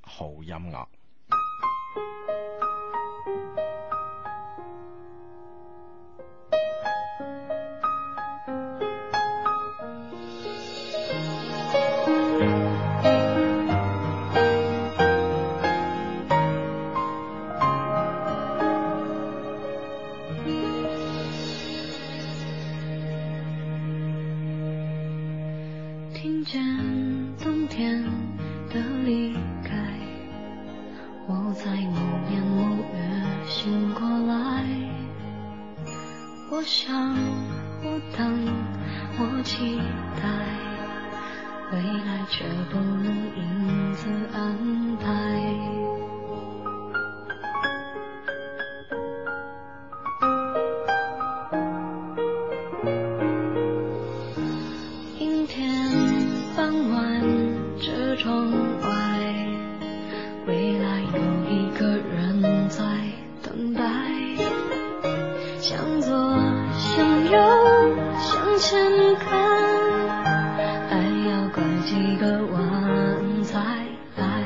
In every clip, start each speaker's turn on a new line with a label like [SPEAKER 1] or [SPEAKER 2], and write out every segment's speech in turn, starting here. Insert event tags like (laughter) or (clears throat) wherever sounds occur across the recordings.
[SPEAKER 1] 好音樂。
[SPEAKER 2] 听见冬天的离开，我在某年某月醒过来。我想，我等，我期待，未来却不能因此安排。阴天傍晚，车窗外，未来有一个人在等待。向左，向右，向前看，还要拐几个弯才来。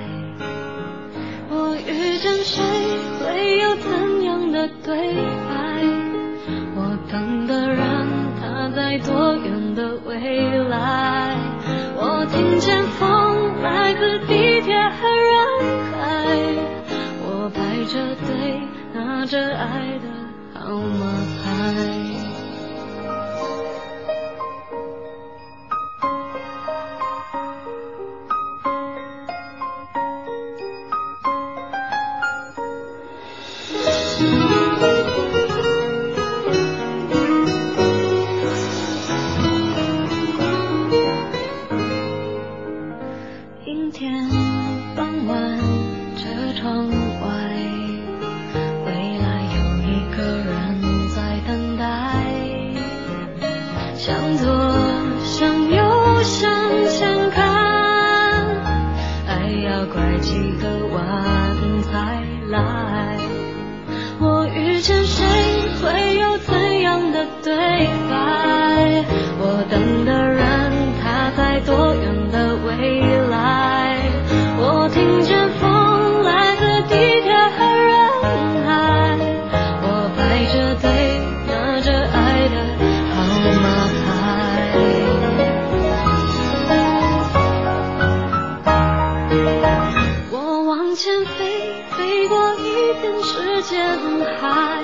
[SPEAKER 2] 我遇见谁，会有怎样的对白？我等的人，他在多远的未来？我听见风来自地铁和人海，我排着队拿着爱的号码牌。阴天傍晚，车窗外，未来有一个人在等待。向左，向右，向前看，还要拐几个弯才来。我遇见谁，会有怎样的对白？我等的人，他在多远的未来？我听见风来自地铁和人海，我排着队拿着爱的号码牌。我往前飞，飞过一片时间海。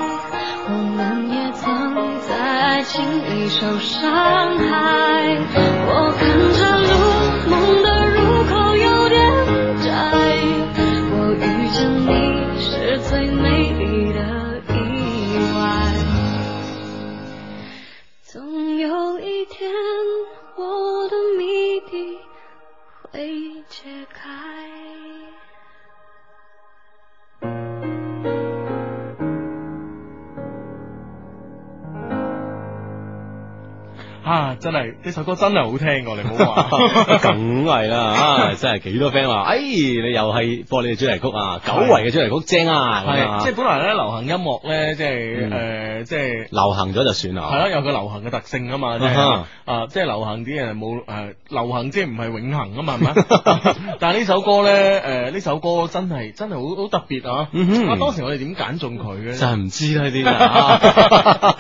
[SPEAKER 2] 我们也曾在爱情里受伤害。我看着路，梦的入口有点窄。我遇见你是最美丽的意外。总有一天，我的谜底会解开。
[SPEAKER 1] 啊，真係呢首歌真係好聽喎！你唔好
[SPEAKER 3] (laughs)
[SPEAKER 1] 話
[SPEAKER 3] 梗係啦，啊，真係幾多 friend 話，哎，你又係播你嘅主題曲啊，久違嘅主題曲，正啊，咁啊
[SPEAKER 1] 係，即係本來咧流行音樂咧，即係
[SPEAKER 3] 嗯
[SPEAKER 1] 誒，即係。
[SPEAKER 3] 流行咗就算
[SPEAKER 1] 係
[SPEAKER 3] 啦，
[SPEAKER 1] 啦，有個流行嘅特性啊嘛，即
[SPEAKER 3] 啊
[SPEAKER 1] 係
[SPEAKER 3] 哈
[SPEAKER 1] 啊，即係流行啲人冇誒，流行即係唔係永恆啊嘛，係
[SPEAKER 3] (laughs)
[SPEAKER 1] 咪？但係呢首歌咧，誒呢首歌真係真係好好特別啊！
[SPEAKER 3] 嗯哼
[SPEAKER 1] 啊，當時我哋點揀中佢嘅？
[SPEAKER 3] 真係唔知啦呢啲
[SPEAKER 1] (laughs)
[SPEAKER 3] 啊，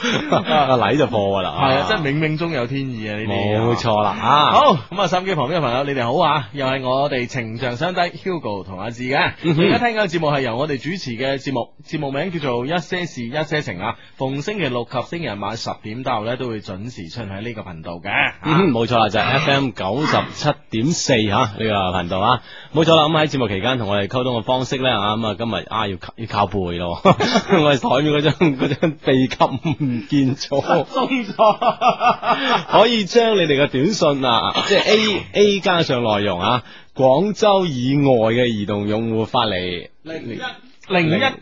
[SPEAKER 3] 阿禮就破㗎啦，
[SPEAKER 1] 係啊，真係冥冥中有天意啊！呢啲
[SPEAKER 3] 冇。錯啦，啊，
[SPEAKER 1] 好咁啊！收音機旁邊嘅朋友，你哋好啊！又係我哋情長相低 Hugo 同阿志嘅。
[SPEAKER 3] 嗯哼
[SPEAKER 1] 而家聽緊嘅節目係由我哋主持嘅節目，節目名叫做《一些事一些情》啊。逢星期六及星期日晚十點到咧，都會準時出現喺呢個頻道嘅。啊
[SPEAKER 3] 嗯，冇錯啦，就係 FM 九十七點四吓呢個頻道啊，冇錯啦。咁喺節目期間同我哋溝通嘅方式咧啊，咁啊今日啊要靠要靠背咯， (laughs) 我哋台面嗰張 (laughs) 嗰張秘笈唔見咗，
[SPEAKER 1] 鬆咗。
[SPEAKER 3] (laughs) 可以將你哋嘅短信啊，即係 A A 加上內容啊，廣州以外嘅移動用戶發嚟
[SPEAKER 1] 零一零一二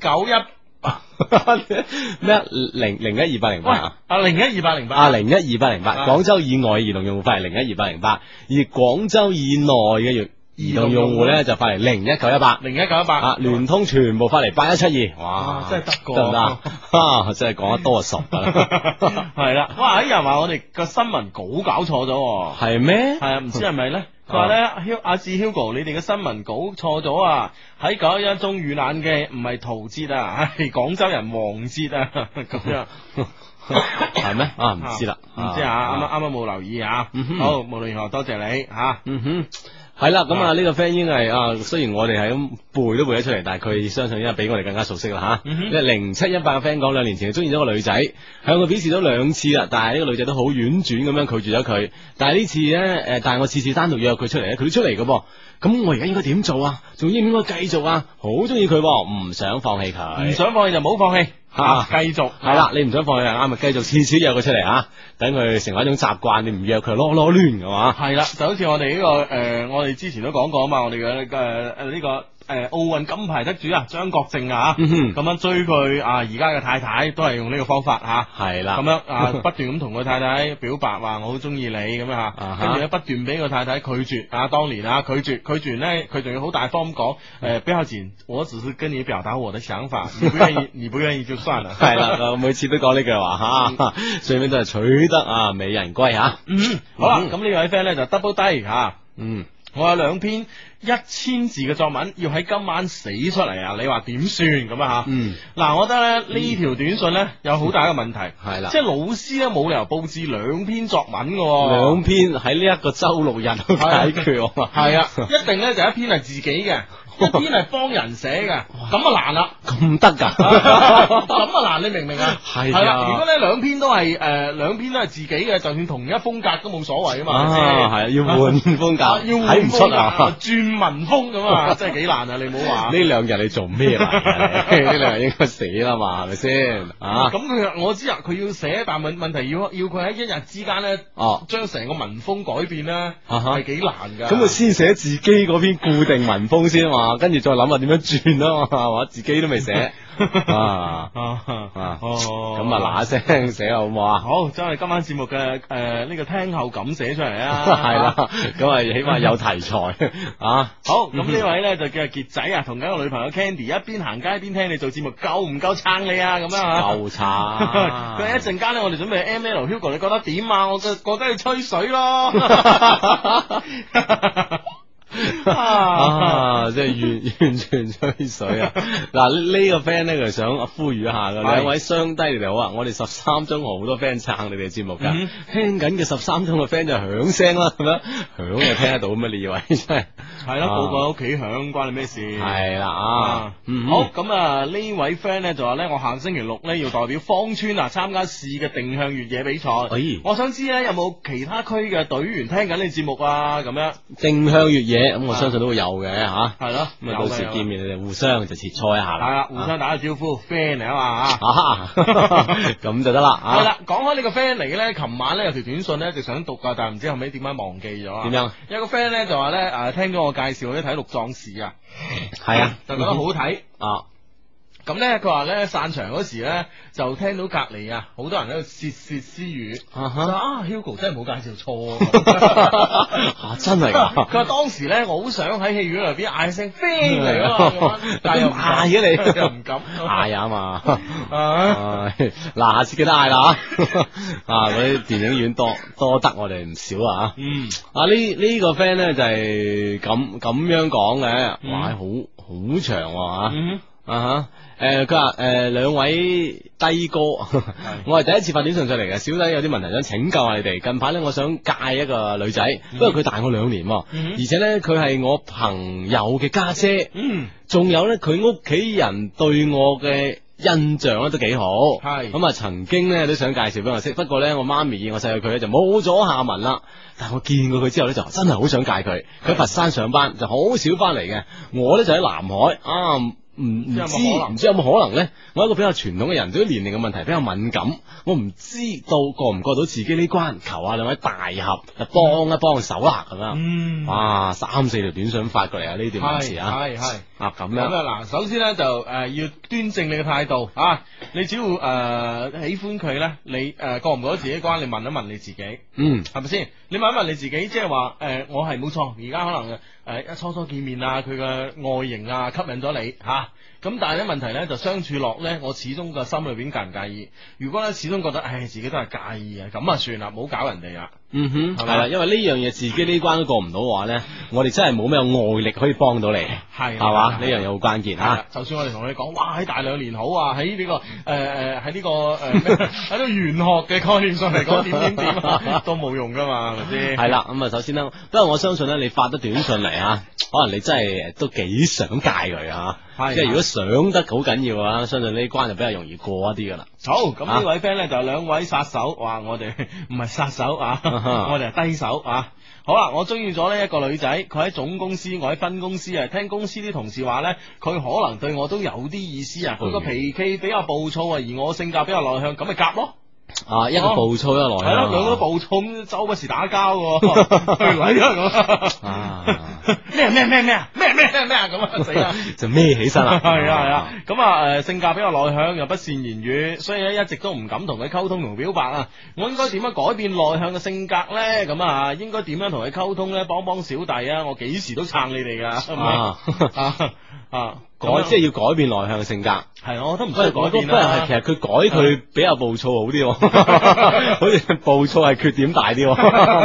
[SPEAKER 1] 九一，
[SPEAKER 3] 咩零零一二八零八
[SPEAKER 1] 喂
[SPEAKER 3] 啊。
[SPEAKER 1] 啊零一二八零八
[SPEAKER 3] 啊，零一二八零八，
[SPEAKER 1] 啊
[SPEAKER 3] 廣州以外移動用戶發嚟零一二八零八，而廣州以內嘅用移動用戶咧就發嚟零一九一八，
[SPEAKER 1] 零一九一八
[SPEAKER 3] 啊，聯通全部發嚟八一七二，
[SPEAKER 1] 哇
[SPEAKER 3] 哇，
[SPEAKER 1] 真係得㗎
[SPEAKER 3] 得唔
[SPEAKER 1] (laughs)
[SPEAKER 3] 得啊？啊，真係講得多就十啦，
[SPEAKER 1] 哎係啦，哇！有人話我哋個新聞稿搞錯咗喎，
[SPEAKER 3] 係咩？
[SPEAKER 1] 係啊，唔知係咪咧？佢話咧，Hu- 阿志 Hugo，你哋嘅新聞稿錯咗啊！喺九一一中遇難嘅唔係陶喆啊，係廣州人王哲啊，咁樣。
[SPEAKER 3] 系咩？啊，唔知啦，
[SPEAKER 1] 唔知啊，啱啱啱啱冇留意啊
[SPEAKER 3] 嗯哼。
[SPEAKER 1] 好，無論如何多謝你啊吓。
[SPEAKER 3] 嗯哼。系啦，咁啊呢個 friend 應該係啊，雖然我哋係咁背都背得出嚟，但係佢相信應該比我哋更加熟悉啦吓。
[SPEAKER 1] 嗯
[SPEAKER 3] 因為零七一八嘅 friend 講兩年前中意咗個女仔，向佢表示咗兩次啦，但係呢個女仔都好婉轉咁樣拒絕咗佢。但係呢次咧，誒，但係我次次單獨約佢出嚟咧，佢都出嚟嘅噃。咁我而家應該點做啊？仲應唔應該繼續啊？好中意佢喎，唔想放棄佢。
[SPEAKER 1] 唔想放棄就唔好放棄，吓
[SPEAKER 3] 啊
[SPEAKER 1] 繼續
[SPEAKER 3] 系啦，你唔想放佢啱咪繼續次次約佢出嚟啊，等佢成為一種習慣，你唔約佢囉囉攣嘅嘛。
[SPEAKER 1] 啊係啦，就好似我哋呢、個个诶、呃我哋之前都講過啊嘛，我哋嘅诶诶呢個诶奥运金牌得主啊，張國正啊，
[SPEAKER 3] 嗯哼
[SPEAKER 1] 咁樣追佢啊，而家嘅太太都係用呢個方法吓。
[SPEAKER 3] 係啦，
[SPEAKER 1] 咁樣啊， (laughs) 不斷咁同佢太太表白話我好中意你咁樣
[SPEAKER 3] 啊
[SPEAKER 1] 吓，
[SPEAKER 3] 哈
[SPEAKER 1] 跟住咧不斷俾個太太拒絕啊，當年啊拒絕拒絕完咧，佢仲要好大方咁講，
[SPEAKER 3] 嗯
[SPEAKER 1] 诶不要緊，我只是跟你表達我的想法， (laughs) 你不願意你不願意就
[SPEAKER 3] (laughs)
[SPEAKER 1] 算了。
[SPEAKER 3] 系
[SPEAKER 1] (laughs)
[SPEAKER 3] 啦，我每次都講呢句話吓，最尾都係取得啊美人歸吓。
[SPEAKER 1] 嗯，好啦，
[SPEAKER 3] 嗯
[SPEAKER 1] 咁呢位 friend 咧就 double 低吓。
[SPEAKER 3] 嗯，
[SPEAKER 1] 我有兩篇一千字嘅作文，要喺今晚死出嚟啊！你話點算咁啊吓？
[SPEAKER 3] 嗯，
[SPEAKER 1] 嗱，我覺得咧呢條短信咧有好大嘅問題，
[SPEAKER 3] 嗯係啦
[SPEAKER 1] 即係老師咧冇理由佈置兩篇作文嘅喎，
[SPEAKER 3] 兩篇喺呢一個周六日都解決我嘛。
[SPEAKER 1] 系
[SPEAKER 3] (laughs)
[SPEAKER 1] 啊，一定咧就一篇係自己嘅，一篇係幫人寫嘅，咁啊難啦，
[SPEAKER 3] (laughs) 咁得㗎。
[SPEAKER 1] 咁啊難，你明唔明啊？
[SPEAKER 3] 係啊
[SPEAKER 1] 係啦，如果咧兩篇都係诶兩篇都係自己嘅，就算同一風格都冇所謂啊嘛，係咪先
[SPEAKER 3] 啊，係要換風格，
[SPEAKER 1] 啊要換
[SPEAKER 3] 睇唔出
[SPEAKER 1] 風格
[SPEAKER 3] (laughs) 啊。
[SPEAKER 1] 轉文風咁啊，真係幾難啊！你唔好話
[SPEAKER 3] 呢兩 (laughs) 日你做 (laughs) 咩嚟啊？你呢兩日應該死啦嘛，係咪先啊？
[SPEAKER 1] 咁佢我知啊，佢要寫，但問問題要要佢喺一日之間咧，
[SPEAKER 3] 哦。
[SPEAKER 1] 將成個文風改變咧，
[SPEAKER 3] 啊哈
[SPEAKER 1] 係幾難㗎。
[SPEAKER 3] 咁佢先寫自己嗰篇固定文風先嘛，跟住再諗下點樣轉啦啊嘛， (laughs) 係嘛？自己都未寫啊，
[SPEAKER 1] 啊
[SPEAKER 3] 啊
[SPEAKER 1] 哦
[SPEAKER 3] 咁啊嗱一聲寫好唔好啊？
[SPEAKER 1] 好，將你今晚節目嘅诶呢個聽後感寫出嚟
[SPEAKER 3] (laughs)
[SPEAKER 1] 啊，
[SPEAKER 3] 係啦，咁啊起碼有題材啊，
[SPEAKER 1] 好，咁呢位咧就叫阿杰仔啊，同緊個女朋友 Candy 一邊行街一邊聽你做節目，夠唔夠撐你啊？咁樣啊。
[SPEAKER 3] 夠
[SPEAKER 1] (laughs)
[SPEAKER 3] 啊
[SPEAKER 1] 佢話一
[SPEAKER 3] 差。
[SPEAKER 1] 陣間咧，我哋準備 M L Hugo，你覺得點啊？我覺覺得要吹水
[SPEAKER 3] (laughs)
[SPEAKER 1] 咯。 (laughs) 啊
[SPEAKER 3] 啊！即係完 (laughs) 完全吹水啊！嗱，呢個 friend 咧就想呼籲一下噶，
[SPEAKER 1] 係
[SPEAKER 3] 兩位雙低你哋好啊！我哋十三中好多 friend 撐你哋節目噶
[SPEAKER 1] 嗯，
[SPEAKER 3] 聽緊嘅十三中嘅 friend 就響聲啦，咁樣響就聽得到咁啊！你以為 (laughs) 真係？
[SPEAKER 1] 係
[SPEAKER 3] 啊
[SPEAKER 1] 咯，個個喺屋企響，關你咩事？
[SPEAKER 3] 系啦
[SPEAKER 1] 啊
[SPEAKER 3] 啊，，嗯
[SPEAKER 1] 好，咁啊呢位 friend 咧就話咧，我下星期六咧要代表芳村啊參加市嘅定向越野比賽。
[SPEAKER 3] 咦
[SPEAKER 1] 我想知咧有冇其他區嘅隊員聽緊你節目啊？咁樣
[SPEAKER 3] 正向越野，咁我
[SPEAKER 1] 啊
[SPEAKER 3] 相信都會有嘅吓。
[SPEAKER 1] 係咯，
[SPEAKER 3] 咁
[SPEAKER 1] 有
[SPEAKER 3] 啊，到
[SPEAKER 1] 嘅有
[SPEAKER 3] 時
[SPEAKER 1] 嘅
[SPEAKER 3] 見面你哋互相就切磋一下
[SPEAKER 1] 係
[SPEAKER 3] 啦。
[SPEAKER 1] 啦，互相打個招呼，friend 嚟啊嘛嚇。
[SPEAKER 3] 啊， (laughs) 咁就得啦
[SPEAKER 1] 係
[SPEAKER 3] 啊。
[SPEAKER 1] 啦，講開呢個 friend 嚟嘅咧，琴晚咧有條短信咧就想讀噶，但係唔知後尾點解忘記咗啊？
[SPEAKER 3] 點樣？
[SPEAKER 1] 有個 friend 咧就話咧誒，聽咗我介紹咧睇《陸壯士》啊，
[SPEAKER 3] 係啊，
[SPEAKER 1] 就覺得好睇。
[SPEAKER 3] 啊，
[SPEAKER 1] 咁咧，佢話咧散場嗰時咧，就聽到隔離啊，好多人喺度竊竊私語，
[SPEAKER 3] 啊
[SPEAKER 1] 就
[SPEAKER 3] 哈
[SPEAKER 1] 話啊 Hugo 真係冇介紹錯。
[SPEAKER 3] (laughs) 啊真係
[SPEAKER 1] 佢
[SPEAKER 3] 㗎。
[SPEAKER 1] 話當時咧，我好想喺戲院入邊嗌聲 friend 嚟咯咁
[SPEAKER 3] (laughs)
[SPEAKER 1] 樣，但係又唔敢
[SPEAKER 3] 嗌嘅你
[SPEAKER 1] 又唔敢
[SPEAKER 3] 嗌啊嘛，
[SPEAKER 1] 啊！
[SPEAKER 3] 唉嗱，下次記得嗌啦啊！ (laughs) 啊，嗰啲電影院多多得我哋唔少啊！
[SPEAKER 1] 嗯，
[SPEAKER 3] 啊呢呢個 friend 咧就係咁咁樣講嘅，
[SPEAKER 1] 嗯
[SPEAKER 3] 哇，好好長喎啊！
[SPEAKER 1] 嗯
[SPEAKER 3] 啊哈！诶，佢話诶兩位低哥，我係第一次發短信上嚟嘅，小弟有啲問題想請教下你哋。近排咧，我想戒一個女仔，不過佢大我兩年喎，
[SPEAKER 1] 嗯
[SPEAKER 3] 而且咧佢係我朋友嘅家姐，
[SPEAKER 1] 嗯
[SPEAKER 3] 仲有咧佢屋企人對我嘅。印象咧都幾好，
[SPEAKER 1] 係
[SPEAKER 3] 咁啊曾經咧都想介紹俾我識，不過咧我媽咪我細個佢咧就冇咗下文啦。但我見過佢之後咧就真係好想戒佢，佢喺佛山上班就好少翻嚟嘅，我咧就喺南海啊。唔唔
[SPEAKER 1] 有冇
[SPEAKER 3] 知
[SPEAKER 1] 可能
[SPEAKER 3] 唔知有冇可能呢？我一個比較傳統嘅人，對於年齡嘅問題比較敏感，我唔知道過唔過到自己呢關，求下兩位大俠就幫一幫手啦咁樣。
[SPEAKER 1] 嗯，
[SPEAKER 3] 啊哇，三四條短信發過嚟啊！呢段文字啊，
[SPEAKER 1] 係係。
[SPEAKER 3] 啊咁
[SPEAKER 1] 咁
[SPEAKER 3] 樣
[SPEAKER 1] 啊嗱，首先咧就誒、呃要端正你嘅態度啊！你只要誒、呃喜歡佢咧，你誒、呃、過唔過得自己關，你問一問你自己，係
[SPEAKER 3] 嗯
[SPEAKER 1] 啊咪先？你問一問你自己，即係話誒，我係冇錯，而家可能誒、呃一初初見面啊，佢嘅外形啊吸引咗你嚇。啊咁但係咧問題咧就相處落咧，我始終個心裏邊介唔介意？如果咧始終覺得，唉，自己都係介意啊，咁啊算啦，唔好搞人哋啦，
[SPEAKER 3] 嗯哼，系
[SPEAKER 1] 係咪
[SPEAKER 3] 啦，因為呢樣嘢自己呢關都過唔到嘅話咧，我哋真係冇咩外力可以幫到你，係
[SPEAKER 1] 系系
[SPEAKER 3] 嘛？呢樣嘢好關鍵
[SPEAKER 1] 啊係啊
[SPEAKER 3] 啊！
[SPEAKER 1] 就算我哋同你講，哇喺大兩年好啊，喺呢、個诶诶喺呢個诶喺呢個玄學嘅概念上嚟講，點點點
[SPEAKER 3] (laughs)
[SPEAKER 1] 啊都冇用噶嘛，係咪先？
[SPEAKER 3] 係啦，咁啊，首先呢，不過我相信咧，你發得短信嚟吓，可能你真係都幾想戒佢吓，
[SPEAKER 1] 係啊
[SPEAKER 3] 即係如果想得好緊要啊，相信呢關就比較容易過一啲噶啦。
[SPEAKER 1] 好，咁呢位 friend 咧就係兩位殺手，哇！我哋 (laughs) 唔係殺手啊，
[SPEAKER 3] 哈
[SPEAKER 1] (laughs) 我哋係低手啊。好啦，我中意咗呢一個女仔，佢喺總公司，我喺分公司啊。聽公司啲同事話呢，佢可能對我都有啲意思啊。佢個
[SPEAKER 3] 嗯
[SPEAKER 1] 脾氣比較暴躁啊，而我性格比較內向，咁咪夾咯。
[SPEAKER 3] 啊，一個暴躁一個內
[SPEAKER 1] 哦係咯，
[SPEAKER 3] 向，
[SPEAKER 1] 兩個都暴躁，咁周不時打交 (laughs) 嘅喎，嚟啦咁
[SPEAKER 3] 啊
[SPEAKER 1] 咩咩咩咩啊咩咩咩咩啊咁啊死啦！
[SPEAKER 3] (laughs) 就孭起身啦。
[SPEAKER 1] (laughs) 係啊係啊，咁啊诶，誒性格比較內向，又不善言語，所以咧一直都唔敢同佢溝通同表白啊。我應該點樣改變內向嘅性格咧？咁啊，應該點樣同佢溝通咧？幫幫小弟啊！我幾時都撐你哋噶，係咪
[SPEAKER 3] 啊，
[SPEAKER 1] 啊啊？
[SPEAKER 3] (laughs) 改即
[SPEAKER 1] 係
[SPEAKER 3] 係要改變內向性格。
[SPEAKER 1] 係，我都唔需
[SPEAKER 3] 喂
[SPEAKER 1] 要
[SPEAKER 3] 我
[SPEAKER 1] 改
[SPEAKER 3] 都
[SPEAKER 1] 變啊
[SPEAKER 3] 不人係，
[SPEAKER 1] 啦
[SPEAKER 3] 其。實佢改
[SPEAKER 1] 啊
[SPEAKER 3] 佢比較暴躁好啲喎，
[SPEAKER 1] (laughs)
[SPEAKER 3] 好似暴躁係缺點大啲喎，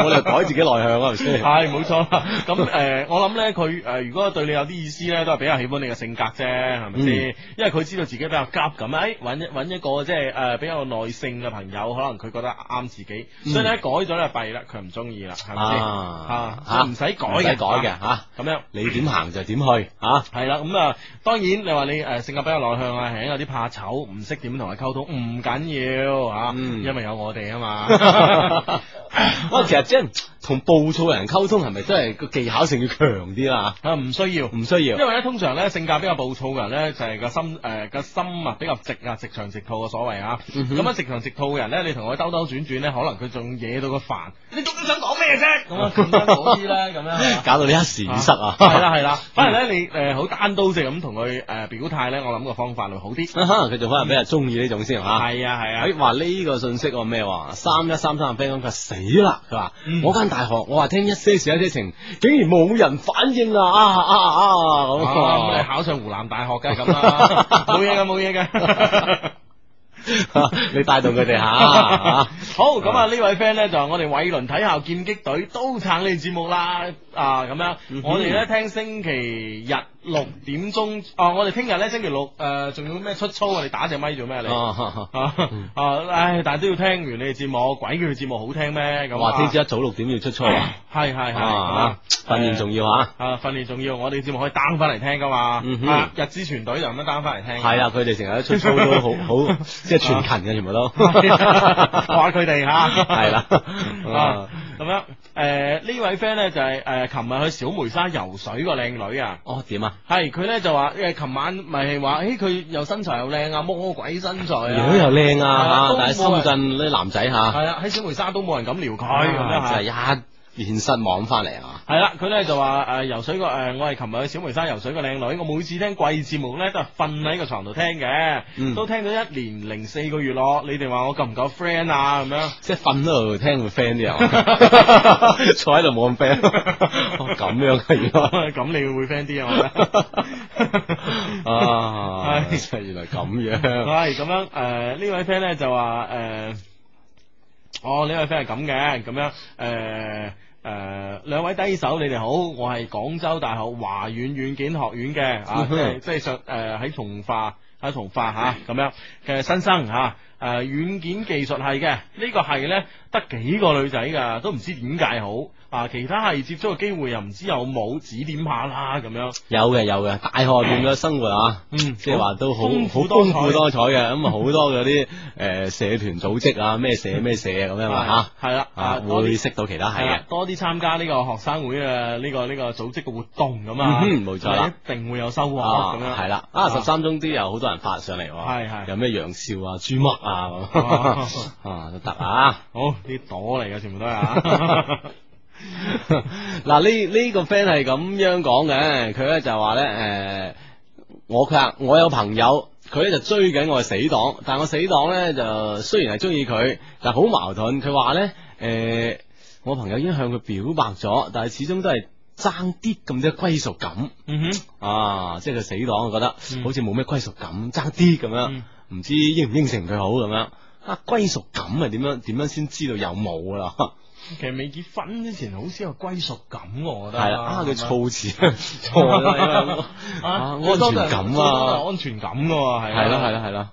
[SPEAKER 3] 我哋改自己內向啊， (laughs) 係咪先？
[SPEAKER 1] 係冇錯啦，咁诶、誒我諗咧，佢诶、誒如果對你有啲意思咧，都係比較喜歡你嘅性格啫，係咪先？
[SPEAKER 3] 嗯
[SPEAKER 1] 因為佢知道自己比較急咁，诶、揾一揾一個即係呃诶比較耐性嘅朋友，可能佢覺得啱自己，所以咧改咗就弊啦，佢唔中意啦，係咪先？
[SPEAKER 3] 嗯啊
[SPEAKER 1] 啊，唔使改
[SPEAKER 3] 唔使
[SPEAKER 1] 嘅，啊
[SPEAKER 3] 改嘅吓，
[SPEAKER 1] 咁樣。
[SPEAKER 3] 你點行就點去啊！
[SPEAKER 1] 係啦，咁啊，當然你話你诶性格比較內向啊，係有啲怕醜，唔識點同佢溝通，唔緊要吓，
[SPEAKER 3] 嗯
[SPEAKER 1] 因為有我哋啊嘛。
[SPEAKER 3] (laughs) 哇，其實即係同暴躁嘅人溝通係咪真係個技巧性要強啲啦？
[SPEAKER 1] 啊，唔需要，
[SPEAKER 3] 唔需要
[SPEAKER 1] 因為咧，通常咧性格比較暴躁嘅人咧，就係個心誒個心啊比較直啊，直腸直肚嘅所謂啊。
[SPEAKER 3] 嗯哼
[SPEAKER 1] 咁啊，直腸直肚嘅人咧，你同佢兜兜轉轉咧，可能佢仲惹到佢煩。你究竟想講咩啫？咁啊，咁樣嗰啲啦，咁樣啊。
[SPEAKER 3] 搞到你一時語塞啊！
[SPEAKER 1] 係啦係啦，反而咧你誒好單刀直咁同佢誒表態咧，我諗個方法會好啲。
[SPEAKER 3] (laughs) 啊哈佢仲可能比較中意呢種先吓。
[SPEAKER 1] 係啊係啊
[SPEAKER 3] 哎，，話呢個信息喎咩話？三一三三嘅 friend 講佢話死啦，佢話、
[SPEAKER 1] 嗯
[SPEAKER 3] 我間大學，我話聽一些事一些情，竟然冇人反應啊啊啊啊啊咁
[SPEAKER 1] 啊咁你
[SPEAKER 3] 啊！
[SPEAKER 1] 考上湖南大學梗係咁啦，冇嘢嘅冇嘢嘅。啊
[SPEAKER 3] (laughs) 你帶動佢哋啊
[SPEAKER 1] (laughs)
[SPEAKER 3] 吓，
[SPEAKER 1] 好，咁啊呢位 friend 咧就係我哋偉倫體校劍擊隊都撐你節目啦，啊咁樣，
[SPEAKER 3] 嗯哼
[SPEAKER 1] 我哋咧聽星期日六點鐘，啊我哋聽日咧星期六誒仲、要咩出操啊？你打隻咪做咩啊你？啊
[SPEAKER 3] 啊
[SPEAKER 1] 啊！唉，但係都要聽完你哋節目，鬼叫佢節目好聽咩？咁
[SPEAKER 3] 哇！
[SPEAKER 1] 啊
[SPEAKER 3] 聽朝一早六點要出操啊！
[SPEAKER 1] (coughs) 係係係
[SPEAKER 3] 啊
[SPEAKER 1] 啊，
[SPEAKER 3] 訓練重要啊！
[SPEAKER 1] 啊訓練重要，我哋節目可以 down 翻嚟聽噶嘛
[SPEAKER 3] 嗯，哼
[SPEAKER 1] 啊日之全隊就咁樣 down 翻嚟聽。
[SPEAKER 3] 係啊，佢哋成日都出操都好好，即係全勤嘅，全部都 (laughs)
[SPEAKER 1] 話佢哋吓，
[SPEAKER 3] 係啦
[SPEAKER 1] 啊咁樣诶呢位 friend 咧就係诶琴日去小梅沙游水個靚女啊。
[SPEAKER 3] (laughs) 哦點啊？
[SPEAKER 1] 係佢咧就話，诶，琴晚咪話，诶，佢又身材又靚啊，魔鬼身材
[SPEAKER 3] 樣又
[SPEAKER 1] 啊，
[SPEAKER 3] 靚啊
[SPEAKER 1] 係啊
[SPEAKER 3] 但係
[SPEAKER 1] 都冇
[SPEAKER 3] 深
[SPEAKER 1] 人
[SPEAKER 3] 圳啲男仔吓，
[SPEAKER 1] 係啊，喺小梅沙都冇人敢撩佢咁樣
[SPEAKER 3] 啊
[SPEAKER 1] 啊
[SPEAKER 3] 真係一面失望翻嚟啊！
[SPEAKER 1] 係啦，佢咧就話誒、游水個誒、我係琴日去小梅山游水個靚女，我每次聽貴節目咧都係瞓喺個床度聽嘅，
[SPEAKER 3] 嗯
[SPEAKER 1] 都聽到一年零四個月咯。你哋話我夠唔夠 friend 啊？咁樣
[SPEAKER 3] 即系瞓喺度聽會 friend
[SPEAKER 1] (laughs)
[SPEAKER 3] 啲啊，坐喺度冇咁 friend，哦咁樣嘅原來
[SPEAKER 1] 咁你會 friend 啲啊？我覺
[SPEAKER 3] (laughs)
[SPEAKER 1] 得
[SPEAKER 3] 啊，
[SPEAKER 1] 係
[SPEAKER 3] 原來咁樣，
[SPEAKER 1] 係咁樣誒，呃呢位 friend 咧就話誒、呃哦呢位 friend 係咁嘅，咁樣誒。誒兩位低手，你哋好，我係廣州大學華遠軟件學院嘅啊
[SPEAKER 3] 嗯，
[SPEAKER 1] 即
[SPEAKER 3] 哼嗯
[SPEAKER 1] 係即係上誒喺從化喺從化嚇咁樣嘅新生嚇誒軟件技術係嘅，呢個係咧得幾個女仔㗎，都唔知點解好啊，其他係接觸嘅機會又唔知有冇，指點下啦咁樣，
[SPEAKER 3] 有嘅有嘅，大學變咗生活啊。
[SPEAKER 1] 嗯，
[SPEAKER 3] 即係話都好好
[SPEAKER 1] 豐富多
[SPEAKER 3] 豐
[SPEAKER 1] 彩
[SPEAKER 3] 富多彩嘅，咁啊好多嗰啲誒社團組織啊，咩社咩社咁樣啊
[SPEAKER 1] 嗯係啦，
[SPEAKER 3] 嚇，啊
[SPEAKER 1] 多
[SPEAKER 3] 會
[SPEAKER 1] 啲
[SPEAKER 3] 識到其他係
[SPEAKER 1] 係
[SPEAKER 3] 嘅
[SPEAKER 1] 啦，，多啲參加呢個學生會嘅呢個呢個組織嘅活動咁啊，
[SPEAKER 3] 嗯哼冇錯啦，
[SPEAKER 1] 一定會有收穫
[SPEAKER 3] 啊
[SPEAKER 1] 咁樣，
[SPEAKER 3] 係啦，啊十三中都有好多人發上嚟喎，
[SPEAKER 1] 係係
[SPEAKER 3] 有咩楊少啊、朱乜啊
[SPEAKER 1] 哦
[SPEAKER 3] 咁 (laughs) 啊都得啊。
[SPEAKER 1] 好啲朵嚟嘅全部都係啊，
[SPEAKER 3] (laughs) 嗱呢呢個 friend 係咁樣講嘅，佢咧就話咧诶，我佢話我有朋友。佢咧就追緊我嘅死黨，但我死黨咧就雖然係中意佢，但好矛盾。佢話咧，誒、我朋友已經向佢表白咗，但係始終都係爭啲咁多歸屬感
[SPEAKER 1] 嗯哼。
[SPEAKER 3] 啊！即係佢死黨，我覺得、
[SPEAKER 1] 嗯
[SPEAKER 3] 好似冇咩歸屬感，爭啲咁樣，唔
[SPEAKER 1] 嗯、
[SPEAKER 3] 知應唔應承佢好咁樣啊？歸屬感係點樣點樣先知道有冇㗎啦？
[SPEAKER 1] 其實未結婚之前好少有歸屬感，我覺
[SPEAKER 3] 系
[SPEAKER 1] 得
[SPEAKER 3] 啦，啊佢
[SPEAKER 1] 係咪 (laughs)
[SPEAKER 3] 措辭 (laughs) 錯啦，啊安全感
[SPEAKER 1] 最多都
[SPEAKER 3] 啊
[SPEAKER 1] 係，安全感噶喎，係
[SPEAKER 3] 係
[SPEAKER 1] 啊
[SPEAKER 3] 啦係啦係啦，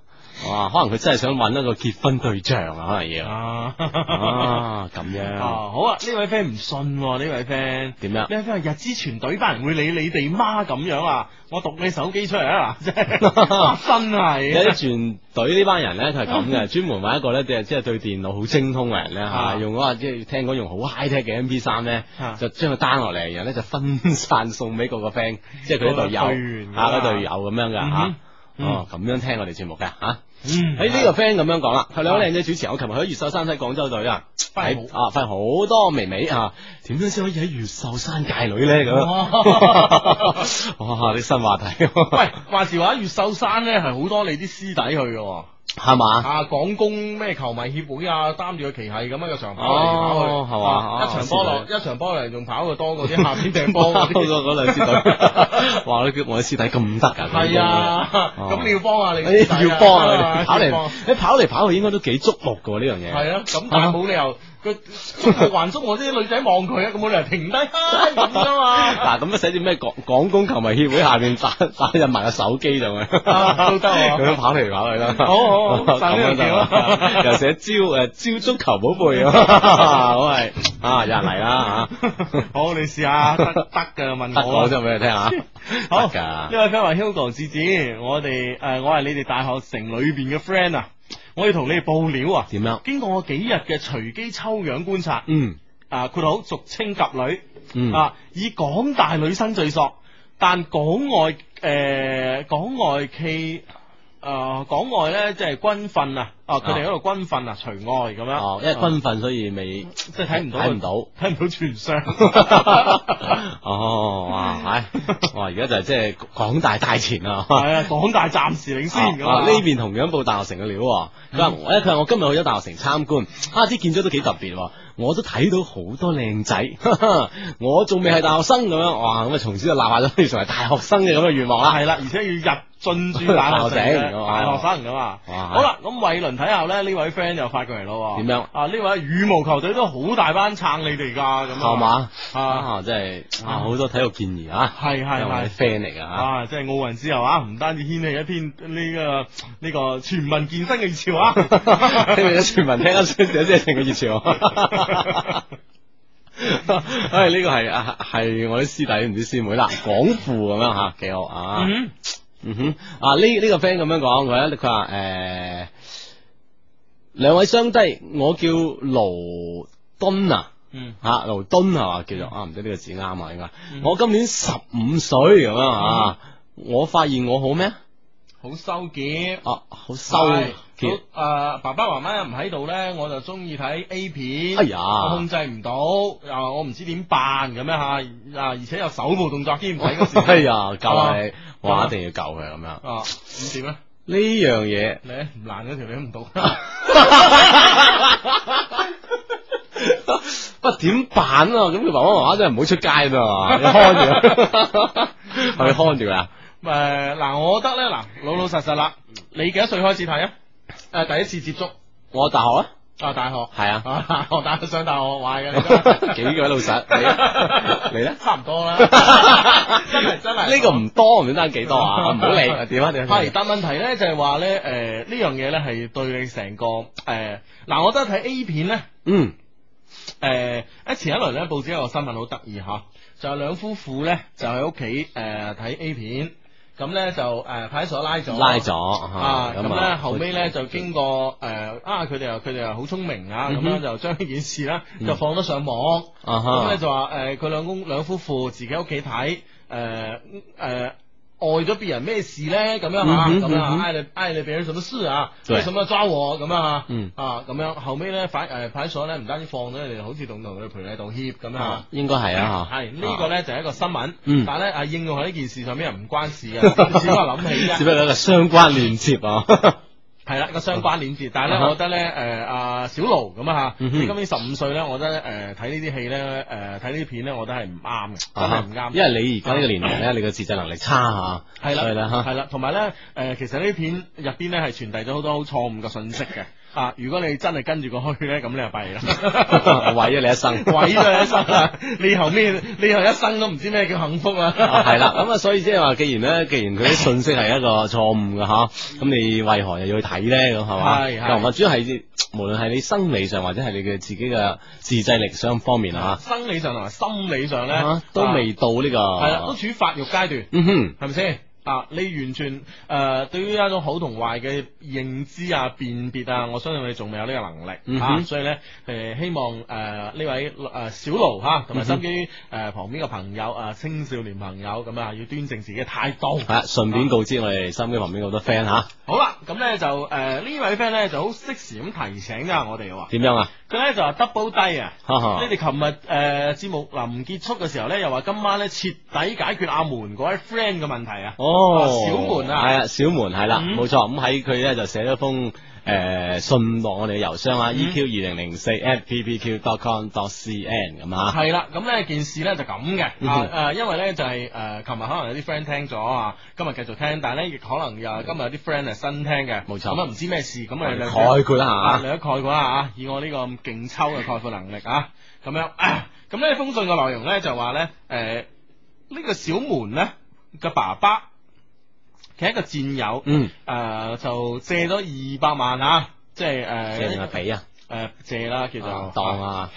[SPEAKER 3] 哇，可能佢真係想揾一個結婚對象啊，可能要
[SPEAKER 1] 啊。
[SPEAKER 3] 啊咁
[SPEAKER 1] (laughs) 啊，
[SPEAKER 3] 樣，
[SPEAKER 1] 好啊！呢位 friend 唔信喎呢位 friend，
[SPEAKER 3] 點樣
[SPEAKER 1] 呢？位 friend 話日之全隊班人會理你哋媽咁樣啊！我讀你手機出嚟
[SPEAKER 3] (laughs)
[SPEAKER 1] 啊！真係真
[SPEAKER 3] 有
[SPEAKER 1] 係啊
[SPEAKER 3] 啲團隊呢班人咧，佢係咁
[SPEAKER 1] (laughs)
[SPEAKER 3] 嘅，專門揾一個咧，即係即係對電腦好精通嘅人咧
[SPEAKER 1] 啊
[SPEAKER 3] 嚇，用嗰個即係聽講用好 high tech 嘅 M P 三咧
[SPEAKER 1] 啊，
[SPEAKER 3] 就將佢 down 落嚟，然後咧就分散送俾各個 friend，即係佢啲隊
[SPEAKER 1] 各個隊員
[SPEAKER 3] 友
[SPEAKER 1] 㗎
[SPEAKER 3] 嚇嗰隊友咁樣嘅
[SPEAKER 1] 嗯
[SPEAKER 3] 嚇
[SPEAKER 1] 哼。
[SPEAKER 3] 哦，咁樣聽我哋節目嘅嚇。
[SPEAKER 1] 嗯啊
[SPEAKER 3] 喺哎呢個 friend 咁樣講啦，佢兩位靚仔主持人，我琴日去咗越秀山西廣州隊啊，
[SPEAKER 1] 發現
[SPEAKER 3] 喺啊發現好多微微啊，點樣先可以喺越秀山界女咧咁？
[SPEAKER 1] 哦
[SPEAKER 3] (laughs) 哇！啲新話題，
[SPEAKER 1] (laughs) 喂，話時話越秀山咧係好多你啲師弟去嘅喎，
[SPEAKER 3] 係嘛？
[SPEAKER 1] 啊廣工咩球迷協會啊，擔住個旗係咁樣嘅場波嚟跑去，
[SPEAKER 3] 哦係嘛
[SPEAKER 1] 啊
[SPEAKER 3] 哦
[SPEAKER 1] 一場波落
[SPEAKER 3] 師哦
[SPEAKER 1] 一場波嚟仲跑嘅多過啲下邊
[SPEAKER 3] (laughs)
[SPEAKER 1] 掟波嗰
[SPEAKER 3] 嗰
[SPEAKER 1] 啲。
[SPEAKER 3] 嗰兩支隊， (laughs) 哇！你我啲師弟咁得啊？
[SPEAKER 1] 系啊，
[SPEAKER 3] 哦
[SPEAKER 1] 咁你要幫
[SPEAKER 3] (laughs)
[SPEAKER 1] 下你師
[SPEAKER 3] 咁
[SPEAKER 1] 弟
[SPEAKER 3] 樣，
[SPEAKER 1] 啊，
[SPEAKER 3] 要幫啊！
[SPEAKER 1] 要幫
[SPEAKER 3] 跑嚟，你跑嚟跑去應該都幾觸目噶呢樣嘢。
[SPEAKER 1] 係啊，咁但係冇理由 (laughs) 佢還足我啲女仔望佢啊，咁冇理由停低啊咁噶 (laughs) 嘛。
[SPEAKER 3] 嗱，咁啊樣寫住咩廣廣工球迷協會下面打 (laughs) 打入埋個手機上去，
[SPEAKER 1] 啊都得喎
[SPEAKER 3] 咁樣跑嚟跑去啦。
[SPEAKER 1] 好好好
[SPEAKER 3] 咁樣得
[SPEAKER 1] 啊
[SPEAKER 3] 啦 (laughs) 又寫招誒招足球寶
[SPEAKER 1] (laughs)
[SPEAKER 3] 貝啊！好係啊，有人嚟啦嚇，
[SPEAKER 1] 好，啊你試 (laughs) 下得得㗎，問
[SPEAKER 3] 得
[SPEAKER 1] 我啊
[SPEAKER 3] 講。咗俾你聽嚇，
[SPEAKER 1] (laughs) 好，
[SPEAKER 3] 得㗎
[SPEAKER 1] 呢。位 friend 話 Hugo 志子，我哋诶、呃我係你哋大學城裏边嘅 friend 啊，我要同你哋報料啊。
[SPEAKER 3] 點樣？
[SPEAKER 1] 經過我幾日嘅隨機抽樣觀察，
[SPEAKER 3] 嗯
[SPEAKER 1] 啊，括號俗稱及女，
[SPEAKER 3] 嗯
[SPEAKER 1] 啊，以港大女生最索，但港外诶、港外企诶、呃港外咧即係軍訓啊，啊，佢哋嗰度軍訓啊，除外咁樣。
[SPEAKER 3] 哦，因為軍訓所以未
[SPEAKER 1] 啊即係睇唔到，啊
[SPEAKER 3] 睇唔到。
[SPEAKER 1] (laughs) 睇唔到全
[SPEAKER 3] (laughs)
[SPEAKER 1] 相。
[SPEAKER 3] 哦，哇，係，哇，而家就係即係廣大大前啊，
[SPEAKER 1] 係啊，港大暫時領先嗯咁
[SPEAKER 3] 啊
[SPEAKER 1] 啊
[SPEAKER 3] 呢邊同樣報大學城嘅料喎，佢話我咧，佢話我今日去咗大學城參觀，啊啲建築都幾特別喎，我都睇到好多靚仔， (laughs) 哈哈我仲未係大學生咁樣，哇咁啊從此就立下咗要成為大學生嘅咁嘅願望啦，
[SPEAKER 1] 系啦，而且要入進駐大學城
[SPEAKER 3] (laughs) 大學
[SPEAKER 1] 嘅
[SPEAKER 3] 城哦
[SPEAKER 1] 大學生噶嘛。
[SPEAKER 3] 哇
[SPEAKER 1] 好啦，咁偉倫睇下咧，呢位 friend 又發過嚟咯喎。
[SPEAKER 3] 點樣
[SPEAKER 1] 啊，呢位羽毛球隊都好大班撐你哋噶，咁啊
[SPEAKER 3] 係？嘛？
[SPEAKER 1] 啊，
[SPEAKER 3] 啊，真係啊好多體育建議啊，
[SPEAKER 1] 係係
[SPEAKER 3] 真我
[SPEAKER 1] 係。
[SPEAKER 3] 哋 friend 嚟㗎嚇。
[SPEAKER 1] 啊！即係奧運之後啊，唔單止掀起一篇呢、個呢、個全民健身嘅熱潮
[SPEAKER 3] (laughs)
[SPEAKER 1] 啊！
[SPEAKER 3] 你哋全民聽得出有啲成個熱潮。
[SPEAKER 1] (laughs)
[SPEAKER 3] 唉，呢個係啊係我啲師弟唔知師妹啦，廣富咁樣吓，幾好啊。
[SPEAKER 1] 嗯
[SPEAKER 3] 嗯哼，啊呢呢、個 friend 咁樣講佢咧，佢話诶兩位相低，我叫盧敦啊。
[SPEAKER 1] 嗯，
[SPEAKER 3] 吓勞敦係嘛，叫做啊，唔知呢個字啱啊，應該。
[SPEAKER 1] 嗯
[SPEAKER 3] 我今年十五歲咁樣啊，我發現我好咩
[SPEAKER 1] 好收結。
[SPEAKER 3] 啊？好羞
[SPEAKER 1] 誒
[SPEAKER 3] 澀，、
[SPEAKER 1] 呃爸爸媽媽唔喺度咧，我就中意睇 A 片。
[SPEAKER 3] 哎呀
[SPEAKER 1] 我控制唔到，啊，我唔知點辦咁樣吓，啊，而且有手部動作添，唔使
[SPEAKER 3] (laughs)
[SPEAKER 1] 嗰時。
[SPEAKER 3] 哎呀，救
[SPEAKER 1] 啊
[SPEAKER 3] 你！哇，一定要救佢咁樣。呢
[SPEAKER 1] 啊，咁點咧？
[SPEAKER 3] 樣嘢，
[SPEAKER 1] 你唔爛嗰條你
[SPEAKER 3] (laughs)
[SPEAKER 1] 都唔到， (laughs)
[SPEAKER 3] (laughs) 不點辦啊？咁佢爸爸媽媽真係唔好出街啊！要
[SPEAKER 1] (laughs)
[SPEAKER 3] 看住佢，係咪看住佢啊？
[SPEAKER 1] 誒呃嗱，我覺得咧嗱，老老實實啦，
[SPEAKER 3] 嗯
[SPEAKER 1] 你幾多歲開始
[SPEAKER 3] (laughs)
[SPEAKER 1] 睇啊？誒，第一次接觸
[SPEAKER 3] 我大學啊，
[SPEAKER 1] 啊，大
[SPEAKER 3] (laughs)
[SPEAKER 1] 學
[SPEAKER 3] 係啊，
[SPEAKER 1] 啊，大學大學上大學
[SPEAKER 3] (laughs)
[SPEAKER 1] 壞嘅，
[SPEAKER 3] 幾
[SPEAKER 1] 你
[SPEAKER 3] 個老實，
[SPEAKER 1] (laughs)
[SPEAKER 3] 你你咧？
[SPEAKER 1] 差唔
[SPEAKER 3] (laughs)
[SPEAKER 1] 多啦，真係真係
[SPEAKER 3] 呢個唔多唔知得幾多
[SPEAKER 1] (laughs)
[SPEAKER 3] 啊？唔好理，點啊點啊？
[SPEAKER 1] 係，但問題咧就係話咧，誒呢樣嘢咧係對你成個誒嗱，我覺得睇 A 片咧。
[SPEAKER 3] 嗯，
[SPEAKER 1] 誒、前一輪咧，報紙有個新聞好得意嚇，就係兩夫婦咧就喺屋企誒睇 A 片，咁咧就誒、呃派出所拉咗，
[SPEAKER 3] 拉咗
[SPEAKER 1] 啊，
[SPEAKER 3] 啊
[SPEAKER 1] 咁咧後尾咧就經過誒、呃啊，佢哋又佢哋又好聰明啊，咁
[SPEAKER 3] 嗯哼
[SPEAKER 1] 樣就將呢件事啦
[SPEAKER 3] 嗯
[SPEAKER 1] 就放咗上網，
[SPEAKER 3] 啊
[SPEAKER 1] 咁咧
[SPEAKER 3] 哈，
[SPEAKER 1] 就話誒佢兩公兩夫婦自己喺屋企睇誒誒。礙咗別人咩事咧？咁樣
[SPEAKER 3] 嗯
[SPEAKER 1] 啊，
[SPEAKER 3] 哼
[SPEAKER 1] 咁
[SPEAKER 3] 嗯
[SPEAKER 1] 啊，
[SPEAKER 3] 哼
[SPEAKER 1] 愛了愛了別人什麼事啊？
[SPEAKER 3] 對
[SPEAKER 1] 為什麼抓我咁啊？
[SPEAKER 3] 嗯
[SPEAKER 1] 啊，咁樣後尾咧，反誒派出所咧，唔單止放咗你哋，好似仲同佢哋賠禮道歉咁樣啊
[SPEAKER 3] 啊。應該係啊嚇，
[SPEAKER 1] 係呢個咧就係一個新聞，
[SPEAKER 3] 嗯
[SPEAKER 1] 但係咧啊應用喺呢件事上面又唔關事
[SPEAKER 3] (laughs)
[SPEAKER 1] 嘅，只不過諗起
[SPEAKER 3] 只 (laughs)
[SPEAKER 1] 啫。
[SPEAKER 3] 不過一個相關連接啊。
[SPEAKER 1] 係啦，個相關鏈接。但係咧，
[SPEAKER 3] 啊哈
[SPEAKER 1] 我覺得咧，誒阿小盧咁啊嚇，
[SPEAKER 3] 嗯哼
[SPEAKER 1] 你今年十五歲咧，我覺得誒睇呢啲戲咧，誒睇呢啲片咧，我覺得係唔啱嘅，真啊係唔啱。
[SPEAKER 3] 啊因為你而家呢個
[SPEAKER 1] (laughs)
[SPEAKER 3] 年齡咧，你個自制能力差啊吓，
[SPEAKER 1] 係
[SPEAKER 3] 所以啦
[SPEAKER 1] 啦，
[SPEAKER 3] 吓，
[SPEAKER 1] 呃係啦，同埋咧，誒，其實呢啲片入邊咧係傳遞咗好多好錯誤嘅信息嘅，啊，如果你真係跟住個墟咧，咁你就弊啦。
[SPEAKER 3] (laughs) 毁咗你一生，
[SPEAKER 1] 鬼咗你一生啊！你以後咩？你以後一生都唔知咩叫幸福啊！
[SPEAKER 3] 啊係
[SPEAKER 1] (laughs)
[SPEAKER 3] 啦，咁啊，所以即係話，既然咧，既然佢啲信息係一個錯誤嘅吓，咁你為何又要去睇咧？咁係嘛？
[SPEAKER 1] 係係
[SPEAKER 3] 又或者係無論係你生理上或者係你嘅自己嘅自制力上方面啊，
[SPEAKER 1] 生理上同埋心理上咧
[SPEAKER 3] 啊，都未到呢個
[SPEAKER 1] 係嗯啊啦，都處於發育階段。
[SPEAKER 3] 嗯哼，
[SPEAKER 1] 系咪先？啊！你完全誒、呃、對於一種好同壞嘅認知啊、辨別啊，我相信你仲未有呢個能力、
[SPEAKER 3] 嗯
[SPEAKER 1] 啊，
[SPEAKER 3] 哼
[SPEAKER 1] 所以咧誒、呃希望誒呢、位誒、呃小盧嚇
[SPEAKER 3] 嗯
[SPEAKER 1] 同埋心機誒、呃旁邊嘅朋友啊、青少年朋友咁啊，要端正自己嘅態度。
[SPEAKER 3] 係啊，順便告知我哋身邊旁邊好多 friend 吓，
[SPEAKER 1] 好啦，咁咧就誒呢、位 friend 咧就好適時咁提醒啊我哋喎，
[SPEAKER 3] 點樣啊？
[SPEAKER 1] 佢咧就話 double 低啊。
[SPEAKER 3] 哈哈
[SPEAKER 1] 你哋琴日誒節目臨結束嘅時候咧，又話今晚咧徹底解決阿門嗰位 friend 嘅問題啊。
[SPEAKER 3] 哦，
[SPEAKER 1] 小門啊
[SPEAKER 3] 系啊，小門係啦，
[SPEAKER 1] 嗯
[SPEAKER 3] 冇錯。咁喺佢咧就寫咗封诶信落我哋嘅郵箱
[SPEAKER 1] 嗯
[SPEAKER 3] 啊，eq 二零零四 at ppq dot com dot cn 咁 (laughs) 啊，
[SPEAKER 1] 系啦，咁呢件事呢就咁嘅，啊
[SPEAKER 3] 嗯
[SPEAKER 1] 誒、因為呢就係、誒，琴、日可能有啲 friend 聽咗啊，今日繼續聽，但係呢亦可能又今日有啲 friend 係新聽嘅，
[SPEAKER 3] 嗯冇錯
[SPEAKER 1] 咁啊唔知咩事，咁啊兩
[SPEAKER 3] 概括
[SPEAKER 1] 啊，
[SPEAKER 3] 啦
[SPEAKER 1] 兩概括啦啊，以我呢個咁勁抽嘅概括能力啊，咁
[SPEAKER 3] (laughs)
[SPEAKER 1] 樣，啊咁呢封信嘅內容呢就話呢，誒、呢、個小門呢嘅爸爸，佢係一個戰友，誒、
[SPEAKER 3] 嗯，
[SPEAKER 1] 就借咗二百萬啊，即係
[SPEAKER 3] 即係定係
[SPEAKER 1] 誒
[SPEAKER 3] 俾啊，
[SPEAKER 1] 誒借啦，叫做
[SPEAKER 3] 啊當啊，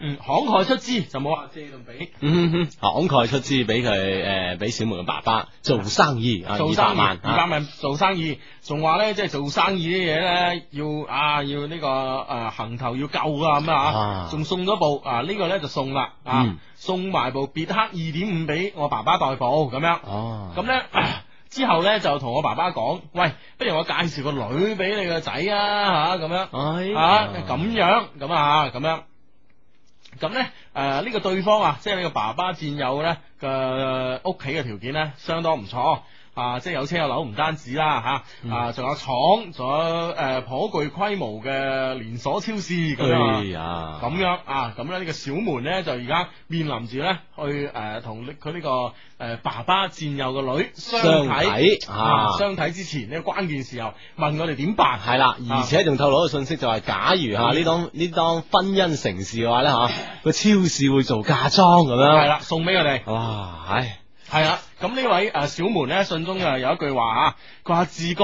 [SPEAKER 1] 嗯，慷慨出資就冇話借同俾。
[SPEAKER 3] 嗯哼哼
[SPEAKER 1] 啊
[SPEAKER 3] 慷慨出資俾佢诶，俾小門嘅爸爸做生意啊，
[SPEAKER 1] 做
[SPEAKER 3] 二
[SPEAKER 1] 生意，
[SPEAKER 3] 百萬
[SPEAKER 1] 二百
[SPEAKER 3] 啊，
[SPEAKER 1] 萬做生意，仲話咧即係做生意啲嘢咧，要啊要呢、個誒行頭要夠啊咁啊
[SPEAKER 3] 啊，
[SPEAKER 1] 仲送咗部啊呢、個咧就送啦啊，
[SPEAKER 3] 嗯
[SPEAKER 1] 送埋部別克二點五俾我爸爸代步咁樣，
[SPEAKER 3] 哦，
[SPEAKER 1] 咁咧。之後咧就同我爸爸講，喂，不如我介紹個女俾你個仔啊嚇咁樣，
[SPEAKER 3] 哎
[SPEAKER 1] 啊咁樣咁啊咁樣，咁咧誒呢個對方啊，即係呢個爸爸戰友咧嘅呃屋企嘅條件咧相當唔錯。啊，即係有車有樓唔單止啦
[SPEAKER 3] 嗯
[SPEAKER 1] 嚇，啊，仲有廠，仲有誒呃頗具規模嘅連鎖超市咁樣啊
[SPEAKER 3] 哎呀，
[SPEAKER 1] 咁樣啊，咁咧呢個小門咧就而家面臨住咧去誒同呢佢呢個誒、呃爸爸戰友嘅女相睇
[SPEAKER 3] 相睇啊
[SPEAKER 1] 相睇之前呢個關鍵時候問我哋點辦
[SPEAKER 3] 系啦，而且仲透露一個信息就係，假如
[SPEAKER 1] 嗯
[SPEAKER 3] 吓呢檔呢檔婚姻城市嘅話咧吓，個超市會做嫁妝咁樣。
[SPEAKER 1] 係啦，送俾佢哋
[SPEAKER 3] 哇，唉，
[SPEAKER 1] 係啦。咁呢位誒、呃小門咧信中又有一句話啊，佢話志哥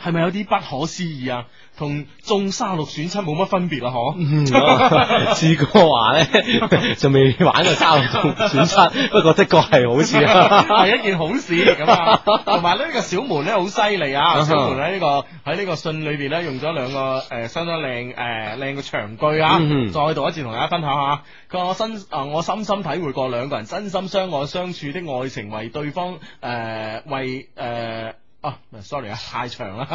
[SPEAKER 1] 係咪有啲不可思議啊？同中三六選七冇乜分別啊？
[SPEAKER 3] (laughs) 嗯
[SPEAKER 1] 嗬、
[SPEAKER 3] 志哥話 (laughs) 咧就未玩過三六中
[SPEAKER 1] (laughs)
[SPEAKER 3] 選七，不過的確係好似啊，
[SPEAKER 1] 係一件好事咁啊！同埋呢個小門咧好犀利啊！
[SPEAKER 3] 嗯哼
[SPEAKER 1] 小門喺呢、個喺呢個信裏邊咧用咗兩個誒相當靚誒靚嘅長句啊
[SPEAKER 3] 嗯，哼
[SPEAKER 1] 再度一次同大家分享下。佢話我深啊，我深深體會過兩個人真心相愛相處的愛情，為對方誒、呃為誒。呃啊，sorry 啊，太長啦！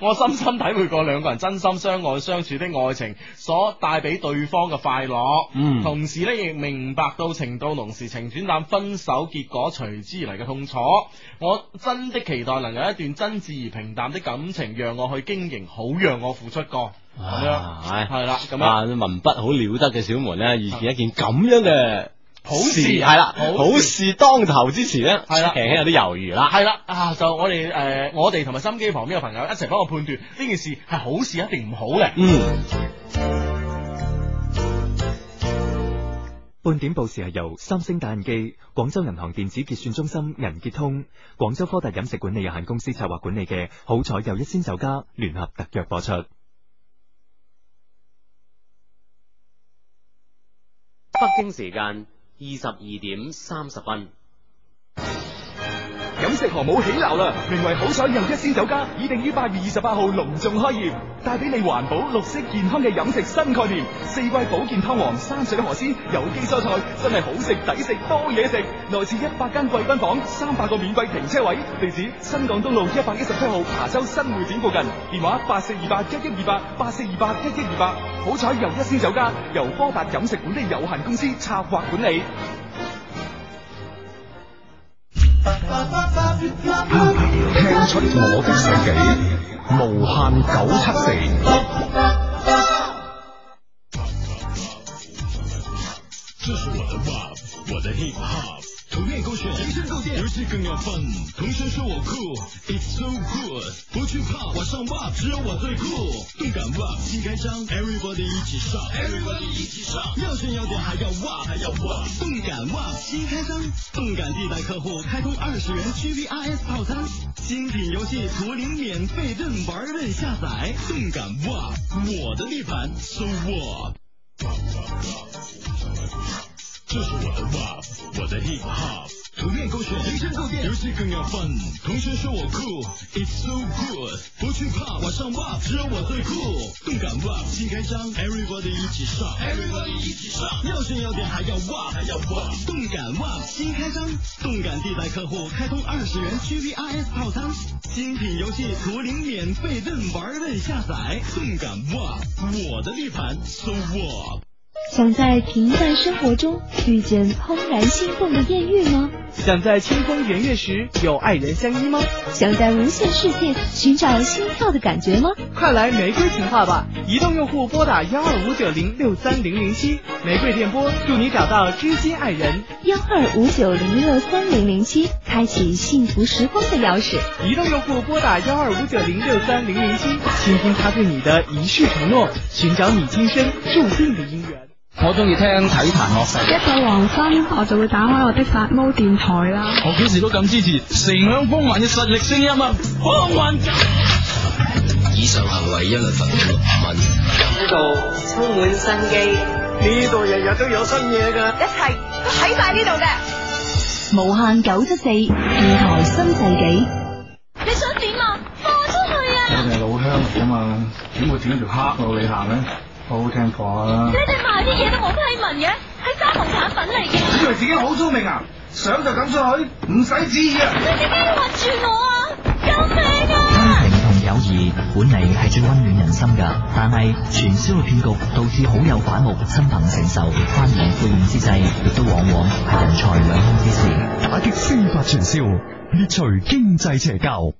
[SPEAKER 1] 我深深體會過兩個人真心相愛相處的愛情所帶俾對方嘅快樂，
[SPEAKER 3] 嗯
[SPEAKER 1] 同時咧亦明白到情到濃時情轉淡，分手結果隨之而嚟嘅痛楚。我真的期待能有一段真摯而平淡的感情，讓我去經營，好讓我付出過
[SPEAKER 3] 啊
[SPEAKER 1] 咁樣，
[SPEAKER 3] 唉
[SPEAKER 1] 係啦，啊咁樣
[SPEAKER 3] 啊文筆好了得嘅小門咧，遇見一件咁樣嘅
[SPEAKER 1] 好事
[SPEAKER 3] 係啦，
[SPEAKER 1] 好事
[SPEAKER 3] 好事當頭之前咧，
[SPEAKER 1] 係啦
[SPEAKER 3] 輕輕有啲猶豫啦。
[SPEAKER 1] 係啦啊！就我哋誒、呃我哋同埋心機旁邊嘅朋友一齊幫我判斷呢件事係好事一啊定唔好嘅。
[SPEAKER 3] 嗯，
[SPEAKER 4] 半點報時係由三星打印機、廣州銀行電子結算中心銀結通、廣州科特飲食管理有限公司策劃管理嘅《好彩又一鮮酒家》聯合特約播出。
[SPEAKER 5] 北京時間二十二點三十分。
[SPEAKER 6] 飲食航母起鬧啦！名為好彩又一鮮酒家，已定於八月二十八號隆重開業，帶俾你環保、綠色、健康嘅飲食新概念。四季保健湯王、山水河鮮、有機蔬菜，真係好食、抵食、多嘢食。內設一百間貴賓房，三百個免費停車位。地址：新港東路一百一十七號琶洲新會展附近。電話：八四二八一一二八八四二八一一二八。好彩又一鮮酒家由科達飲食管理有限公司策劃管理。
[SPEAKER 7] 聽出我的世紀，無限九七四。
[SPEAKER 3] 图面勾选，提升构建，游戏更要 fun。同学说我酷，It's so good，不去怕，我上 rap，只有我最酷。动感 rap，新开张，Everybody 一起上，Everybody 一起上，要炫耀点还要 rap，还要 rap。动感 rap 新开张，动感地带客户开通二十元 GVIS 套餐，精品游戏图灵免费任玩任下载。动感 rap，我的地盘，So what？这是我的 rap，我的 hip hop。图片勾选，人生构建，游戏更要 fun。同学说我酷，It's so good，不去怕，我上 rap，只有我最酷。动感 rap 新开张，Everybody 一起上，Everybody 一起上，要炫耀点还要 rap，还要 rap。动感 rap 新开张，动感地带客户开通二十元 GVIS 套餐，精品游戏图灵免费任玩任下载。动感 rap，我的地盘，So what？
[SPEAKER 8] 想在平淡生活中遇见怦然心动的艳遇吗？
[SPEAKER 1] 想在清风圆月时有爱人相依吗？
[SPEAKER 8] 想在无限世界寻找心跳的感觉吗？
[SPEAKER 1] 快来玫瑰情话吧！移动用户拨打幺二五九零六三零零七，玫瑰电波祝你找到知心爱人。
[SPEAKER 8] 幺二五九零六三零零七，开启幸福时光的钥匙。
[SPEAKER 1] 移动用户拨打幺二五九零六三零零七，倾听他对你的一世承诺，寻找你今生注定的姻缘。
[SPEAKER 2] 我中意聽體壇樂
[SPEAKER 8] 一
[SPEAKER 2] 世，
[SPEAKER 8] 到黃昏，我就會打開我的發毛電台啦。
[SPEAKER 2] 我幾時都咁支持城鄉風雲嘅實力聲音啊！風雲以上行為一律罰款
[SPEAKER 9] 呢度充滿生機，呢度日日都有新嘢㗎。
[SPEAKER 8] 無限九七四，電台新世紀。你想點啊？放我出去啊！
[SPEAKER 2] 我哋係老鄉嚟㗎嘛，點會斷咗條黑路你行呢？好好聽課啦
[SPEAKER 8] 你，哋賣啲嘢都冇批文嘅，係三無產品嚟嘅。
[SPEAKER 2] 以為自己好聰明啊，想就咁出去，唔使旨意啊！
[SPEAKER 8] 你哋點解困住我啊？救命啊！
[SPEAKER 10] 情同友誼本嚟係最温暖人心㗎，但係傳銷嘅騙局導致好友反目，親朋承受，翻年覆面之際，亦都往往係人財兩空之時。
[SPEAKER 3] 打擊非法傳銷，滅除經濟邪教。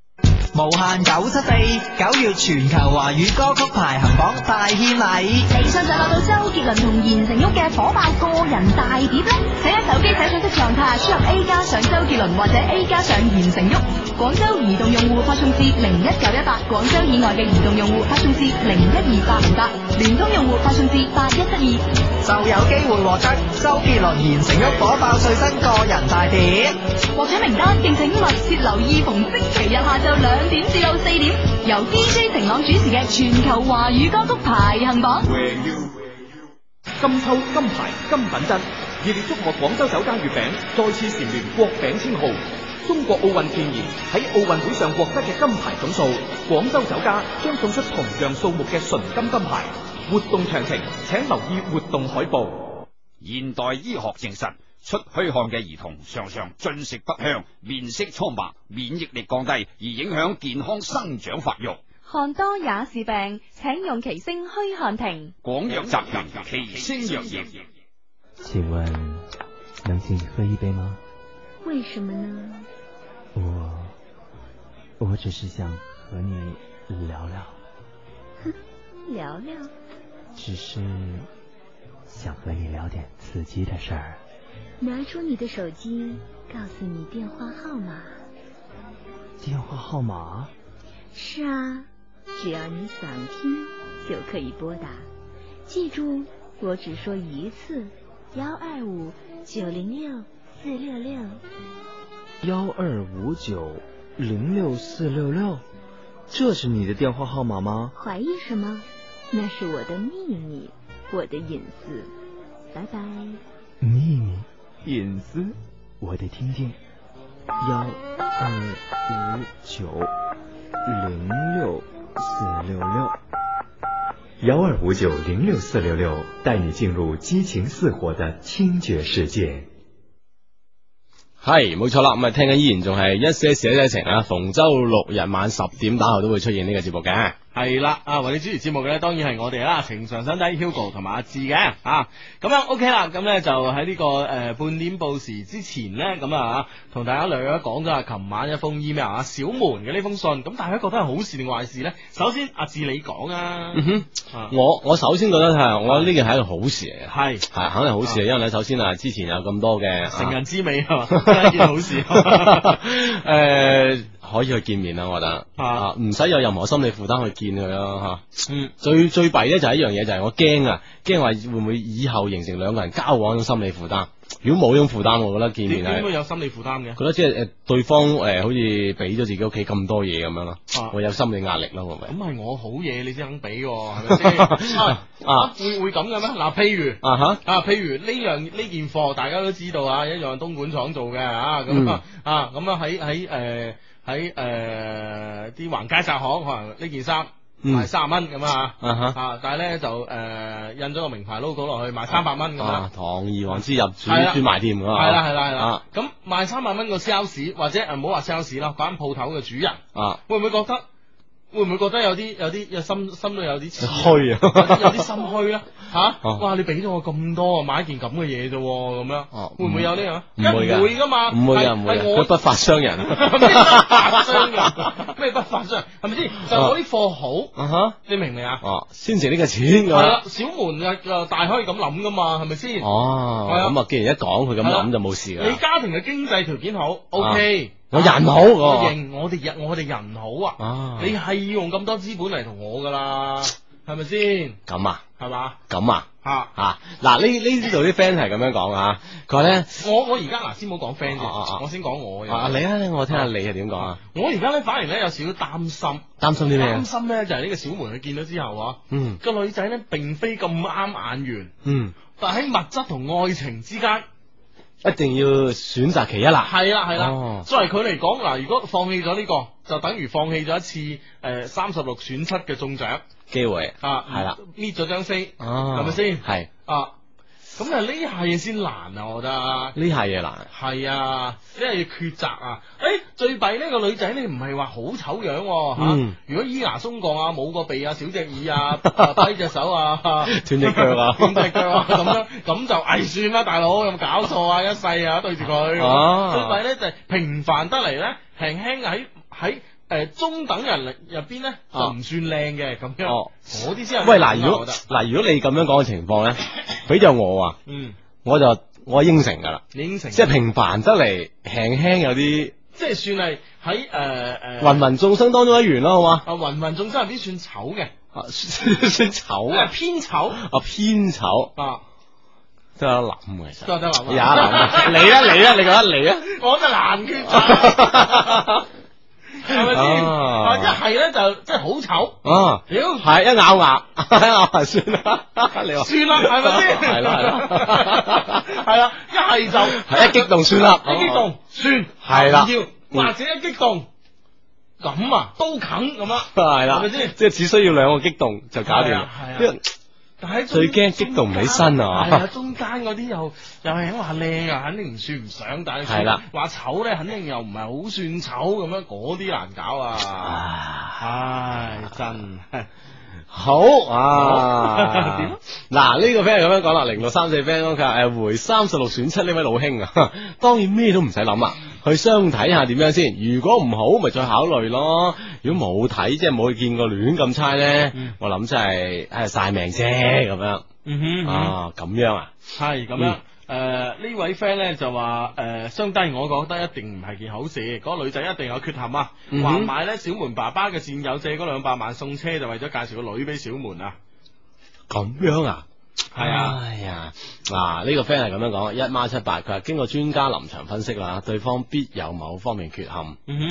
[SPEAKER 10] 無限九七四九月全球華語歌曲排行榜大獻禮。
[SPEAKER 8] 你想唔想攞到周杰倫同言承旭嘅火爆個人大碟呢？請喺手機搜信息狀態輸入 A 加上周杰倫或者 A 加上言承旭。廣州移動用戶發送至零一九一八，廣州以外嘅移動用戶發送至零一二八五八，聯通用戶發送至八一七二。
[SPEAKER 10] 就有機會獲得周杰倫言承旭火爆最新個人大碟。
[SPEAKER 8] 獲獎名單敬請密切留意，逢星期日下晝兩點至到四點，由 DJ 晴朗主持嘅全球華語歌曲排行榜。
[SPEAKER 1] 金秋金牌金品質，熱烈祝賀廣州酒家月餅再次蟬聯國餅稱號。中國奧運健兒喺奧運會上獲得嘅金牌總數，廣州酒家將送出同樣數目嘅純金金牌。活動詳情請留意活動海報。
[SPEAKER 11] 現代醫學證實，出虛汗嘅兒童常常進食不香、面色蒼白、免疫力降低，而影響健康生長發育。
[SPEAKER 8] 汗多也是病，請用奇星虛汗停。
[SPEAKER 11] 廣藥集團奇星藥業。
[SPEAKER 10] 請問能請你喝一杯嗎？
[SPEAKER 8] 為什麼呢？
[SPEAKER 10] 我我只是想和你聊聊，
[SPEAKER 8] 聊聊。
[SPEAKER 10] 只是想和你聊點刺激的事兒。
[SPEAKER 8] 拿出你的手機，告訴你電話號碼。
[SPEAKER 10] 電話號碼？
[SPEAKER 8] 是啊，只要你想聽，就可以撥打。記住，我只說一次，幺二五九零六四六六。
[SPEAKER 10] 幺二五九零六四六六，這是你的電話號碼嗎？
[SPEAKER 8] 懷疑什麼？那是我的秘密，我的隱私。拜拜。
[SPEAKER 10] 秘密、隱私，我得聽聽。幺二五九零六四六六，
[SPEAKER 12] 幺二五九零六四六六，带你进入激情似火的听觉世界。
[SPEAKER 13] 系冇错啦，咁啊听紧依然仲系一些事一些情啊，逢周六日晚十点打后都会出现呢个节目嘅。
[SPEAKER 1] 系啦，啊，為你主持節目嘅咧，當然係我哋啦，情常身體 Hugo 同埋阿志嘅，啊，咁樣 OK 啦，咁咧就喺呢、個誒、呃半點報時之前咧，咁啊，同大家略略講咗下琴晚一封 email 啊，小門嘅呢封信，咁大家覺得係好事定壞事咧？首先，阿志你講啊，
[SPEAKER 3] 嗯
[SPEAKER 1] 啊
[SPEAKER 3] 哼，我我首先覺得係，我呢件係一個好事嚟嘅，
[SPEAKER 1] 係
[SPEAKER 3] 係肯定好事嚟，因為咧首先啊，之前有咁多嘅
[SPEAKER 1] 成人
[SPEAKER 3] 啊
[SPEAKER 1] 之美
[SPEAKER 3] (laughs)
[SPEAKER 1] 係嘛，真係一件好 (laughs) 事。
[SPEAKER 3] 誒呃可以去見面啦，我覺得
[SPEAKER 1] 啊
[SPEAKER 3] 啊，唔使有任何心理負擔去見佢咯嚇。
[SPEAKER 1] 嗯，
[SPEAKER 3] 最最弊咧就係一樣嘢，就係我驚啊，驚話會唔會以後形成兩個人交往嗰種心理負擔。如果冇呢種負擔，我覺得見
[SPEAKER 1] 點
[SPEAKER 3] 面
[SPEAKER 1] 點
[SPEAKER 3] 係
[SPEAKER 1] 會。有心理負擔嘅？
[SPEAKER 3] 覺得即係誒對方誒、好似俾咗自己屋企咁多嘢咁樣咯，
[SPEAKER 1] 啊
[SPEAKER 3] 會有心理壓力咯，會唔會？
[SPEAKER 1] 咁係我好嘢，你先肯俾喎，係咪
[SPEAKER 3] (laughs)
[SPEAKER 1] 先？啊
[SPEAKER 3] 啊
[SPEAKER 1] 會會咁嘅咩？嗱，譬如
[SPEAKER 3] 啊哈，
[SPEAKER 1] 啊，譬如呢樣呢件貨，大家都知道啊，一樣係東莞廠做嘅啊，
[SPEAKER 3] 嗯
[SPEAKER 1] 咁啊啊，咁啊喺喺誒喺誒啲橫街窄巷，可能呢件衫。
[SPEAKER 3] 嗯
[SPEAKER 1] 賣三十蚊咁啊，
[SPEAKER 3] 啊哈
[SPEAKER 1] 啊！但係咧就誒、呃印咗個名牌 logo 落去，賣三百蚊咁啊
[SPEAKER 3] 啊，，堂而皇之入主
[SPEAKER 1] 係啦
[SPEAKER 3] 專賣店㗎嘛，
[SPEAKER 1] 係啦係啦係啦
[SPEAKER 3] 啊。
[SPEAKER 1] 咁賣三萬蚊個 sales 或者誒唔好話 sales 啦，反鋪頭嘅主人
[SPEAKER 3] 啊 (laughs)
[SPEAKER 1] 會唔會覺得？會唔會覺得有啲有啲有心心裏有啲刺
[SPEAKER 3] 虛啊
[SPEAKER 1] 有啲有啲心虛
[SPEAKER 3] (laughs)
[SPEAKER 1] 啦吓！
[SPEAKER 3] 啊
[SPEAKER 1] 哇！你俾咗我咁多，買一件咁嘅嘢啫喎，咁樣
[SPEAKER 3] 哦
[SPEAKER 1] 會唔會有呢
[SPEAKER 3] 唔
[SPEAKER 1] 樣？啊梗
[SPEAKER 3] 會㗎，
[SPEAKER 1] 唔會噶嘛，
[SPEAKER 3] 唔會㗎，
[SPEAKER 1] 係
[SPEAKER 3] 唔會㗎啊
[SPEAKER 1] 係我
[SPEAKER 3] 佢不哦法商
[SPEAKER 1] (laughs)
[SPEAKER 3] 人，啊
[SPEAKER 1] 咩不發商人？咩不發商人？係咪先？就係我啲貨好，
[SPEAKER 3] 啊哈，
[SPEAKER 1] 你明唔明啊？
[SPEAKER 3] 哦，先值呢個錢㗎
[SPEAKER 1] 係啦
[SPEAKER 3] 嘛，，
[SPEAKER 1] 小門嘅嘅大可以咁諗噶嘛，係咪先？
[SPEAKER 3] 哦，
[SPEAKER 1] 係啊
[SPEAKER 3] 咁啊，既然一講佢咁
[SPEAKER 1] 係啦
[SPEAKER 3] 諗就冇事㗎
[SPEAKER 1] 你
[SPEAKER 3] 啦，
[SPEAKER 1] 家庭嘅經濟條件好，OK，
[SPEAKER 3] 啊
[SPEAKER 1] 啊
[SPEAKER 3] 我人好喎
[SPEAKER 1] 我認我哋人我哋人好啊，
[SPEAKER 3] 啊，
[SPEAKER 1] 你係要用咁多資本嚟同我噶啦，係咪先？
[SPEAKER 3] 咁啊，
[SPEAKER 1] 係嘛
[SPEAKER 3] 咁啊，
[SPEAKER 1] 吓？
[SPEAKER 3] 啊，嗱呢呢度啲 friend 係咁樣講啊，佢話咧，
[SPEAKER 1] 我我而家嗱，先唔好講 friend
[SPEAKER 3] 啊啊啊
[SPEAKER 1] 啫，我先講我嘅
[SPEAKER 3] 啊你啊，我
[SPEAKER 1] 哦
[SPEAKER 3] 聽下你係點講啊，
[SPEAKER 1] 我而家咧反而咧有少少擔心，
[SPEAKER 3] 擔心啲咩啊
[SPEAKER 1] 擔？心咧就係呢個小梅佢見到之後啊，
[SPEAKER 3] 嗯
[SPEAKER 1] 個女仔咧並非咁啱眼緣，
[SPEAKER 3] 嗯，
[SPEAKER 1] 但喺物質同愛情之間。
[SPEAKER 3] 一定要選擇其一啦，
[SPEAKER 1] 系啦系啦
[SPEAKER 3] 哦，
[SPEAKER 1] 作為佢嚟講，嗱，如果放棄咗呢個，就等於放棄咗一次诶三十六選七嘅中獎
[SPEAKER 3] 機會
[SPEAKER 1] 啊，
[SPEAKER 3] 係啦，
[SPEAKER 1] 搣咗張飛
[SPEAKER 3] 哦，
[SPEAKER 1] 係咪先
[SPEAKER 3] 係
[SPEAKER 1] 啊，咁啊呢下嘢先難啊，我覺得
[SPEAKER 3] 呢下
[SPEAKER 1] (laughs)
[SPEAKER 3] 嘢難，
[SPEAKER 1] 係啊，呢係要抉擇啊，诶最弊呢個女仔咧唔係話好醜樣喎
[SPEAKER 3] 嗯
[SPEAKER 1] 吓，如果咿牙鬆降啊，冇個鼻啊，少隻耳
[SPEAKER 3] (laughs)
[SPEAKER 1] 啊，啊跛隻手啊，
[SPEAKER 3] 斷隻腳
[SPEAKER 1] (laughs)
[SPEAKER 3] 啊
[SPEAKER 1] 斷隻腳啊，咁樣咁就唉算啦，大佬有冇搞錯啊，一世啊對住佢。
[SPEAKER 3] 哦
[SPEAKER 1] 最弊咧就係平凡得嚟咧，輕輕喺喺诶中等人嚟入邊咧就
[SPEAKER 3] 啊
[SPEAKER 1] 唔算靚嘅咁樣。
[SPEAKER 3] 哦
[SPEAKER 1] 嗰啲先係
[SPEAKER 3] 喂
[SPEAKER 1] 靚
[SPEAKER 3] 嗱，
[SPEAKER 1] 啊
[SPEAKER 3] 如
[SPEAKER 1] 我
[SPEAKER 3] 果
[SPEAKER 1] 覺得
[SPEAKER 3] 嗱如果你咁樣講嘅情況咧，俾咗我啊，
[SPEAKER 1] 嗯，
[SPEAKER 3] 我就我應承㗎啦，
[SPEAKER 1] 你應承，
[SPEAKER 3] 即係平凡得嚟，輕輕有啲
[SPEAKER 1] 即係算係喺诶诶
[SPEAKER 3] 芸芸眾生當中一員咯，好嘛？
[SPEAKER 1] 啊芸芸眾生入邊算醜嘅，
[SPEAKER 3] 啊 (laughs) 算
[SPEAKER 1] 因
[SPEAKER 3] 醜
[SPEAKER 1] 為
[SPEAKER 3] 啊，
[SPEAKER 1] 偏醜
[SPEAKER 3] 啊偏醜
[SPEAKER 1] 哎啊，
[SPEAKER 3] 都有得諗嘅，其實
[SPEAKER 1] 都有得諗啊
[SPEAKER 3] 有得諗啊，你啊你啊，你覺得你啊？
[SPEAKER 1] (laughs) 我就難抉
[SPEAKER 3] (laughs)
[SPEAKER 1] 擇。係咪先？
[SPEAKER 3] 啊
[SPEAKER 1] 啊，一係咧就即係好醜，
[SPEAKER 3] 啊，
[SPEAKER 1] 屌
[SPEAKER 3] 係一咬牙，一咬牙 (laughs) 算啦，你話
[SPEAKER 1] 算啦，係咪先？
[SPEAKER 3] 係啦係啦，
[SPEAKER 1] (laughs) 係啦，一係就
[SPEAKER 3] 係一激動算啦，
[SPEAKER 1] 一激動算
[SPEAKER 3] 係啦
[SPEAKER 1] 唔要或者一激動咁啊，刀啃咁啊，
[SPEAKER 3] 哦係啦
[SPEAKER 1] 係咪先，
[SPEAKER 3] 即係只需要兩個激動就搞掂
[SPEAKER 1] 係
[SPEAKER 3] 啦
[SPEAKER 1] 啊，係啊
[SPEAKER 3] 因為
[SPEAKER 1] 但係
[SPEAKER 3] 最驚激動唔起身啊
[SPEAKER 1] 係啊，中間嗰啲又又係話靚啊，肯定唔算唔上，但係
[SPEAKER 3] 係啦
[SPEAKER 1] 話醜咧，肯定又唔係好算醜咁樣，嗰啲難搞啊！
[SPEAKER 3] 啊
[SPEAKER 1] 唉，哎真係
[SPEAKER 3] 好
[SPEAKER 1] 點
[SPEAKER 3] 啊
[SPEAKER 1] 啊！
[SPEAKER 3] (laughs) 嗱，呢個 friend 係咁樣講啦，零六三四 friend 講佢話誒回三十六選七呢位老兄啊， (laughs) 當然咩都唔使諗啦，去相睇下點樣先。如果唔好，咪再考慮咯。如果冇睇，即係冇去見過亂咁差咧
[SPEAKER 1] 嗯，
[SPEAKER 3] 我諗真係誒晒命啫咁樣
[SPEAKER 1] 嗯
[SPEAKER 3] 啊，咁樣啊，
[SPEAKER 1] 係咁樣。诶，呢位 friend 咧就話诶，相低我覺得一定唔係件好事，嗰、個女仔一定有缺陷啊。
[SPEAKER 3] 嗯
[SPEAKER 1] 話
[SPEAKER 3] 哼
[SPEAKER 1] 埋咧，小門爸爸嘅戰友借嗰兩百萬送車，就為咗介紹個女俾小門啊。
[SPEAKER 3] 咁樣啊。
[SPEAKER 1] 係啊，
[SPEAKER 3] 哎呀，嗱呢個 friend 係咁樣講，一孖七八，佢話經過專家臨場分析啦，對方必有某方面缺陷，
[SPEAKER 1] 嗯哼。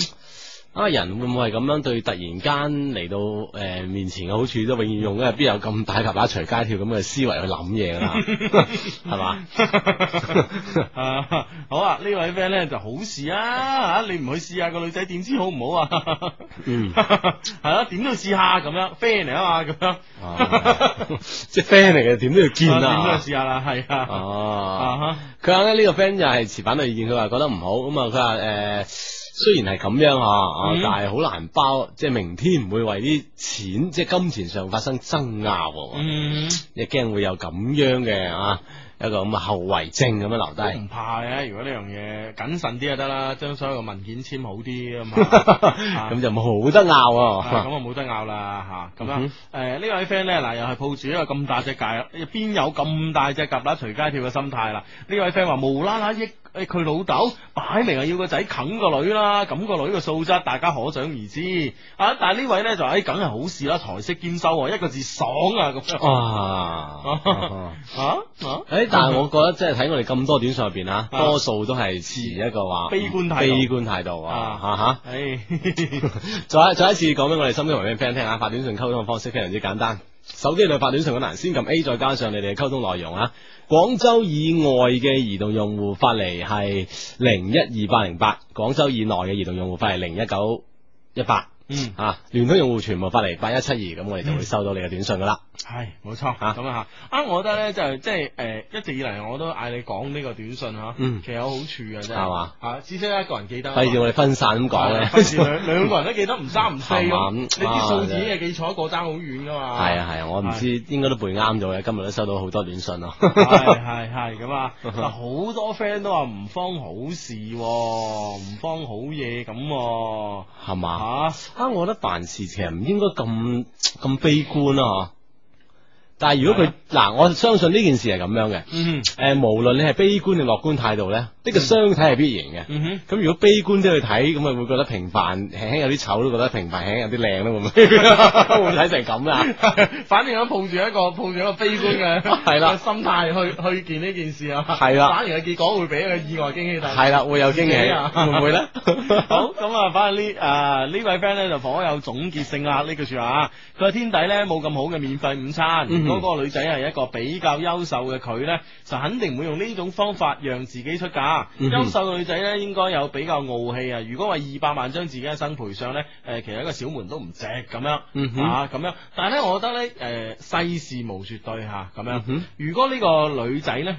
[SPEAKER 3] 啊，人會唔會係咁樣對突然間嚟到誒、呃面前嘅好處都永遠用咧？
[SPEAKER 1] 嗯
[SPEAKER 3] 邊有咁大蛤乸隨街跳咁嘅思維去諗嘢㗎
[SPEAKER 1] (laughs)
[SPEAKER 3] 啦？係嘛？
[SPEAKER 1] 啊，好啊！呢位 friend 咧就好事啊，吓你唔去試下個女仔點知好唔好啊？(laughs)
[SPEAKER 3] 嗯
[SPEAKER 1] 係啊，點都要試下咁樣，friend 嚟啊嘛，咁樣
[SPEAKER 3] 啊
[SPEAKER 1] (laughs)
[SPEAKER 3] 即係 friend 嚟嘅，點都要見
[SPEAKER 1] 啊點都要
[SPEAKER 3] (laughs) 啊！
[SPEAKER 1] 試下啦，係啊，
[SPEAKER 3] 哦、
[SPEAKER 1] 啊哈
[SPEAKER 3] 佢話咧呢個 friend 就係持反對意見，佢話覺得唔好，咁啊佢話誒雖然係咁樣啊，啊
[SPEAKER 1] 嗯
[SPEAKER 3] 但係好難包，即係明天唔會為啲錢，即係金錢上發生爭拗喎。
[SPEAKER 1] 嗯，
[SPEAKER 3] 你驚會有咁樣嘅啊一個咁嘅後遺症咁樣留
[SPEAKER 1] 都唔
[SPEAKER 3] 低。，
[SPEAKER 1] 怕嘅，如果呢樣嘢謹慎啲就得啦，將所有嘅文件簽好啲咁啊
[SPEAKER 3] (laughs) 咁就冇得拗
[SPEAKER 1] 啊咁
[SPEAKER 3] 啊！
[SPEAKER 1] 啊冇得拗啦吓，咁
[SPEAKER 3] 嗯
[SPEAKER 1] 樣誒呢位 friend 咧嗱又係抱住一個咁大隻蛤，邊有咁大隻蛤乸隨街跳嘅心態啦？呢位 friend 話無啦啦益誒佢老豆，擺明係要個仔啃個女啦，咁個女嘅素質大家可想而知啊！但係呢位咧就誒梗係好事啦，財色兼收喎，一個字爽啊咁樣
[SPEAKER 3] (laughs) 啊！ (laughs)
[SPEAKER 1] 啊 (laughs) 啊！
[SPEAKER 3] 诶，哎但係我覺得即係睇我哋咁多短信入边啊，
[SPEAKER 1] 啊
[SPEAKER 3] 多數都係持一個話
[SPEAKER 1] 悲觀態度
[SPEAKER 3] 悲觀態度啊，吓吓。
[SPEAKER 1] 唉，
[SPEAKER 3] (laughs) 再再一次講俾我哋心機旁邊嘅 friend 聽下，啊發短信溝通嘅方式非常之簡單。手機裏發短信嗰欄先撳 A，再加上你哋嘅溝通內容啊。廣州以外嘅移動用戶發嚟係零一二八零八，廣州以內嘅移動用戶發嚟零一九一八。
[SPEAKER 1] (laughs) 嗯
[SPEAKER 3] 啊，聯通用戶全部發嚟八一七二，咁我哋就會收到你嘅短信噶啦。
[SPEAKER 1] 係冇錯咁啊吓，啊我覺得咧就即係诶一直以嚟我都嗌你講呢個短信吓，
[SPEAKER 3] 嗯
[SPEAKER 1] 其實有好處嘅真
[SPEAKER 3] 係嘛
[SPEAKER 1] 吓至少一個人記得啊嘛，
[SPEAKER 3] 費事我哋分散咁講
[SPEAKER 1] (laughs)
[SPEAKER 3] 咧，
[SPEAKER 1] 啊費事兩兩個人都記得唔三唔四
[SPEAKER 3] 係嘛
[SPEAKER 1] 咁，
[SPEAKER 3] 咁
[SPEAKER 1] 你啲數字
[SPEAKER 3] 啊真係
[SPEAKER 1] 嘅記錯一個爭好遠噶嘛，
[SPEAKER 3] 係啊係啊，我唔知應該都背啱咗嘅，今日都收到好多短信啊
[SPEAKER 1] (laughs)
[SPEAKER 3] 咯。
[SPEAKER 1] 係係係咁
[SPEAKER 3] (laughs)
[SPEAKER 1] 啊！嗱，好多 friend 都話唔方好事喎，唔方好嘢咁喎
[SPEAKER 3] 係嘛？
[SPEAKER 1] 啊！
[SPEAKER 3] 啊，我覺得凡事其實唔應該咁咁悲觀咯、啊，但係如
[SPEAKER 1] 啊
[SPEAKER 3] 果佢嗱，我相信呢件事係咁樣嘅。
[SPEAKER 1] 嗯
[SPEAKER 3] 誒、無論你係悲觀定樂觀態度咧，呢個相睇係必然嘅。
[SPEAKER 1] 嗯哼。 (laughs)
[SPEAKER 3] 咁如果悲觀啲去睇，咁咪會覺得平凡輕輕有啲醜，都覺得平凡輕輕有啲靚咯，會唔
[SPEAKER 1] (laughs)
[SPEAKER 3] 會會唔會睇成咁啊？
[SPEAKER 1] 反正都抱住一個抱住一個悲觀嘅
[SPEAKER 3] (laughs) 係啦
[SPEAKER 1] 嘅心態去去見呢件事啊，
[SPEAKER 3] 係啦
[SPEAKER 1] 反而嘅結果會俾一個意外驚喜大家。
[SPEAKER 3] 係啦，會有驚
[SPEAKER 1] 自己
[SPEAKER 3] 喜，
[SPEAKER 1] 啊
[SPEAKER 3] 會唔會咧？
[SPEAKER 1] (laughs) 好咁啊，反正呢啊呢位 friend 咧就頗有總結性啦，呢句说話，啊佢話天底咧冇咁好嘅免費午餐，
[SPEAKER 3] 嗯
[SPEAKER 1] 如果嗰個女仔啊係一個比較優秀嘅佢咧，就肯定唔會用呢種方法讓自己出價。
[SPEAKER 3] 嗯
[SPEAKER 1] 優秀嘅女仔咧應該有比較傲氣啊，如果話二百萬將自己一生賠上咧，诶其實一個小門都唔值咁樣
[SPEAKER 3] 嗯哼
[SPEAKER 1] 啊咁樣。但係咧，我覺得咧诶世事無絕對吓咁樣
[SPEAKER 3] 嗯。哼
[SPEAKER 1] 如果呢個女仔咧。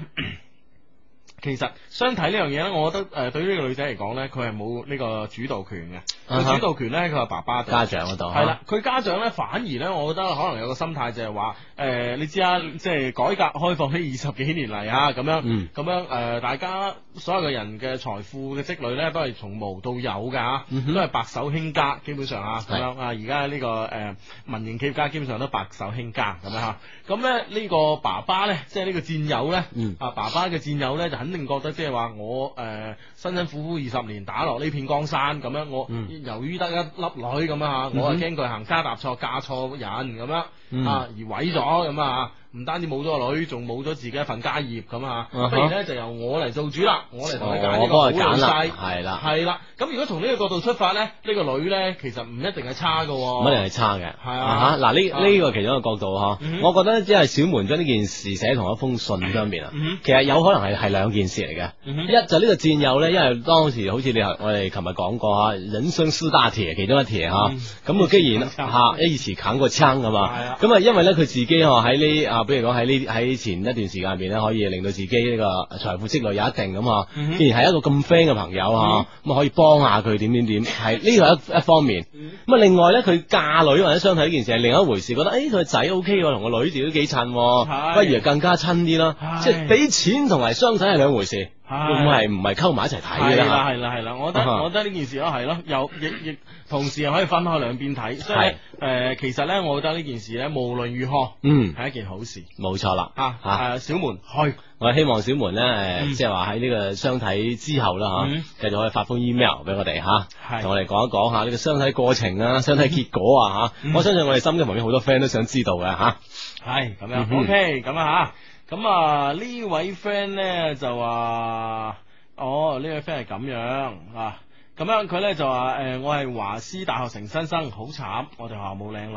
[SPEAKER 1] 其實相睇呢樣嘢咧，我覺得誒、呃、對於呢個女仔嚟講咧，佢係冇呢個主導權嘅。佢、
[SPEAKER 3] 啊哈
[SPEAKER 1] 主導權咧，佢係爸爸度
[SPEAKER 3] 家長嗰啊度
[SPEAKER 1] 係啦，佢家長咧反而咧，我覺得可能有個心態就係話誒，你知啊，即係改革開放呢二十幾年嚟啊，咁樣咁、
[SPEAKER 3] 嗯
[SPEAKER 1] 樣誒、呃大家所有嘅人嘅財富嘅積累咧，都係從無到有㗎嚇
[SPEAKER 3] 嗯哼
[SPEAKER 1] 都係白手興家，基本上啊咁
[SPEAKER 3] 係
[SPEAKER 1] 樣啊，而家呢個誒、呃民營企業家基本上都白手興家咁樣嚇。咁咧呢個爸爸咧，即係呢個戰友咧。
[SPEAKER 3] 嗯
[SPEAKER 1] 啊，爸爸嘅戰友咧就肯定覺得即係話我誒、呃辛辛苦苦二十年打落呢片江山咁樣，我、
[SPEAKER 3] 嗯
[SPEAKER 1] 由於得一粒女咁樣啊，我啊驚佢行差踏錯嫁錯人咁樣、
[SPEAKER 3] 嗯
[SPEAKER 1] 啊，而毀咗咁啊，唔單止冇咗個女，仲冇咗自己一份家業咁啊，
[SPEAKER 3] 啊哈
[SPEAKER 1] 不如咧就由我嚟做主啦，我嚟同佢揀
[SPEAKER 3] 哦我
[SPEAKER 1] 呢個
[SPEAKER 3] 幫
[SPEAKER 1] 好
[SPEAKER 3] 佢揀
[SPEAKER 1] 老
[SPEAKER 3] 啦，
[SPEAKER 1] 細。
[SPEAKER 3] 係啦，
[SPEAKER 1] 係啦，咁如果從呢個角度出發咧，呢、呢個女咧其實唔一定係差噶、
[SPEAKER 3] 唔一定係差嘅，
[SPEAKER 1] 係啊
[SPEAKER 3] 啊嗱
[SPEAKER 1] 啊
[SPEAKER 3] 呢呢個其中一個角度嗬
[SPEAKER 1] 嗯，
[SPEAKER 3] 我覺得即係小門將呢件事寫同一封信上面啊
[SPEAKER 1] 嗯，
[SPEAKER 3] 其實有可能係係兩件事嚟嘅。
[SPEAKER 1] 嗯哼
[SPEAKER 3] 一就呢個戰友咧，因為當時好似你頭我哋琴日啊講過嚇，人生四大鐵其中一鐵嚇，
[SPEAKER 1] 嗯
[SPEAKER 3] 咁佢既然
[SPEAKER 1] 一起砍
[SPEAKER 3] 嚇一以前砍過槍噶嘛
[SPEAKER 1] 係啊，
[SPEAKER 3] 咁啊因為咧佢自己嚇喺呢啊，比如講喺呢喺前一段時間入邊咧，可以令到自己呢個財富積累有一定咁啊
[SPEAKER 1] 嗯哼。嗯
[SPEAKER 3] 既然係一個咁 friend 嘅朋友啊，咁啊可以幫下佢點點點，係呢個一一方面。
[SPEAKER 1] 嗯
[SPEAKER 3] 咁啊，另外咧，佢嫁女或者相睇呢件事係另一回事，覺得誒佢個仔 O K 喎，同個女自己都幾襯喎，
[SPEAKER 1] 係
[SPEAKER 3] 不如更加親啲啦。
[SPEAKER 1] 係
[SPEAKER 3] 即係俾錢同埋相睇係兩回事，
[SPEAKER 1] 係
[SPEAKER 3] 唔係唔係溝埋一齊睇
[SPEAKER 1] 啊係
[SPEAKER 3] 嘅
[SPEAKER 1] 啦
[SPEAKER 3] 啦。
[SPEAKER 1] 係啦係啦，我覺得
[SPEAKER 3] 啊哈
[SPEAKER 1] 我覺得呢件事咯係咯，又亦亦同時又可以分開兩邊睇，所以咧誒其實咧，我覺得呢件事咧，無論如何
[SPEAKER 3] 嗯，
[SPEAKER 1] 係一件好事
[SPEAKER 3] 冇錯啦。
[SPEAKER 1] 啊
[SPEAKER 3] 嚇
[SPEAKER 1] 誒小門去
[SPEAKER 3] 我希望小門咧，
[SPEAKER 1] 嗯
[SPEAKER 3] 誒即係話喺呢個相睇之後啦，
[SPEAKER 1] 嗯
[SPEAKER 3] 嚇，繼續可以發封 email 俾我哋嚇，
[SPEAKER 1] 係
[SPEAKER 3] 同我哋講一講下呢個相睇過程啊、相睇結果啊嚇。
[SPEAKER 1] 嗯
[SPEAKER 3] 我相信我哋心機旁邊好多 friend 都想知道嘅嚇。
[SPEAKER 1] 係咁樣
[SPEAKER 3] 嗯
[SPEAKER 1] ，OK 咁啊嚇，咁啊呢位 friend 咧就話，哦呢位 friend 係咁樣啊。咁樣佢咧就話誒、我係華師大學城新生，好慘，我哋學校冇靚女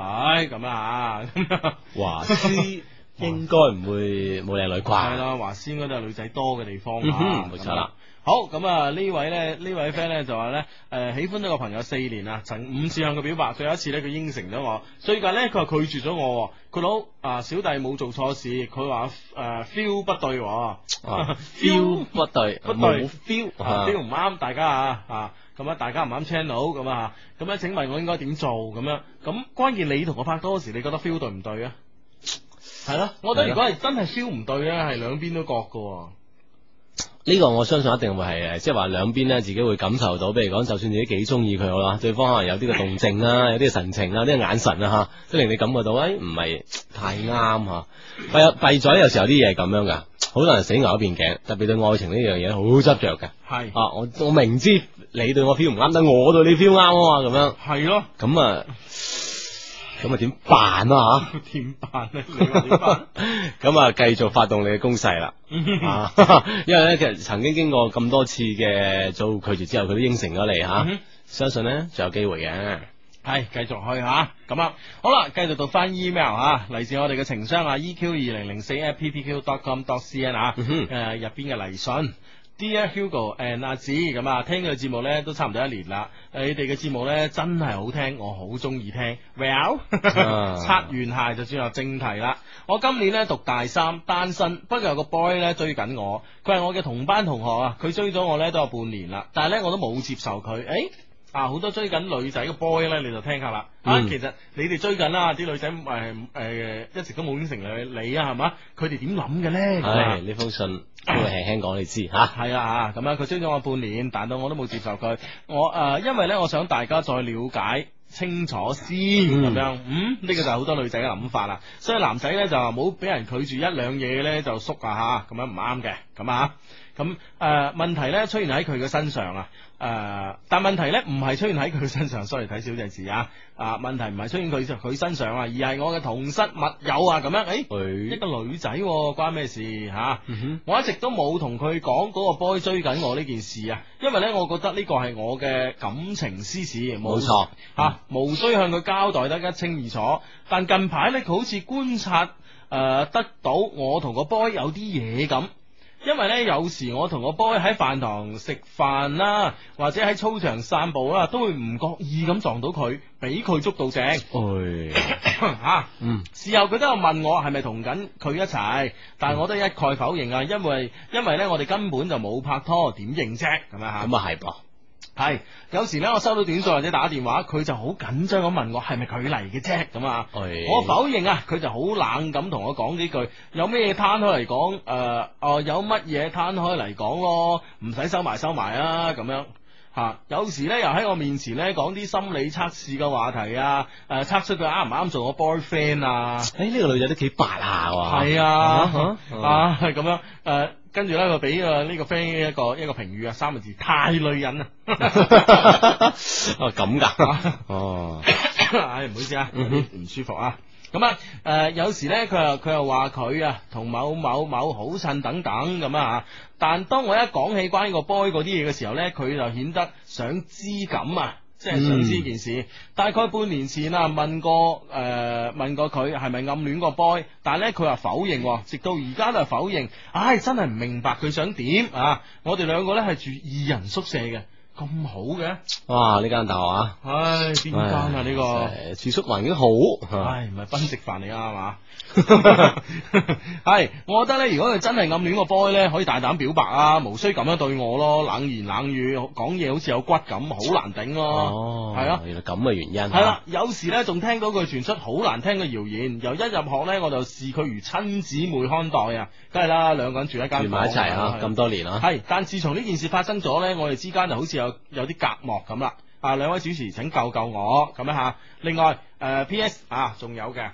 [SPEAKER 1] 咁啊，咁樣
[SPEAKER 3] 華師應該唔會冇靚女
[SPEAKER 1] 係
[SPEAKER 3] 啩？
[SPEAKER 1] 啦，華師應該都係女仔多嘅地方
[SPEAKER 3] 嗯哼
[SPEAKER 1] 啊，
[SPEAKER 3] 冇錯啦
[SPEAKER 1] 咁樣。好咁啊，呢位咧呢位 friend 咧就話咧誒喜歡咗個朋友四年啊，曾五次向佢表白，最後一次咧佢應承咗我，最近咧佢話拒絕咗我喎，佢佬啊小弟冇做錯事，佢話誒 feel 不對喎 (laughs)
[SPEAKER 3] feel 不對
[SPEAKER 1] 不對
[SPEAKER 3] 冇 feel 啊
[SPEAKER 1] feel 唔啱大家啊啊！咁啊，大家唔啱 channel 咁啊，咁咧請問我應該點做咁樣？咁關鍵你同我拍拖嗰時，你覺得 feel 對唔對啊？係咯，我覺得如果係真係 feel 唔對咧，係兩邊都覺嘅喎。
[SPEAKER 3] 呢個我相信一定會係誒，即係話兩邊咧自己會感受到，譬如講，就算自己幾中意佢好啦，對方可能有啲嘅動
[SPEAKER 1] (laughs)
[SPEAKER 3] 靜啦，有啲嘅神情啊啦，有啲嘅眼神啦嚇，都令你感覺到，誒唔係太啱啊
[SPEAKER 1] (laughs)
[SPEAKER 3] 嚇。閉閉嘴有時候啲嘢係咁樣噶，好多人死牛一邊頸，特別對愛情呢樣嘢好執着嘅。
[SPEAKER 1] 係
[SPEAKER 3] 啊，我我明知你對我 feel 唔啱，但我對你 feel 啱啊嘛，
[SPEAKER 1] 咁樣。係咯。
[SPEAKER 3] 咁啊，咁啊點辦啊嚇？
[SPEAKER 1] 點辦咧？你話點 (laughs) 辦？
[SPEAKER 3] (laughs) 咁啊，繼續發動你嘅攻勢啦。
[SPEAKER 1] 嗯
[SPEAKER 3] (laughs) 啊，
[SPEAKER 1] (laughs)
[SPEAKER 3] 因為咧，其實曾經經過咁多次嘅遭拒絕之後，佢都應承咗你吓，
[SPEAKER 1] 嗯哼
[SPEAKER 3] 相信咧仲有機會嘅。
[SPEAKER 1] 係繼續去吓，咁啊，好啦，繼續讀翻 email 啊，嚟自我哋嘅情商啊，EQ 二零零四 at ppq.com.cn 啊，誒入邊嘅嚟信。Dear Hugo and 阿子咁啊，聽佢嘅節目咧都差唔多一年啦。誒你哋嘅節目咧真係好聽，我好中意聽。Well， (laughs)
[SPEAKER 3] 啊
[SPEAKER 1] 擦完鞋就轉入正題啦。我今年咧讀大三，單身，不過有個 boy 咧追緊我，佢係我嘅同班同學啊。佢追咗我咧都有半年啦，但係咧我都冇接受佢。誒、啊！好多追緊女仔嘅 boy 咧，你就聽下啦。啊，
[SPEAKER 3] 嗯
[SPEAKER 1] 其實你哋追緊啦，啲女仔誒誒一直都冇應承你你啊，係嘛？佢哋點諗嘅咧？咁啊
[SPEAKER 3] 唉，呢封信都會輕輕講你知吓。
[SPEAKER 1] 系啦啊吓，咁樣佢追咗我半年，但到我都冇接受佢。我诶、呃因為咧，我想大家再了解清楚先咁、
[SPEAKER 3] 嗯
[SPEAKER 1] 樣。嗯，呢、個就係好多女仔嘅諗法啦。所以男仔咧就話冇俾人拒絕一兩嘢咧就縮啊吓，咁樣唔啱嘅。咁啊，咁诶、呃、问题咧出現喺佢嘅身上啊。诶、但問題咧唔係出現喺佢身上，sorry 睇小隻字啊。啊，問題唔係出現佢佢身上啊，而係我嘅同室密友啊，咁樣诶。一
[SPEAKER 3] 佢
[SPEAKER 1] 個女仔、喎，關咩事吓？
[SPEAKER 3] 嗯
[SPEAKER 1] 我一直都冇同佢講嗰個 boy 追緊我呢件事啊，因為呢，我覺得呢個係我嘅感情私事，
[SPEAKER 3] 冇錯
[SPEAKER 1] 吓、啊無需向佢交代得一清二楚。但近排呢，佢好似觀察誒、呃得到我同個 boy 有啲嘢咁。因為呢，有時我同個 boy 喺飯堂食飯啦，或者喺操場散步啦，都會唔覺意咁撞到佢，俾佢捉到正
[SPEAKER 3] 哼，唉，
[SPEAKER 1] 吓。 (coughs) 啊
[SPEAKER 3] 嗯，
[SPEAKER 1] 事後佢都有問我係咪同緊佢一齊，但係我都一概否認啊，因為因為咧我哋根本就冇拍拖，點認啫咁樣吓。
[SPEAKER 3] 咁啊係噃，
[SPEAKER 1] 係有時咧我收到短信或者打電話，佢就好緊張咁問我係咪佢嚟嘅啫咁啊。
[SPEAKER 3] 唉，
[SPEAKER 1] 我否認啊，佢就好冷咁同我講幾句，有咩攤開嚟講，誒、哦，有乜嘢攤開嚟講咯，唔使收埋收埋啊，咁樣。吓、有時咧又喺我面前咧講啲心理測試嘅話題啊，誒、測出佢啱唔啱做我 boyfriend 啊，
[SPEAKER 3] 誒哎呢個女仔都幾白下喎。
[SPEAKER 1] 係
[SPEAKER 3] 啊
[SPEAKER 1] 啊，
[SPEAKER 3] 哈
[SPEAKER 1] 啊係咁樣誒，跟住咧佢俾啊呢個 friend 一個一個評語啊，三個字太女人啦，啊
[SPEAKER 3] (laughs) 哦咁噶，哦，
[SPEAKER 1] (laughs) 唉唔好意思啊，有
[SPEAKER 3] 嗯哼
[SPEAKER 1] 啲唔舒服啊。咁啊，誒、有時咧，佢又佢又話佢啊，同某某某好襯等等咁啊，但當我一講起關於個 boy 嗰啲嘢嘅時候咧，佢就顯得想知咁啊，即係想知件事。大概半年前啊，問過誒、問過佢係咪暗戀個 boy，但係咧佢話否認喎，直到而家都係否認。唉、真係唔明白佢想點啊！我哋兩個咧係住二人宿舍嘅，咁好嘅，
[SPEAKER 3] 哇呢間大學啊，
[SPEAKER 1] 唉，邊間啊呢個？
[SPEAKER 3] 唉住宿環境好，啊
[SPEAKER 1] 唉，唔係分食飯嚟啊
[SPEAKER 3] (laughs)
[SPEAKER 1] 嘛， (laughs) 係，我覺得咧，如果佢真係暗戀個 boy 咧，可以大膽表白啊，無需咁樣對我咯，冷言冷語，講嘢好似有骨咁，好難頂咯。
[SPEAKER 3] 哦，
[SPEAKER 1] 係啊
[SPEAKER 3] 原來咁嘅原因，啊
[SPEAKER 1] 係啦，有時咧仲聽到佢傳出好難聽嘅謠言，由一入學咧我就視佢如親姊妹看待啊，梗係啦，兩個人住一間
[SPEAKER 3] 住埋一齊
[SPEAKER 1] 房
[SPEAKER 3] 啊，咁多年啊，
[SPEAKER 1] 系，但自從呢件事發生咗呢，我哋之間就好似有有啲隔膜咁啦。啊，兩位主持請救救我咁樣吓。另外，诶、P.S. 啊，仲有嘅，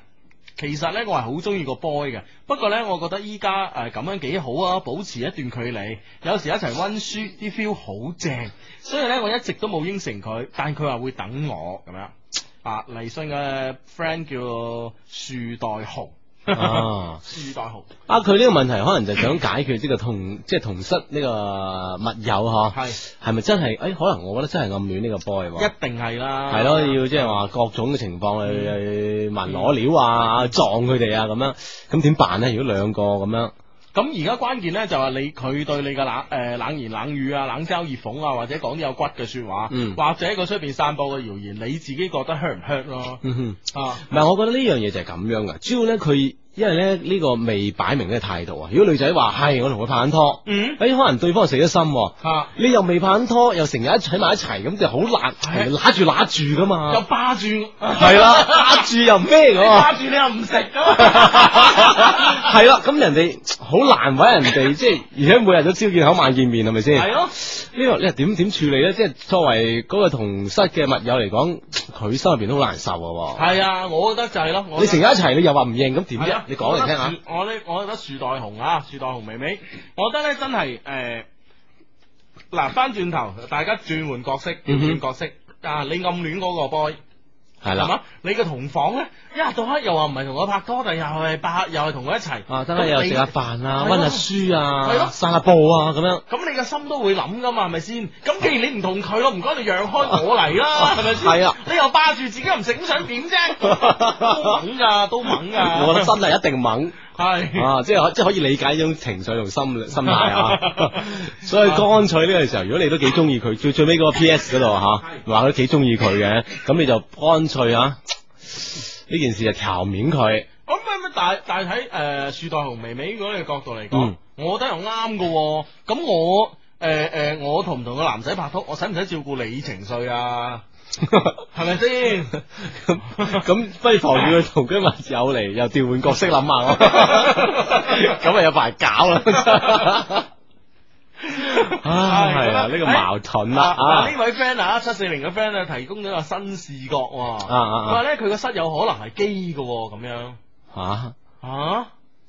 [SPEAKER 1] 其實呢，我係好中意個 boy 嘅，不過呢，我覺得依家诶咁樣幾好啊，保持一段距離，有時一齊温書，啲 feel 好正。所以呢，我一直都冇應承佢，但佢話會等我咁樣。啊，黎信嘅 friend 叫樹袋熊，
[SPEAKER 3] 啊。
[SPEAKER 1] (laughs) 樹袋熊
[SPEAKER 3] 啊，佢呢個問題可能就想解決呢
[SPEAKER 1] (laughs)
[SPEAKER 3] 個同即係同室呢個密友嗬，
[SPEAKER 1] 係
[SPEAKER 3] 係咪真係？誒、可能我覺得真係暗戀呢個 boy 喎。
[SPEAKER 1] 一定係啦，
[SPEAKER 3] 係咯，要即係話各種嘅情
[SPEAKER 1] 嗯
[SPEAKER 3] 況去去問攞料啊，撞佢哋啊咁樣，咁點辦咧？如果兩個咁樣
[SPEAKER 1] 咁而家關鍵咧就話你佢對你嘅冷誒冷言冷語啊、冷嘲熱諷啊，或者講啲有骨嘅説話，
[SPEAKER 3] 嗯
[SPEAKER 1] 或者佢出邊散播嘅謠言，你自己覺得 hurt 唔 hurt 咯？
[SPEAKER 3] 嗯哼。
[SPEAKER 1] 啊，
[SPEAKER 3] 唔係，我覺得呢樣嘢就係咁樣噶，主要咧佢。因為咧呢個未擺明呢個態度啊，如果女仔話係我同佢拍緊拖，
[SPEAKER 1] 嗯，
[SPEAKER 3] 誒可能對方死咗心喎，
[SPEAKER 1] 啊
[SPEAKER 3] 你又未拍緊拖，又成日一齊埋一齊，咁就好難，係揦住揦住噶嘛，
[SPEAKER 1] 又霸住，
[SPEAKER 3] 啊係啦，揦住又咩
[SPEAKER 1] (laughs) 你 (laughs) 霸
[SPEAKER 3] 㗎，
[SPEAKER 1] 住你又唔食咁，
[SPEAKER 3] (laughs) 係啦，咁人哋好難為人哋，即係而且每日都朝見口晚見面，係咪先？
[SPEAKER 1] 係啊咯。
[SPEAKER 3] 呢個你係點點處理咧？即係作為嗰個同室嘅密友嚟講，佢心入邊都好難受嘅喎。
[SPEAKER 1] 係啊，我覺得就係咯，我
[SPEAKER 3] 你成日一齊，你又話唔認，咁點
[SPEAKER 1] 係
[SPEAKER 3] 啫
[SPEAKER 1] 啊？
[SPEAKER 3] 你講嚟聽下。。
[SPEAKER 1] 我咧，我覺得樹袋紅啊，樹袋紅微微，我覺得咧真係誒，嗱翻轉頭，大家轉換角色，
[SPEAKER 3] 嗯
[SPEAKER 1] 轉
[SPEAKER 3] 哼
[SPEAKER 1] 換角色啊！你暗戀嗰個 boy。
[SPEAKER 3] 係
[SPEAKER 1] 係嘛啊
[SPEAKER 3] 啦，？
[SPEAKER 1] 你嘅同房咧，一日到黑又話唔係同我拍拖，但又係拍，又係同我一齊。
[SPEAKER 3] 啊，等下又食下飯啊，
[SPEAKER 1] 係
[SPEAKER 3] 温
[SPEAKER 1] 咯
[SPEAKER 3] 下書
[SPEAKER 1] 係咯
[SPEAKER 3] 啊，散下步啊，咁樣。
[SPEAKER 1] 咁你嘅心都會諗噶嘛，係咪先？咁既然你唔同佢咯，唔該你讓開我嚟啦，係咪先？
[SPEAKER 3] (laughs) 係啊，
[SPEAKER 1] 你又霸住自己又唔食，咁想點
[SPEAKER 3] (laughs)
[SPEAKER 1] 啫？都猛噶，都猛噶。
[SPEAKER 3] 我覺得真係一定猛
[SPEAKER 1] (laughs) 係
[SPEAKER 3] 啊！即係可即係可以理解呢種情緒同心心態啊。
[SPEAKER 1] (laughs)
[SPEAKER 3] 所以乾脆呢個時候，如果你都幾中意佢，最最尾嗰個 P.S. 嗰度吓，話都幾中意佢嘅，咁你就乾脆啊，呢件事就調面佢。
[SPEAKER 1] 哦咁咪咪但但係喺誒樹袋紅微微嗰個角度嚟講，
[SPEAKER 3] 嗯
[SPEAKER 1] 我覺得又啱噶。咁我誒誒、呃我同唔同個男仔拍拖，我使唔使照顧你情緒
[SPEAKER 3] (laughs)
[SPEAKER 1] 啊？係咪先？
[SPEAKER 3] 咁不妨要佢同居密友嚟，又調換角色諗下我， (laughs) 咁啊有排搞啦。唉， (laughs) 係啊，呢個矛盾啦
[SPEAKER 1] 嗱
[SPEAKER 3] 啊
[SPEAKER 1] 呢！位 friend 啊，七四零嘅 friend 啊，提供咗個新視覺喎。
[SPEAKER 3] 啊啊啊
[SPEAKER 1] 佢話咧佢個室友可能係基嘅喎，咁樣
[SPEAKER 3] 啊，
[SPEAKER 1] 啊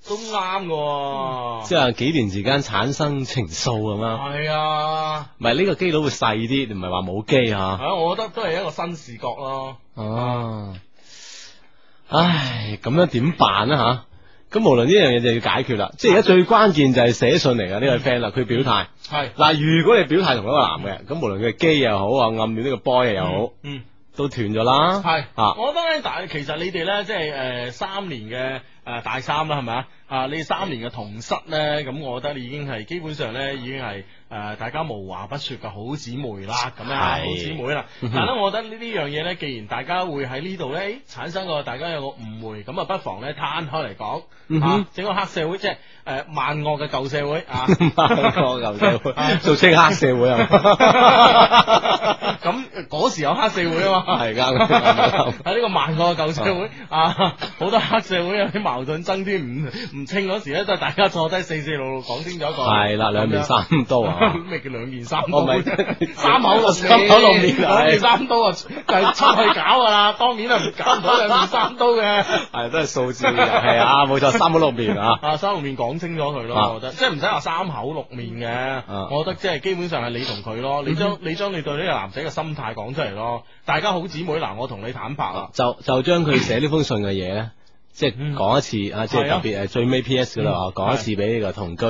[SPEAKER 1] 都啱嘅喎。
[SPEAKER 3] 即係幾嗯年之間產生情愫咁啊，
[SPEAKER 1] 係啊，
[SPEAKER 3] 唔係呢個機佬會細啲，唔係話冇機
[SPEAKER 1] 係
[SPEAKER 3] 啊。
[SPEAKER 1] 啊，我覺得都係一個新視覺咯。
[SPEAKER 3] 哦，唉，咁樣點辦啊吓？咁無論呢樣嘢就要解決啦，即係而家最關鍵就係寫信嚟噶呢位 friend 啦，佢表態
[SPEAKER 1] 係
[SPEAKER 3] 嗱，如果你表態同一個男嘅，咁無論佢係基又好啊，暗戀呢個 boy 又好，
[SPEAKER 1] 嗯。
[SPEAKER 3] 都斷咗啦，
[SPEAKER 1] 係 (laughs)
[SPEAKER 3] 啊， (laughs)
[SPEAKER 1] 我覺得咧，但係其實你哋咧，即係誒、呃三年嘅誒、呃大三啦，係咪啊？啊，你哋三年嘅同室咧，咁我覺得你已經係基本上咧，已經係誒、呃大家無話不說嘅好姊妹啦，咁樣好
[SPEAKER 3] 係
[SPEAKER 1] 姊妹啦。
[SPEAKER 3] 嗯
[SPEAKER 1] 但
[SPEAKER 3] 哼
[SPEAKER 1] 係咧，我覺得呢呢樣嘢咧，既然大家會喺呢度咧誒產生個大家有個誤會，咁啊不妨咧攤開嚟講，
[SPEAKER 3] 嗯哼
[SPEAKER 1] 啊，整個黑社會即係誒萬惡嘅舊社會
[SPEAKER 3] (laughs)
[SPEAKER 1] 啊。 (laughs)
[SPEAKER 3] 個舊社會做清黑社會啊，
[SPEAKER 1] 咁嗰時有黑社會啊嘛，
[SPEAKER 3] 係 (laughs) 啱啱啱
[SPEAKER 1] 喺呢個萬惡嘅舊社會啊，好多黑社會有啲矛盾爭端唔唔清嗰時咧，都係大家坐低四四六六講清楚個
[SPEAKER 3] 係啦，兩面三刀啊。
[SPEAKER 1] (laughs) 咩叫兩面三刀？
[SPEAKER 3] 我咪
[SPEAKER 1] (laughs) 三口六面，
[SPEAKER 3] 三口六
[SPEAKER 1] (laughs)
[SPEAKER 3] 面係
[SPEAKER 1] 兩面三刀啊，就係出去搞噶啦，當然係唔搞唔到兩面三刀嘅。
[SPEAKER 3] 系都系數字嘅遊戲啊，冇錯，三口六面啊，
[SPEAKER 1] 啊，三口面講清楚佢
[SPEAKER 3] 啊
[SPEAKER 1] 咯，我覺得即係唔使話三口六面
[SPEAKER 3] 啊嗯
[SPEAKER 1] 嘅，我覺得即係基本上係你同佢咯，你將你將你對呢個男仔嘅心態講出嚟咯，大家好姊妹嗱，我同你坦白啦，
[SPEAKER 3] 就就將佢寫呢封信嘅嘢咧，即係講一次啊，即係
[SPEAKER 1] 嗯係啊嗯
[SPEAKER 3] 特別誒最尾 P.S. 嗰度啊，講一次俾呢個同居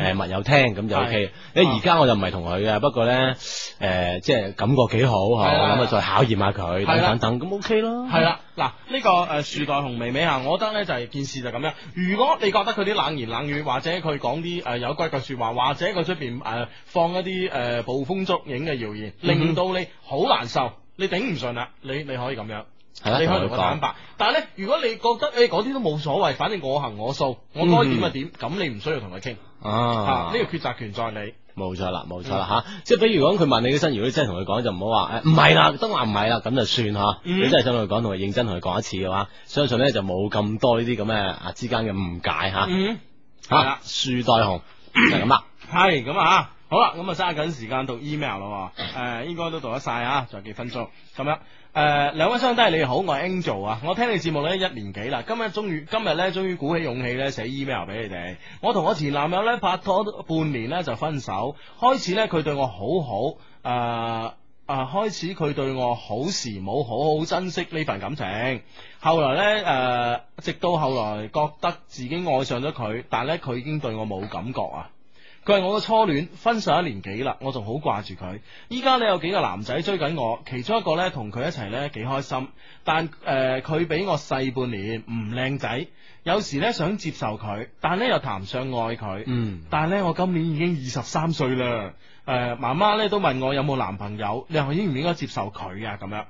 [SPEAKER 3] 誒密友聽，咁就 O.K. 因
[SPEAKER 1] 啊
[SPEAKER 3] 為而家我就唔係同佢嘅，不過咧誒即係感覺幾好嚇，
[SPEAKER 1] 係啦
[SPEAKER 3] 咁啊再考驗下佢
[SPEAKER 1] 係啦啊
[SPEAKER 3] 等等等，咁 O.K. 咯，
[SPEAKER 1] 係啊啦，嗱呢呃個誒樹袋紅微微啊，我覺得咧就係件事就咁樣。如果你覺得佢啲冷言冷語，或者佢講啲誒有骨嘅説話，或者佢出邊誒放一啲誒捕風捉影嘅謠言，
[SPEAKER 3] 嗯
[SPEAKER 1] 令到你好難受，你頂唔順啦，你你可以咁樣。
[SPEAKER 3] 係啦，
[SPEAKER 1] 你
[SPEAKER 3] 同
[SPEAKER 1] 可以
[SPEAKER 3] 佢
[SPEAKER 1] 同我坦
[SPEAKER 3] 講。
[SPEAKER 1] 白，但係咧，如果你覺得誒嗰啲都冇所謂，反正我行我素，我該點就點，咁、你唔需要同佢傾啊
[SPEAKER 3] 嗯
[SPEAKER 1] 呢
[SPEAKER 3] 啊！
[SPEAKER 1] 個抉擇權在你。
[SPEAKER 3] 冇錯
[SPEAKER 1] 嗯
[SPEAKER 3] 啦，冇錯啦吓，即係比如講佢問你嗰身，如果你真係同佢講，就唔好話誒唔係啦，都話唔係啦，咁就算吓。
[SPEAKER 1] 嗯
[SPEAKER 3] 你真係想同佢講，同佢認真同佢講一次嘅話，相信咧就冇咁多呢啲咁嘅啊之間嘅誤解吓。
[SPEAKER 1] 嗯，係
[SPEAKER 3] 吓
[SPEAKER 1] 啦，
[SPEAKER 3] 樹袋紅就係
[SPEAKER 1] (coughs)
[SPEAKER 3] 咁啦。
[SPEAKER 1] 係咁啊。好啦，咁啊揸緊時間讀 email 咯喎，誒、應該都讀得晒啊，仲有幾分鐘咁樣。誒、兩位相低，你哋好，我係 Angel 啊，我聽你節目咧一年幾啦，今日終於今日咧終於鼓起勇氣咧寫 email 俾你哋。我同我前男友咧拍拖半年咧就分手，開始咧佢對我好好，誒、啊，開始佢對我好時冇好好珍惜呢份感情，後來呢，誒、呃直到後來覺得自己愛上咗佢，但係咧佢已經對我冇感覺啊。佢係我嘅初戀，分手一年幾啦，我仲好掛住佢。依家呢，有幾個男仔追緊我，其中一個呢，同佢一齊呢，幾開心，但誒佢比我細半年，唔靚仔。有時呢，想接受佢，但呢，又談唔上愛佢。 (laughs)
[SPEAKER 3] 嗯，
[SPEAKER 1] 但係呢，我今年已經二十三歲啦。誒、媽媽呢，都問我有冇男朋友，你話應唔應該接受佢啊？咁樣。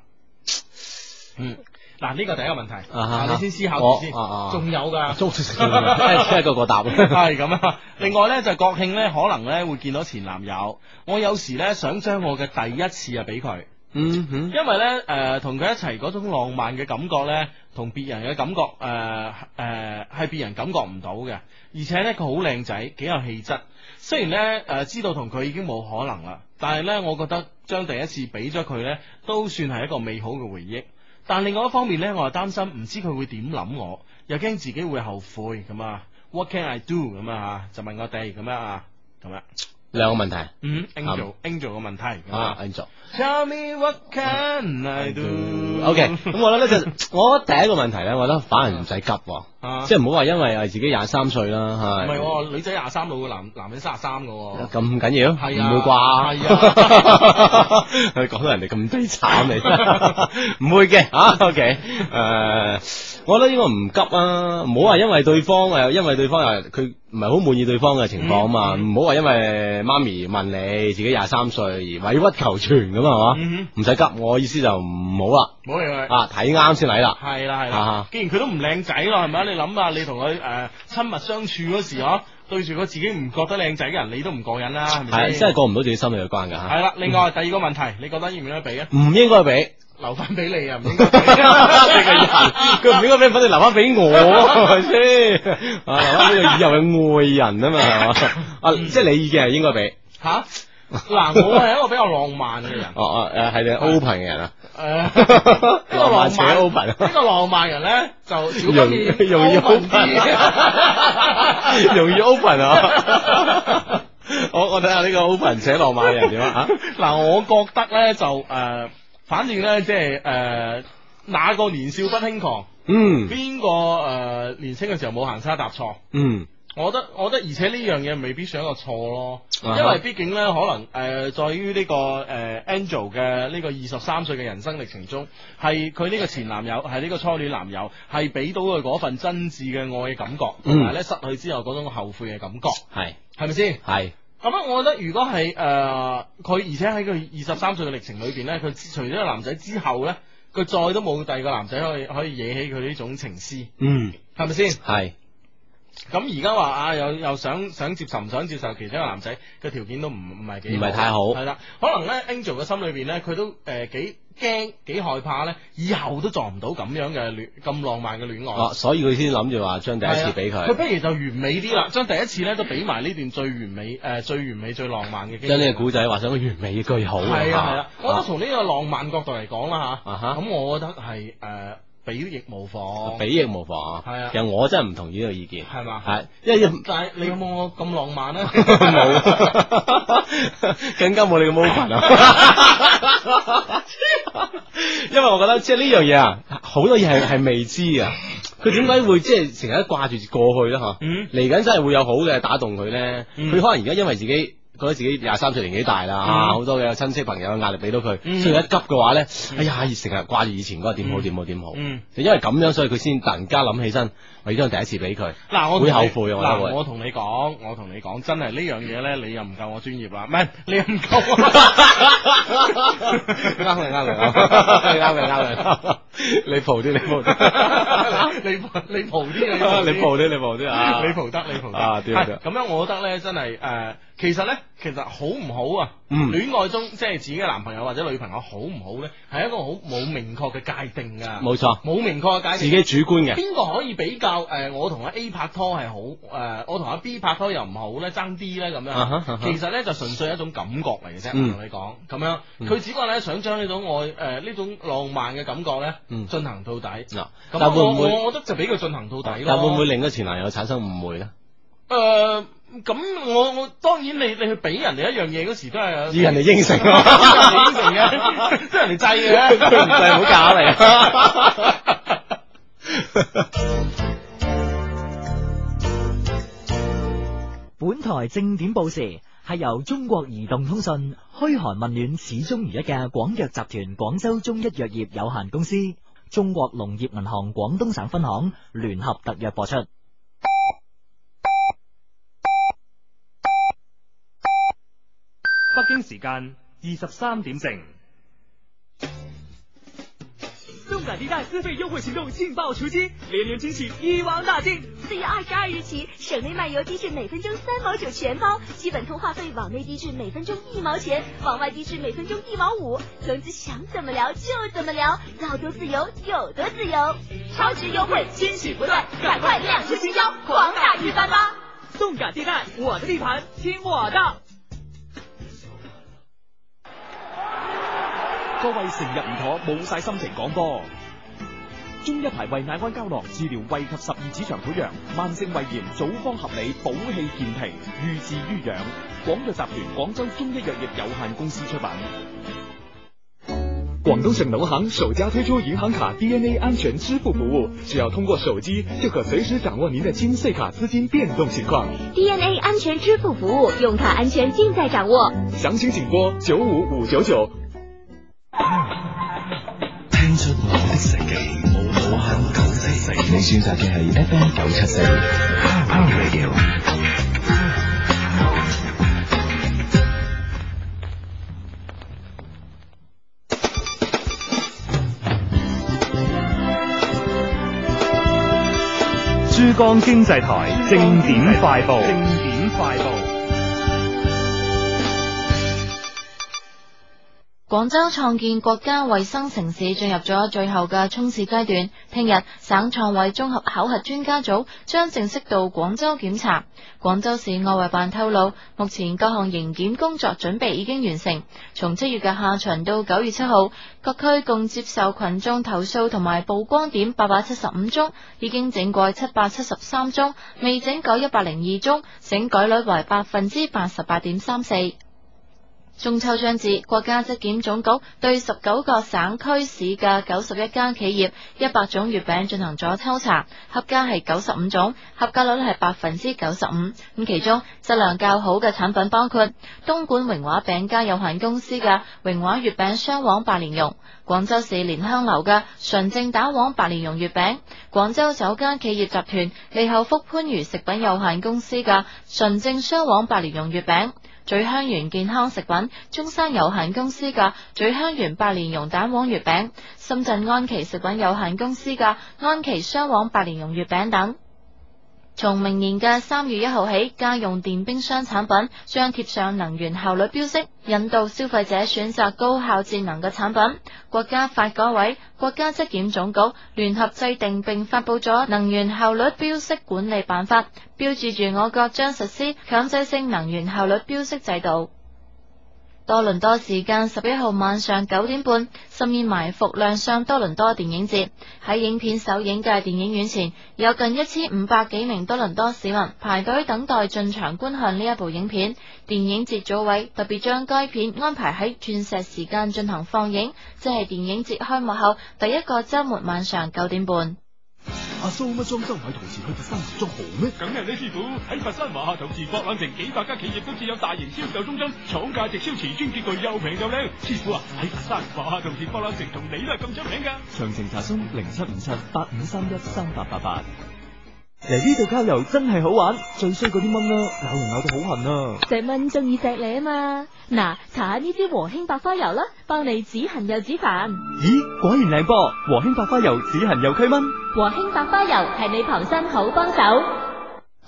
[SPEAKER 1] 嗯，嗱呢個第一個問題，
[SPEAKER 3] 啊哈
[SPEAKER 1] 啊你先思考住先，
[SPEAKER 3] 我啊啊
[SPEAKER 1] 仲有 (laughs) 噶，
[SPEAKER 3] 仲仲有真係一個個答
[SPEAKER 1] 係咁啊。另外咧就國慶咧可能咧會見到前男友，我有時咧想將我嘅第一次啊俾佢。
[SPEAKER 3] 嗯哼，
[SPEAKER 1] 因為咧誒同佢一齊嗰種浪漫嘅感覺咧，同別人嘅感覺誒誒係別人感覺唔到嘅，而且咧佢好靚仔，幾有氣質。雖然咧誒、呃知道同佢已經冇可能啦，但係咧我覺得將第一次俾咗佢咧，都算係一個美好嘅回憶。但另外一方面咧，我又擔心唔知佢會點諗我，又驚自己會後悔咁啊。What can I do 咁啊？就問我哋咁樣啊，咁樣。
[SPEAKER 3] 兩個問題
[SPEAKER 1] 嗯，Angel Angel 嘅問題咁
[SPEAKER 3] 啊，做。
[SPEAKER 1] Tell me what can I do？
[SPEAKER 3] O K，咁我覺得咧就，我覺得第一個問題咧，我覺得反而唔使急喎
[SPEAKER 1] 啊，
[SPEAKER 3] 即係唔好話因為哎係自己廿三歲啦，
[SPEAKER 1] 唔係
[SPEAKER 3] 係
[SPEAKER 1] 喎，女仔廿三老嘅男男人三十三嘅喎。
[SPEAKER 3] 哦咁緊要，唔
[SPEAKER 1] 係啊
[SPEAKER 3] 會啩？
[SPEAKER 1] 係啊
[SPEAKER 3] (laughs) 你講到人哋咁悲慘，你真係 (laughs) 唔會嘅啊？O K，誒，我覺得應該唔急啊，唔好話因為對方誒，因為對方又佢唔係好滿意對方嘅情況啊
[SPEAKER 1] 嗯
[SPEAKER 3] 嘛，唔好話因為媽咪問你自己廿三歲而委屈求全咁啊係嘛
[SPEAKER 1] 嗯，
[SPEAKER 3] 唔使急，我意思就唔好啦。
[SPEAKER 1] 唔好理佢。
[SPEAKER 3] 啊，睇啱先嚟啦。
[SPEAKER 1] 係啦係啦
[SPEAKER 3] 啊，
[SPEAKER 1] 既然佢都唔靚仔咯，係咪啊？你諗下，你同佢誒親密相處嗰
[SPEAKER 3] (laughs)
[SPEAKER 1] 時呵，對住個自己唔覺得靚仔嘅人，你都唔過癮啦，係咪
[SPEAKER 3] 系
[SPEAKER 1] 先？
[SPEAKER 3] 真係啊過唔到自己心理嘅關噶
[SPEAKER 1] 係啦，另外第二個問題，你覺得應唔應該俾
[SPEAKER 3] (laughs)
[SPEAKER 1] 啊？
[SPEAKER 3] 唔應該俾
[SPEAKER 1] 留翻俾你啊，唔應該俾。
[SPEAKER 3] 你個人， (laughs) 佢唔應該俾，反正留翻俾我，係咪先？啊，留翻俾個以後嘅愛人啊嘛，係嘛？啊，即係你意見係應該俾。
[SPEAKER 1] 吓？嗱，我係一個比較浪漫嘅人。
[SPEAKER 3] 哦哦，誒係你 open 嘅人啊，
[SPEAKER 1] (laughs) 诶，呢個
[SPEAKER 3] 浪漫
[SPEAKER 1] 浪
[SPEAKER 3] 且
[SPEAKER 1] 漫
[SPEAKER 3] open
[SPEAKER 1] 呢個浪漫人咧就少不
[SPEAKER 3] 容
[SPEAKER 1] 免
[SPEAKER 3] 容易
[SPEAKER 1] open 啲
[SPEAKER 3] (laughs) 容易 open 啊！我我睇下呢個 open 且浪漫嘅人點啊？
[SPEAKER 1] (laughs) 嗱，我覺得咧就誒、呃反正咧即係誒，哪個年少不輕狂，
[SPEAKER 3] 嗯
[SPEAKER 1] 邊個誒年青嘅時候冇行差踏錯。
[SPEAKER 3] 嗯，
[SPEAKER 1] 我覺得，我覺得，而且呢樣嘢未必上一個錯咯，因
[SPEAKER 3] 啊哈
[SPEAKER 1] 為畢竟呢，可能誒、呃在於呢、個誒、呃 Angel 嘅呢個二十三歲嘅人生歷程中，係佢呢個前男友，係呢個初戀男友，係俾到佢嗰份真摯嘅愛嘅感覺，同埋呢失去之後嗰種後悔嘅感覺，
[SPEAKER 3] 嗯係
[SPEAKER 1] 係咪先？
[SPEAKER 3] 係。
[SPEAKER 1] 咁啊，我覺得如果係誒呃佢，而且喺佢二十三歲嘅歷程裏邊咧，佢之除咗個男仔之後咧，佢再都冇第二個男仔可以可以惹起佢呢種情絲，
[SPEAKER 3] 嗯，
[SPEAKER 1] 係咪先？
[SPEAKER 3] 係
[SPEAKER 1] 咁而家話啊，又又想想接受唔想接受其中一個男仔嘅條件都唔唔係幾
[SPEAKER 3] 唔係太好
[SPEAKER 1] 係啦。可能咧 Angel 嘅心裏邊咧，佢都呃誒幾驚幾害怕咧，以後都撞唔到咁樣嘅戀咁浪漫嘅戀愛。
[SPEAKER 3] 哦，所以佢先諗住話將第一次俾
[SPEAKER 1] 係啊
[SPEAKER 3] 佢
[SPEAKER 1] 佢。不如就完美啲啦，將第一次咧都俾埋呢段最完美誒、呃最完美最浪漫嘅經歷。
[SPEAKER 3] 將呢個古仔畫上一個完美嘅句號。
[SPEAKER 1] 係啊係啊，我覺得
[SPEAKER 3] 啊
[SPEAKER 1] 從呢個浪漫角度嚟講啦吓，
[SPEAKER 3] 啊哈
[SPEAKER 1] 咁我覺得係誒比翼無妨，
[SPEAKER 3] 比翼無妨啊！
[SPEAKER 1] 係啊
[SPEAKER 3] 其實我真係唔同意呢個意見。
[SPEAKER 1] 係嘛
[SPEAKER 3] (laughs) 係，因為
[SPEAKER 1] 但係你有冇我咁浪漫咧？啊
[SPEAKER 3] (laughs) 冇，更加冇你咁 open 啊！ (laughs) 因為我覺得即係呢樣嘢啊，好多嘢係係未知啊。佢點解會即係成日都掛住過去咧？嗬、
[SPEAKER 1] 嗯
[SPEAKER 3] 嚟緊真係會有好嘅打動佢咧。佢、
[SPEAKER 1] 嗯
[SPEAKER 3] 可能而家因為自己。覺得自己廿三歲年紀大啦，啊
[SPEAKER 1] 嗯
[SPEAKER 3] 好、多嘅親戚朋友嘅壓力俾到佢，
[SPEAKER 1] 嗯
[SPEAKER 3] 所以一急嘅話咧，哎呀，成日掛住以前嗰個點好
[SPEAKER 1] 嗯
[SPEAKER 3] 點好點好，
[SPEAKER 1] 嗯
[SPEAKER 3] 就因為咁樣，所以佢先突然間諗起身，我要將第一次俾佢，
[SPEAKER 1] 嗱，我同
[SPEAKER 3] 會
[SPEAKER 1] 你
[SPEAKER 3] 後悔啊，我覺得
[SPEAKER 1] 嗱，
[SPEAKER 3] 會。
[SPEAKER 1] 我同你講，我同你講，真係呢樣嘢咧，你又唔夠我專業啦，唔係你又唔夠
[SPEAKER 3] (laughs)
[SPEAKER 1] 我。
[SPEAKER 3] 啱你 (laughs) 啱你啱你啱 (laughs) 你，你蒲啲你蒲啲，
[SPEAKER 1] 你你蒲啲啊
[SPEAKER 3] (laughs) 你蒲啲你蒲啲啊！
[SPEAKER 1] 你蒲得，你蒲得
[SPEAKER 3] 啊屌
[SPEAKER 1] 係
[SPEAKER 3] 屌
[SPEAKER 1] 咁樣，我覺得咧，真係誒、呃其實咧，其實好唔好啊？
[SPEAKER 3] 嗯
[SPEAKER 1] 戀愛中即係自己嘅男朋友或者女朋友好唔好咧，係一個好冇明確嘅界定噶。
[SPEAKER 3] 冇錯
[SPEAKER 1] 冇明確嘅界
[SPEAKER 3] 自
[SPEAKER 1] 定。
[SPEAKER 3] 己主觀
[SPEAKER 1] (laughs)
[SPEAKER 3] 嘅，
[SPEAKER 1] 邊個可以比較？誒、我同阿 A 拍拖係好，誒、我同阿 B 拍拖又唔好咧，爭 D 咧咁樣。
[SPEAKER 3] 啊哈啊哈
[SPEAKER 1] 其實咧就純粹係一種感覺嚟嘅啫，
[SPEAKER 3] 嗯
[SPEAKER 1] 我同你講咁樣。
[SPEAKER 3] 嗯
[SPEAKER 1] 佢只不過咧想將呢種愛誒呢、種浪漫嘅感覺咧
[SPEAKER 3] 嗯
[SPEAKER 1] 進行到底。咁
[SPEAKER 3] 嗱，但
[SPEAKER 1] 我
[SPEAKER 3] 會唔會
[SPEAKER 1] 我我覺得就俾佢進行到底咯。
[SPEAKER 3] 但會唔會令個前男友產生誤會咧？
[SPEAKER 1] 誒？咁我我當然你你去俾人哋一樣嘢嗰時都係有
[SPEAKER 3] 要人哋應承啊
[SPEAKER 1] 要人哋應承
[SPEAKER 3] (laughs)
[SPEAKER 1] 嘅，即係人哋制嘅，
[SPEAKER 3] 佢唔制唔好搞你
[SPEAKER 14] 本台
[SPEAKER 15] 台正點報時係由中國移動通信噓寒問暖始終如一嘅廣藥集團廣州中一藥業有限公司、中國農業銀行廣東省分行聯合特約播出。
[SPEAKER 16] 北京時間二十三點正。
[SPEAKER 17] 动感地带资费优惠行动劲爆出击，连连惊喜，一网打尽！
[SPEAKER 18] 四月二十二日起，省内漫游的至每分钟三毛九全包，基本通话费往内的至每分钟一毛钱，往外的至每分钟一毛五。总之想怎么聊就怎么聊，要多自由有多自由，
[SPEAKER 17] 超值优惠，惊喜不断，赶快亮出新招，狂打一番吧！动感地带，我的地盘，听我的。
[SPEAKER 10] 各位成日唔妥，冇晒心情講波。中一排胃乃安膠囊治療胃及十二指腸潰瘍、慢性胃炎，組方合理，補氣健脾，寓治於養。廣藥集團廣州中一藥業有限公司出品。
[SPEAKER 1] 广东省农行首家推出银行卡 DNA 安全支付服务，只要通过手机就可随时掌握您的金穗卡资金变动情况。
[SPEAKER 18] DNA 安全支付服务，用卡安全尽在掌握。
[SPEAKER 1] 详情请拨九五五九九。
[SPEAKER 19] 听出我的世纪，冇好肯九制四。你选择嘅系 FM 九七四 Radio。
[SPEAKER 16] 珠江經濟台正點快報。
[SPEAKER 20] 正點快報。
[SPEAKER 2] 廣州創建國家衛生城市進入咗最後嘅衝刺階段，聽日省創委綜合考核專家組將正式到廣州檢查。廣州市愛衛辦透露，目前各項營檢工作準備已經完成，從七月嘅下旬到九月七號，各區共接受群眾投訴同埋曝光點八百七十五宗，已經整改七百七十三宗，未整改一百零二宗，整改率為百分之八十八點三四。中秋將至，國家質檢總局對十九個省區市嘅九十一家企業、一百種月餅進行咗抽查，合格係九十五種，合格率係百分之九十五。咁其中質量較好嘅產品包括東莞榮華餅家有限公司嘅榮華月餅雙黃白蓮蓉、廣州市蓮香樓嘅純正蛋黃白蓮蓉月餅、廣州酒家企業集團利口福番禺食品有限公司嘅純正雙黃白蓮蓉月餅。聚香園健康食品中山有限公司嘅聚香園白蓮蓉蛋黃月餅，深圳安琪食品有限公司嘅安琪雙黃白蓮蓉月餅等。從明年嘅三月一號起，家用電冰箱產品將貼上能源效率標識，引導消費者選擇高效節能嘅產品。國家發改委、國家質檢總局聯合制定並發布咗《能源效率標識管理辦法》，標誌住我國將實施強制性能源效率標識制度。多倫多時間十一號晚上九點半，深夜埋伏亮相多倫多電影節。喺影片首映嘅電影院前，有近一千五百幾名多倫多市民排隊等待進場觀看呢一部影片。電影節組委特別將該片安排喺鑽石時間進行放映，即係電影節開幕後第一個週末晚上九點半。
[SPEAKER 21] 阿蘇乜裝修唔係同時去佛山服裝好咩？
[SPEAKER 22] 梗係呢師傅喺佛山華夏陶瓷博覽城幾百家企業都設有大型銷售中心，廠價直銷瓷磚潔具又平又靚。師傅啊，喺佛山華夏陶瓷博覽城同你都係咁出名噶。
[SPEAKER 23] 詳情查詢零七五七八五三一三八八八。
[SPEAKER 24] 嚟呢度郊遊真係好玩，最衰嗰啲蚊啦，咬人咬到好痕啊！
[SPEAKER 25] 隻蚊中意錫你啊嘛，嗱，搽下呢支和興白花油啦，幫你止痕又止煩。
[SPEAKER 24] 咦，果然靚噃！和興白花油止痕又驅蚊，
[SPEAKER 25] 和興白花油係你旁身好幫手。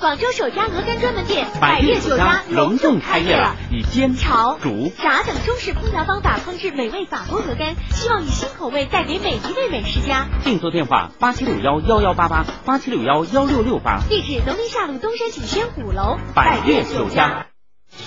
[SPEAKER 8] 廣州首家鵝肝專門店百月酒家隆重開業了，
[SPEAKER 11] 以煎、
[SPEAKER 8] 炒、
[SPEAKER 11] 煮、
[SPEAKER 8] 炸等中式烹調方法烹制美味法國鵝肝，希望以新口味帶給每一位美食家。
[SPEAKER 11] 訂做電話：八七六幺幺幺八八，八七六幺幺六六八。
[SPEAKER 8] 地址：農林下路東山景軒五樓
[SPEAKER 11] 百月酒家。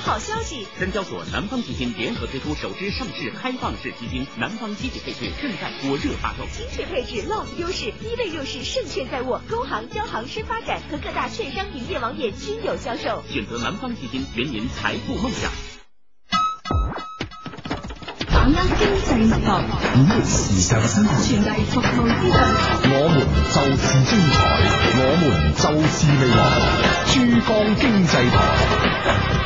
[SPEAKER 8] 好消息！
[SPEAKER 11] 深交所、南方基金聯合推出首支上市開放式基金，南方積極配置正在火熱發售。
[SPEAKER 8] 精確配置 long 優勢，低位優勢勝券在握，工行、交行深發展和各大券商營業網點均有銷售。
[SPEAKER 11] 選擇南方基金，圓您財富夢想。
[SPEAKER 26] 把握經濟脈搏，
[SPEAKER 19] 五時尚新
[SPEAKER 26] 傳遞服務資訊。
[SPEAKER 19] 我們就是精彩，我們就是未來，珠江經濟台。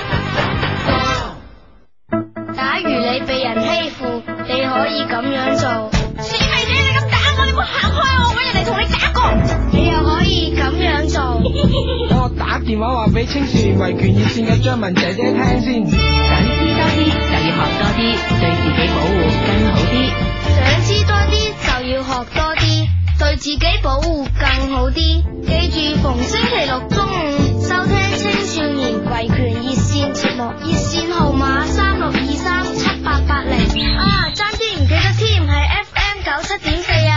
[SPEAKER 5] 人欺負，你可以咁樣做。
[SPEAKER 27] 死肥仔，你咁打我，你冇行開我，搵人嚟同你打過。
[SPEAKER 5] 你又可以咁樣做。
[SPEAKER 28] 我打電話話俾青少年維權熱線嘅張文姐姐聽先。
[SPEAKER 29] 想知多啲就要學多啲，對自己保護更好啲。
[SPEAKER 5] 想知多啲就要學多啲，對自己保護更好啲。記住逢星期六中午收聽青少年維權熱線節目，熱線號碼三六二三七八八零。啊，爭啲唔記得添，係 FM 九七點四啊。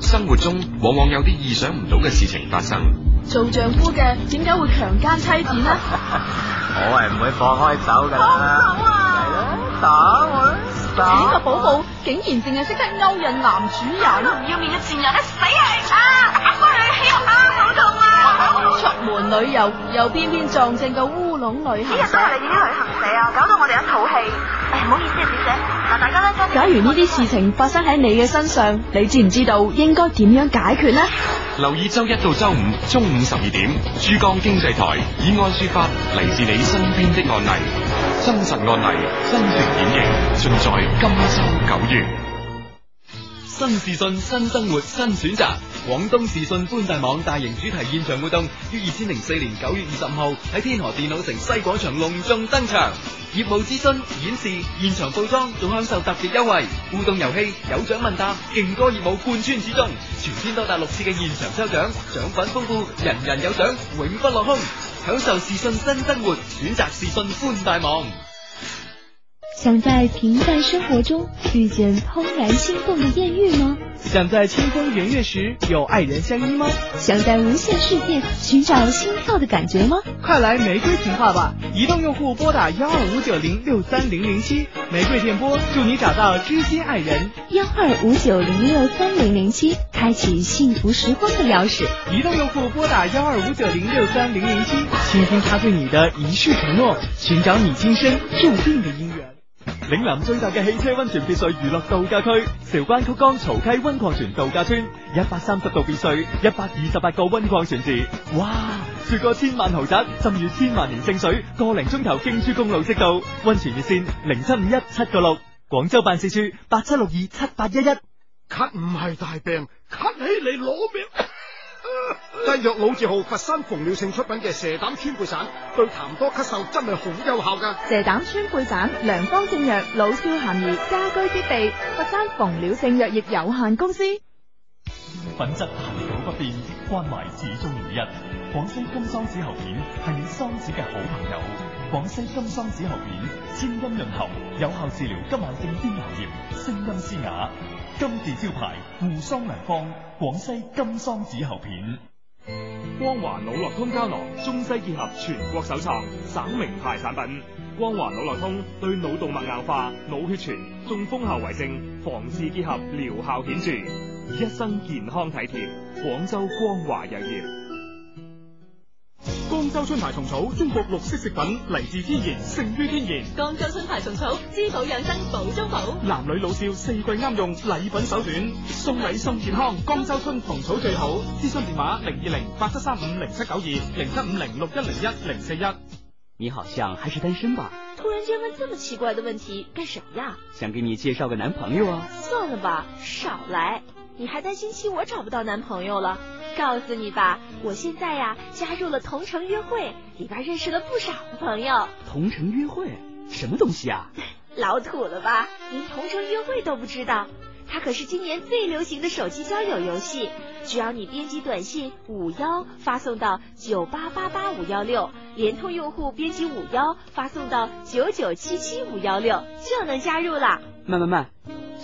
[SPEAKER 3] 生活中往往有啲意想唔到嘅事情發生。
[SPEAKER 30] 做丈夫嘅點解會強姦妻子呢？
[SPEAKER 31] 我係唔會放開手㗎
[SPEAKER 30] 放手啊！
[SPEAKER 31] 打我啦！
[SPEAKER 30] 呢個寶寶竟然淨係識得勾引男主人，
[SPEAKER 27] 唔要面嘅賤人，死你啊！阿哥你喺我啱好度啊！
[SPEAKER 30] 出門旅遊又偏偏撞正個烏龍旅行
[SPEAKER 27] 呢日都係你哋啲旅行社啊，搞到我哋一肚氣。誒，唔好意思啊，小姐，嗱，大家咧
[SPEAKER 30] 假如呢啲事情發生喺你嘅身上，你知唔知道應該點樣解決呢？
[SPEAKER 3] 留意周一到周五中午十二點，珠江經濟台以愛說法嚟自你身邊的案例，真實案例真情演繹，盡在今周九月。
[SPEAKER 1] 新視訊、新生活、新選擇。廣東視訊寬帶網大型主題現場活動於二千零四年九月二十五號喺天河電腦城西廣場隆重登場。業務諮詢、演示、現場報裝，仲享受特別優惠。互動遊戲、有獎問答、勁歌熱舞貫穿始終。全天多達六次嘅現場抽獎，獎品豐富，人人有獎，永不落空。享受視訊新生活，選擇視訊寬帶網。
[SPEAKER 2] 想在平淡生活中遇見怦然心動的豔遇嗎？
[SPEAKER 10] 想在清風明月時有愛人相依嗎？
[SPEAKER 2] 想在無限世界尋找心跳的感覺嗎？
[SPEAKER 10] 快來玫瑰情話吧！移動用戶撥打幺二五九零六三零零七，玫瑰電波祝你找到知心愛人。
[SPEAKER 2] 幺二五九零六三零零七，開啟幸福時光的鑰匙。
[SPEAKER 10] 移動用戶撥打幺二五九零六三零零七，傾聽他對你的一世承諾，尋找你今生注定的姻緣。
[SPEAKER 2] 嶺
[SPEAKER 10] 南最大嘅汽車溫泉別墅娛樂度假區，韶關曲江曹溪溫礦泉度假村，一百三十度別墅，一百二十八個溫礦泉池，哇！住過千萬豪宅，浸遇千萬年聖水，個零鐘頭經珠公路即到，溫泉熱線零七五一七個六，廣州辦事處八七六二七八一一。
[SPEAKER 32] (laughs) 咳唔係大病，咳起嚟攞命。製藥老字號佛山馮了性出品嘅蛇膽川貝散，對痰多咳嗽真係好有效噶。
[SPEAKER 2] 蛇膽川貝散，良方正藥，老少咸宜，家居必備。佛山馮了性藥業有限公司，
[SPEAKER 33] 品質恆久不變，關懷始終如一。廣西金桑子喉片係你桑子嘅好朋友。廣西金桑子喉片，清音潤喉，有效治療急慢性咽喉炎、聲音嘶啞。金字招牌護桑良方，廣西金桑子喉片。
[SPEAKER 34] 光華腦絡通膠囊，中西結合，全國首創，省名牌產品。光華腦絡通對腦動脈硬化、腦血栓、中風後遺症防治結合療效顯著，一生健康體貼。廣州光華藥業。
[SPEAKER 35] 江州春牌蟲草，中國綠色食品，嚟自天然，勝於天然。
[SPEAKER 36] 江州春牌蟲草，滋補養生，補中補。
[SPEAKER 35] 男女老少四季啱用，禮品首選，送禮送健康。江州春蟲草最好，諮詢電話零二零八七三五零七九二零七五零六一零一零四一。
[SPEAKER 37] 你好像還是單身吧？
[SPEAKER 8] 突然間問這麼奇怪的問題幹什麼呀？
[SPEAKER 37] 想給你介紹個男朋友啊？
[SPEAKER 8] 算了吧，少來。你還擔心棄我找不到男朋友了？告訴你吧，我現在呀、啊、加入了同城約會，裡邊認識了不少的朋友。
[SPEAKER 37] 同城約會什麼東西啊？
[SPEAKER 8] 老土了吧？連同城約會都不知道？它可是今年最流行的手機交友遊戲。只要你編輯短信五幺發送到九八八八五幺六，聯通用戶編輯五幺發送到九九七七五幺六，就能加入啦。
[SPEAKER 37] 慢慢慢，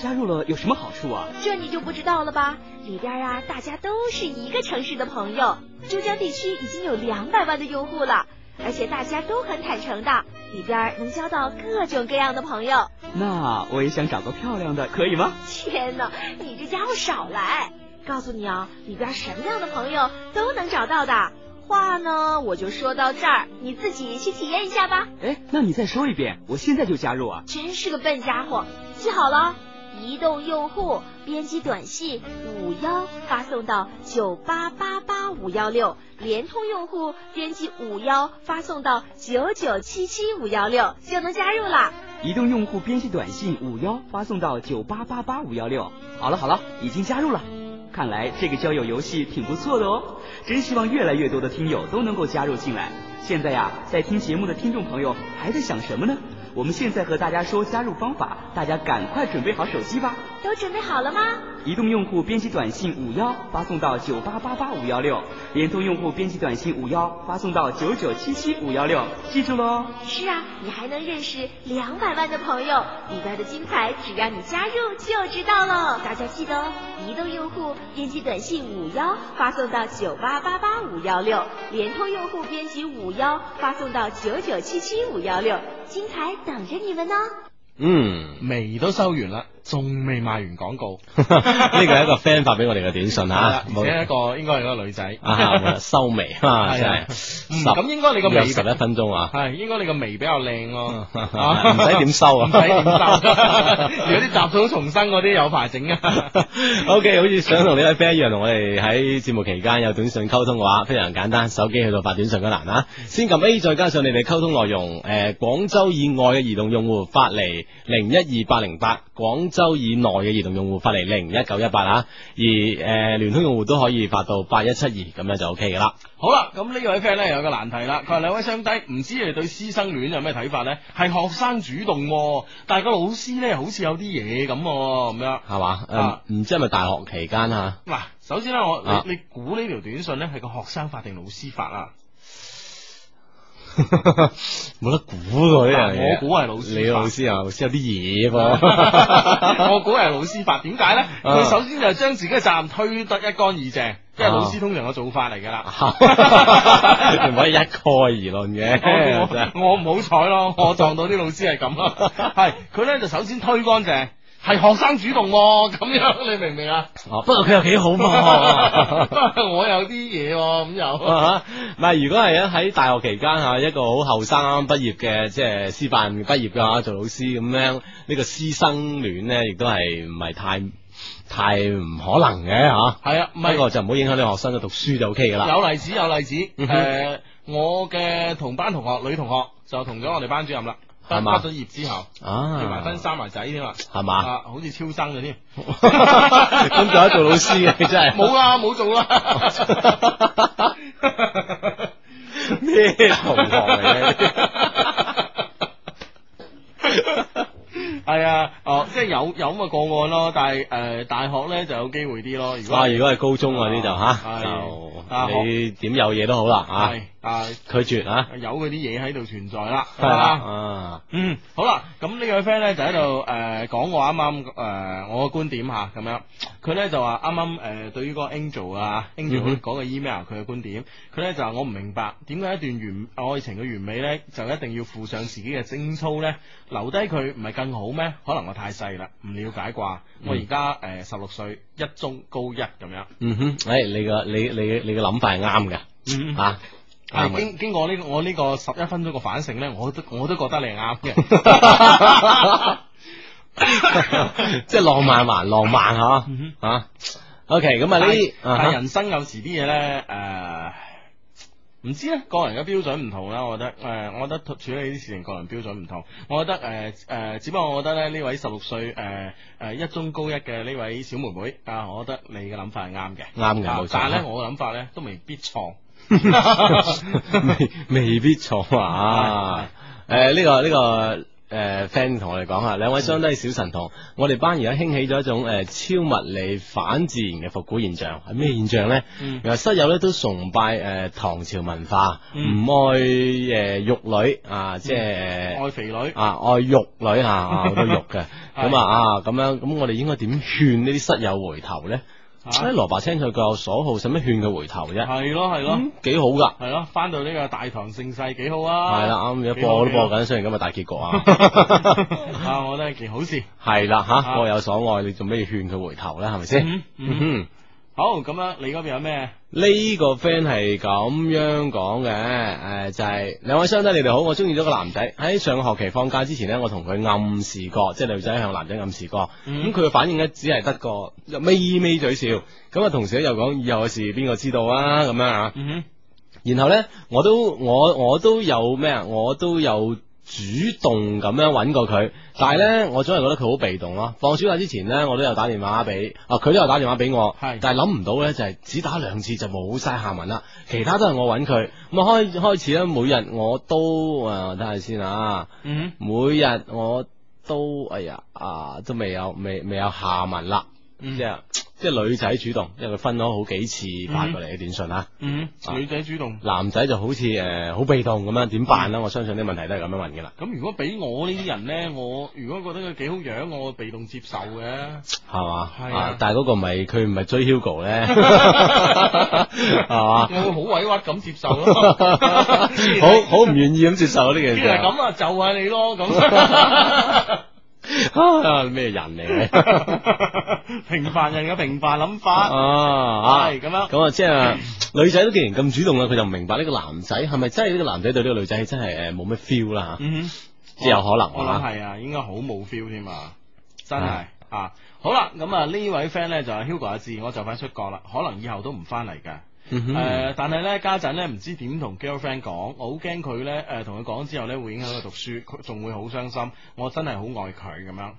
[SPEAKER 37] 加入了有什麼好處啊？
[SPEAKER 8] 這你就不知道了吧？裡邊啊，大家都是一個城市的朋友，珠江地區已經有兩百萬的用戶了，而且大家都很坦誠的，裡邊能交到各種各樣的朋友。
[SPEAKER 37] 那我也想找個漂亮的，可以嗎？
[SPEAKER 8] 天哪，你這家伙少來！告訴你啊，裡邊什麼樣的朋友都能找到的。話呢，我就說到這兒，你自己去體驗一下吧。
[SPEAKER 37] 哎，那你再說一遍，我現在就加入啊！
[SPEAKER 8] 真是個笨家伙，記好了，移動用戶編輯短信五幺發送到九八八八五幺六，聯通用戶編輯五幺發送到九九七七五幺六就能加入啦。
[SPEAKER 10] 移动用户编辑短信五幺发送到九八八八五幺六。好了好了，已经加入了。看来这个交友游戏挺不错的哦，真希望越来越多的听友都能够加入进来。现在呀、在听节目的听众朋友还在想什么呢？我们现在和大家说加入方法，大家赶快准备好手机吧。
[SPEAKER 8] 都准备好了吗？
[SPEAKER 10] 移动用户编辑短信五幺发送到九八八八五幺六，联通用户编辑短信五幺发送到九九七七五幺六，记住哦喽。
[SPEAKER 8] 是啊，你还能认识两百万的朋友，里边的精彩只要你加入就知道喽。大家记得哦，移动用户编辑短信五幺发送到九八八八五幺六，联通用户编辑五幺发送到九九七七五幺六，精彩等着你们呢。
[SPEAKER 1] 嗯，眉都收完啦，仲未賣完廣告。
[SPEAKER 3] 呢個係一個 friend 發俾我哋嘅短信
[SPEAKER 1] 係啦
[SPEAKER 3] 嚇，
[SPEAKER 1] 而且一個應該係個女仔
[SPEAKER 3] (laughs) 啊冇啦收眉啊，
[SPEAKER 1] 係
[SPEAKER 3] 真
[SPEAKER 1] 啊
[SPEAKER 3] 係
[SPEAKER 1] 嗯
[SPEAKER 3] 十
[SPEAKER 1] 咁應該你個眉
[SPEAKER 3] 有十一分鐘啊，
[SPEAKER 1] 係應該你個眉比較靚咯，
[SPEAKER 3] (laughs) 唔使點收
[SPEAKER 1] (laughs)
[SPEAKER 3] 啊
[SPEAKER 1] 唔使點收。如果啲雜草重生嗰啲有排整
[SPEAKER 3] (laughs)
[SPEAKER 1] 啊。
[SPEAKER 3] O、k 好似想同呢位 friend 一樣，同我哋喺節目期間有短信溝通嘅話，非常簡單，手機去到發短信嗰欄啊，先撳 A，再加上你哋溝通內容，誒、廣州以外嘅移動用戶發嚟零一二八零八，廣州以內嘅移動用戶發嚟零一九一八啊，而誒、聯通用戶都可以發到八一七二，咁樣就 O K 嘅啦。
[SPEAKER 1] 好啦，咁呢位 friend 咧有個難題啦，佢話兩位相低，唔知你哋對師生戀有咩睇法咧？係學生主動喎、但係個老師咧好似有啲嘢咁喎咁樣。
[SPEAKER 3] 係嘛？嗯誒唔、
[SPEAKER 1] 啊
[SPEAKER 3] 知係咪大學期間啊？
[SPEAKER 1] 嗱，首先咧，我
[SPEAKER 3] 啊
[SPEAKER 1] 你你估呢條短信咧係個學生發定老師發啊？
[SPEAKER 3] (laughs) 冇得估喎 (laughs) 呢樣嘢。
[SPEAKER 1] 我估係老師
[SPEAKER 3] 你老師啊，老師有啲嘢 (laughs) 噃。
[SPEAKER 1] (laughs) 我估係老師發，點解咧？
[SPEAKER 3] 啊
[SPEAKER 1] 佢首先就將自己嘅責任推得一乾二淨，即係老師通常嘅做法嚟㗎啦。
[SPEAKER 3] (laughs) 唔可以一概而論
[SPEAKER 1] 我
[SPEAKER 3] 嘅。哎真係
[SPEAKER 1] 我我唔好彩
[SPEAKER 3] (laughs)
[SPEAKER 1] 咯，我撞到啲老師係咁咯。係佢咧就首先推乾淨，係學生主動喎咁樣，你明唔明啊？
[SPEAKER 3] 哦不過佢又幾好 (laughs) 嘛。
[SPEAKER 1] (laughs) 我有啲嘢喎咁又。
[SPEAKER 3] 啊唔係，如果係喺大學期間嚇，一個好後生啱啱畢業嘅，即係師範畢業嘅話，做老師咁樣，呢個師生戀咧，亦都係唔係太太唔可能嘅嚇。
[SPEAKER 1] 係啊唔係
[SPEAKER 3] 不過就唔好影響你學生嘅讀書就 O K 噶啦。
[SPEAKER 1] 有例子有例子，誒、
[SPEAKER 3] 嗯哼
[SPEAKER 1] 我嘅同班同學女同學就同咗我哋班主任啦，畢
[SPEAKER 3] 係嘛
[SPEAKER 1] 畢咗業之後，
[SPEAKER 3] 啊
[SPEAKER 1] 結埋婚生埋仔添啊，
[SPEAKER 3] 係嘛
[SPEAKER 1] 啊好似超生嘅添，
[SPEAKER 3] (laughs) 咁仲有做老師嘅真
[SPEAKER 1] (laughs)
[SPEAKER 3] 係
[SPEAKER 1] 冇啦，冇做啦，
[SPEAKER 3] (laughs)
[SPEAKER 1] (laughs)
[SPEAKER 3] 咩 (laughs) 同學
[SPEAKER 1] 啊
[SPEAKER 3] 嚟嘅？
[SPEAKER 1] 係啊，哦，即係有有咁嘅個案咯，但係誒、呃大學咧就有機會啲咯，如果啊
[SPEAKER 3] 哇！啊如果係高中嗰啲就
[SPEAKER 1] 係
[SPEAKER 3] 吓，
[SPEAKER 1] 啊
[SPEAKER 3] 就你點有嘢都好啦
[SPEAKER 1] 係啊
[SPEAKER 3] 吓，拒絕啊，
[SPEAKER 1] 有嗰啲嘢喺度存在啦，
[SPEAKER 3] 係啦，啊，
[SPEAKER 1] 嗯，好啦，咁呢位 friend 咧就喺度诶講我啱啱诶我嘅觀點吓咁樣，佢咧就話啱啱诶對於嗰個 Angel 啊 Angel
[SPEAKER 3] 嗯哼
[SPEAKER 1] 嗰個 email 佢嘅觀點，佢咧就話我唔明白點解一段完愛情嘅完美咧就一定要附上自己嘅貞操咧，留低佢唔係更好咩？可能我太細啦，唔了解啩，我而家诶十六歲，一中高一咁樣。
[SPEAKER 3] 嗯哼，诶，你個你你你嘅諗法係啱嘅，
[SPEAKER 1] 嗯
[SPEAKER 3] 啊，啱
[SPEAKER 1] 系
[SPEAKER 3] 嘅
[SPEAKER 1] 经经过呢、個我呢個十一分鐘嘅反省咧，我都我都覺得你係啱嘅。
[SPEAKER 3] (laughs) (laughs) 即係浪漫還浪漫
[SPEAKER 1] 嗯
[SPEAKER 3] 吓，啊，OK，咁啊呢，
[SPEAKER 1] 但
[SPEAKER 3] 啊
[SPEAKER 1] 但人生有時啲嘢咧，诶，唔知咧，個人嘅標準唔同啊啦。我覺得，诶，我覺得處理呢啲事情個人標準唔同。我覺得，诶诶，只不過我覺得咧，呢位十六歲诶诶一中高一嘅呢位小妹妹啊，我覺得你嘅諗法係啱嘅，
[SPEAKER 3] 啱嘅
[SPEAKER 1] 啊
[SPEAKER 3] 冇錯
[SPEAKER 1] 但係咧，我嘅諗法咧都未必錯。
[SPEAKER 3] (laughs) 未未必錯啊！诶，呢個呢個诶 friend 同我哋講下，兩位相低小神童，我哋班而家興起咗一種诶超物理反自然嘅復古現象，係咩現象咧？
[SPEAKER 1] 嗯
[SPEAKER 3] 原來室友咧都崇拜诶唐朝文化，
[SPEAKER 1] 嗯
[SPEAKER 3] 唔愛诶玉女啊，即係
[SPEAKER 1] 愛肥女。
[SPEAKER 3] 啊愛玉女
[SPEAKER 1] (laughs)
[SPEAKER 3] 吓，啊好多肉嘅，
[SPEAKER 1] 係
[SPEAKER 3] 咁啊啊咁樣，咁我哋應該點勸呢啲室友回頭咧？
[SPEAKER 1] 啊
[SPEAKER 3] 咧蘿蔔青佢各有所好，使乜勸佢回頭啫？
[SPEAKER 1] 係咯係咯
[SPEAKER 3] 嗯，幾好噶。
[SPEAKER 1] 係咯，翻到呢個大唐盛世幾好啊！
[SPEAKER 3] 系啦，啱而家
[SPEAKER 1] 幾好
[SPEAKER 3] 播都
[SPEAKER 1] 幾好
[SPEAKER 3] 播緊，雖然今日大結局
[SPEAKER 1] (laughs)
[SPEAKER 3] 啊，
[SPEAKER 1] 啊，我覺得係件好
[SPEAKER 3] (laughs)
[SPEAKER 1] 事。
[SPEAKER 3] 係啦
[SPEAKER 1] 啊
[SPEAKER 3] 吓，各有所愛，你做咩要勸佢回頭咧？係咪
[SPEAKER 1] 嗯
[SPEAKER 3] 先？
[SPEAKER 1] 嗯
[SPEAKER 3] 嗯哼
[SPEAKER 1] 好，咁樣你嗰邊有咩？
[SPEAKER 3] 呢個 friend 係咁樣講嘅，诶、就係兩位相低，你哋好，我中意咗個男仔，喺上個學期放假之前呢，我同佢暗示過，即係女仔向男仔暗示過，咁
[SPEAKER 1] 嗯
[SPEAKER 3] 佢嘅反應呢，只係得個眯眯嘴笑，咁啊同時咧又講以後嘅事邊個知道啊咁樣啊，
[SPEAKER 1] 嗯
[SPEAKER 3] 然後呢，我都我我都有咩啊，我都有主動咁樣揾過佢，但係呢，我總係覺得佢好被動咯。放暑假之前呢，我都有打電話俾，啊佢都有打電話俾我，但係諗唔到呢，就係、只打兩次就冇晒下文啦，其他都係我揾佢。咁啊開開始呢，每日我都啊睇下先啊，
[SPEAKER 1] 嗯
[SPEAKER 3] 每日我都哎呀啊都未有未未有下文啦。
[SPEAKER 1] 嗯
[SPEAKER 3] 即係即係女仔主動，因為佢分咗好幾次發過嚟嘅短信啊。
[SPEAKER 1] 嗯，女仔主動。
[SPEAKER 3] 男仔就好似誒好被動咁樣，點辦咧？
[SPEAKER 1] 嗯
[SPEAKER 3] 我相信啲問題都係咁樣問嘅啦。
[SPEAKER 1] 咁如果俾我呢啲人咧，我如果覺得佢幾好樣，我會被動接受嘅。
[SPEAKER 3] 係嘛？
[SPEAKER 1] 係啊
[SPEAKER 3] 但係嗰個唔係佢唔係追
[SPEAKER 1] (laughs)
[SPEAKER 3] Hugo 咧，係嘛？
[SPEAKER 1] 我會好委屈咁接受
[SPEAKER 3] (laughs)
[SPEAKER 1] 咯。
[SPEAKER 3] 好好唔願意咁接受呢件
[SPEAKER 1] 既
[SPEAKER 3] 事
[SPEAKER 1] (laughs) 然係
[SPEAKER 3] 啊。
[SPEAKER 1] 咁啊，就係你咯
[SPEAKER 3] (laughs)
[SPEAKER 1] 咁。
[SPEAKER 3] 啊咩人嚟嘅？
[SPEAKER 1] 平凡人嘅平凡諗法。
[SPEAKER 3] 啊，
[SPEAKER 1] (laughs) 係咁樣
[SPEAKER 3] 咁啊，即係女仔都既然咁主動啦，佢就唔明白呢個男仔係咪真係呢個男仔對呢個女仔真係誒冇咩 feel 啦嚇，
[SPEAKER 1] 嗯哼，
[SPEAKER 3] 即係有可能
[SPEAKER 1] 我
[SPEAKER 3] 啊
[SPEAKER 1] 諗係啊，應該好冇 feel 添啊，真係啊。好啦，咁啊呢位 friend 咧就係 Hugo 阿志，我就快出國啦，可能以後都唔翻嚟㗎。诶、
[SPEAKER 3] 嗯哼
[SPEAKER 1] 呃但係咧家陣咧唔知點同 girlfriend 講，我好驚佢咧诶同佢講之後咧會影響佢讀書，佢仲會好傷心。我真係好愛佢咁樣。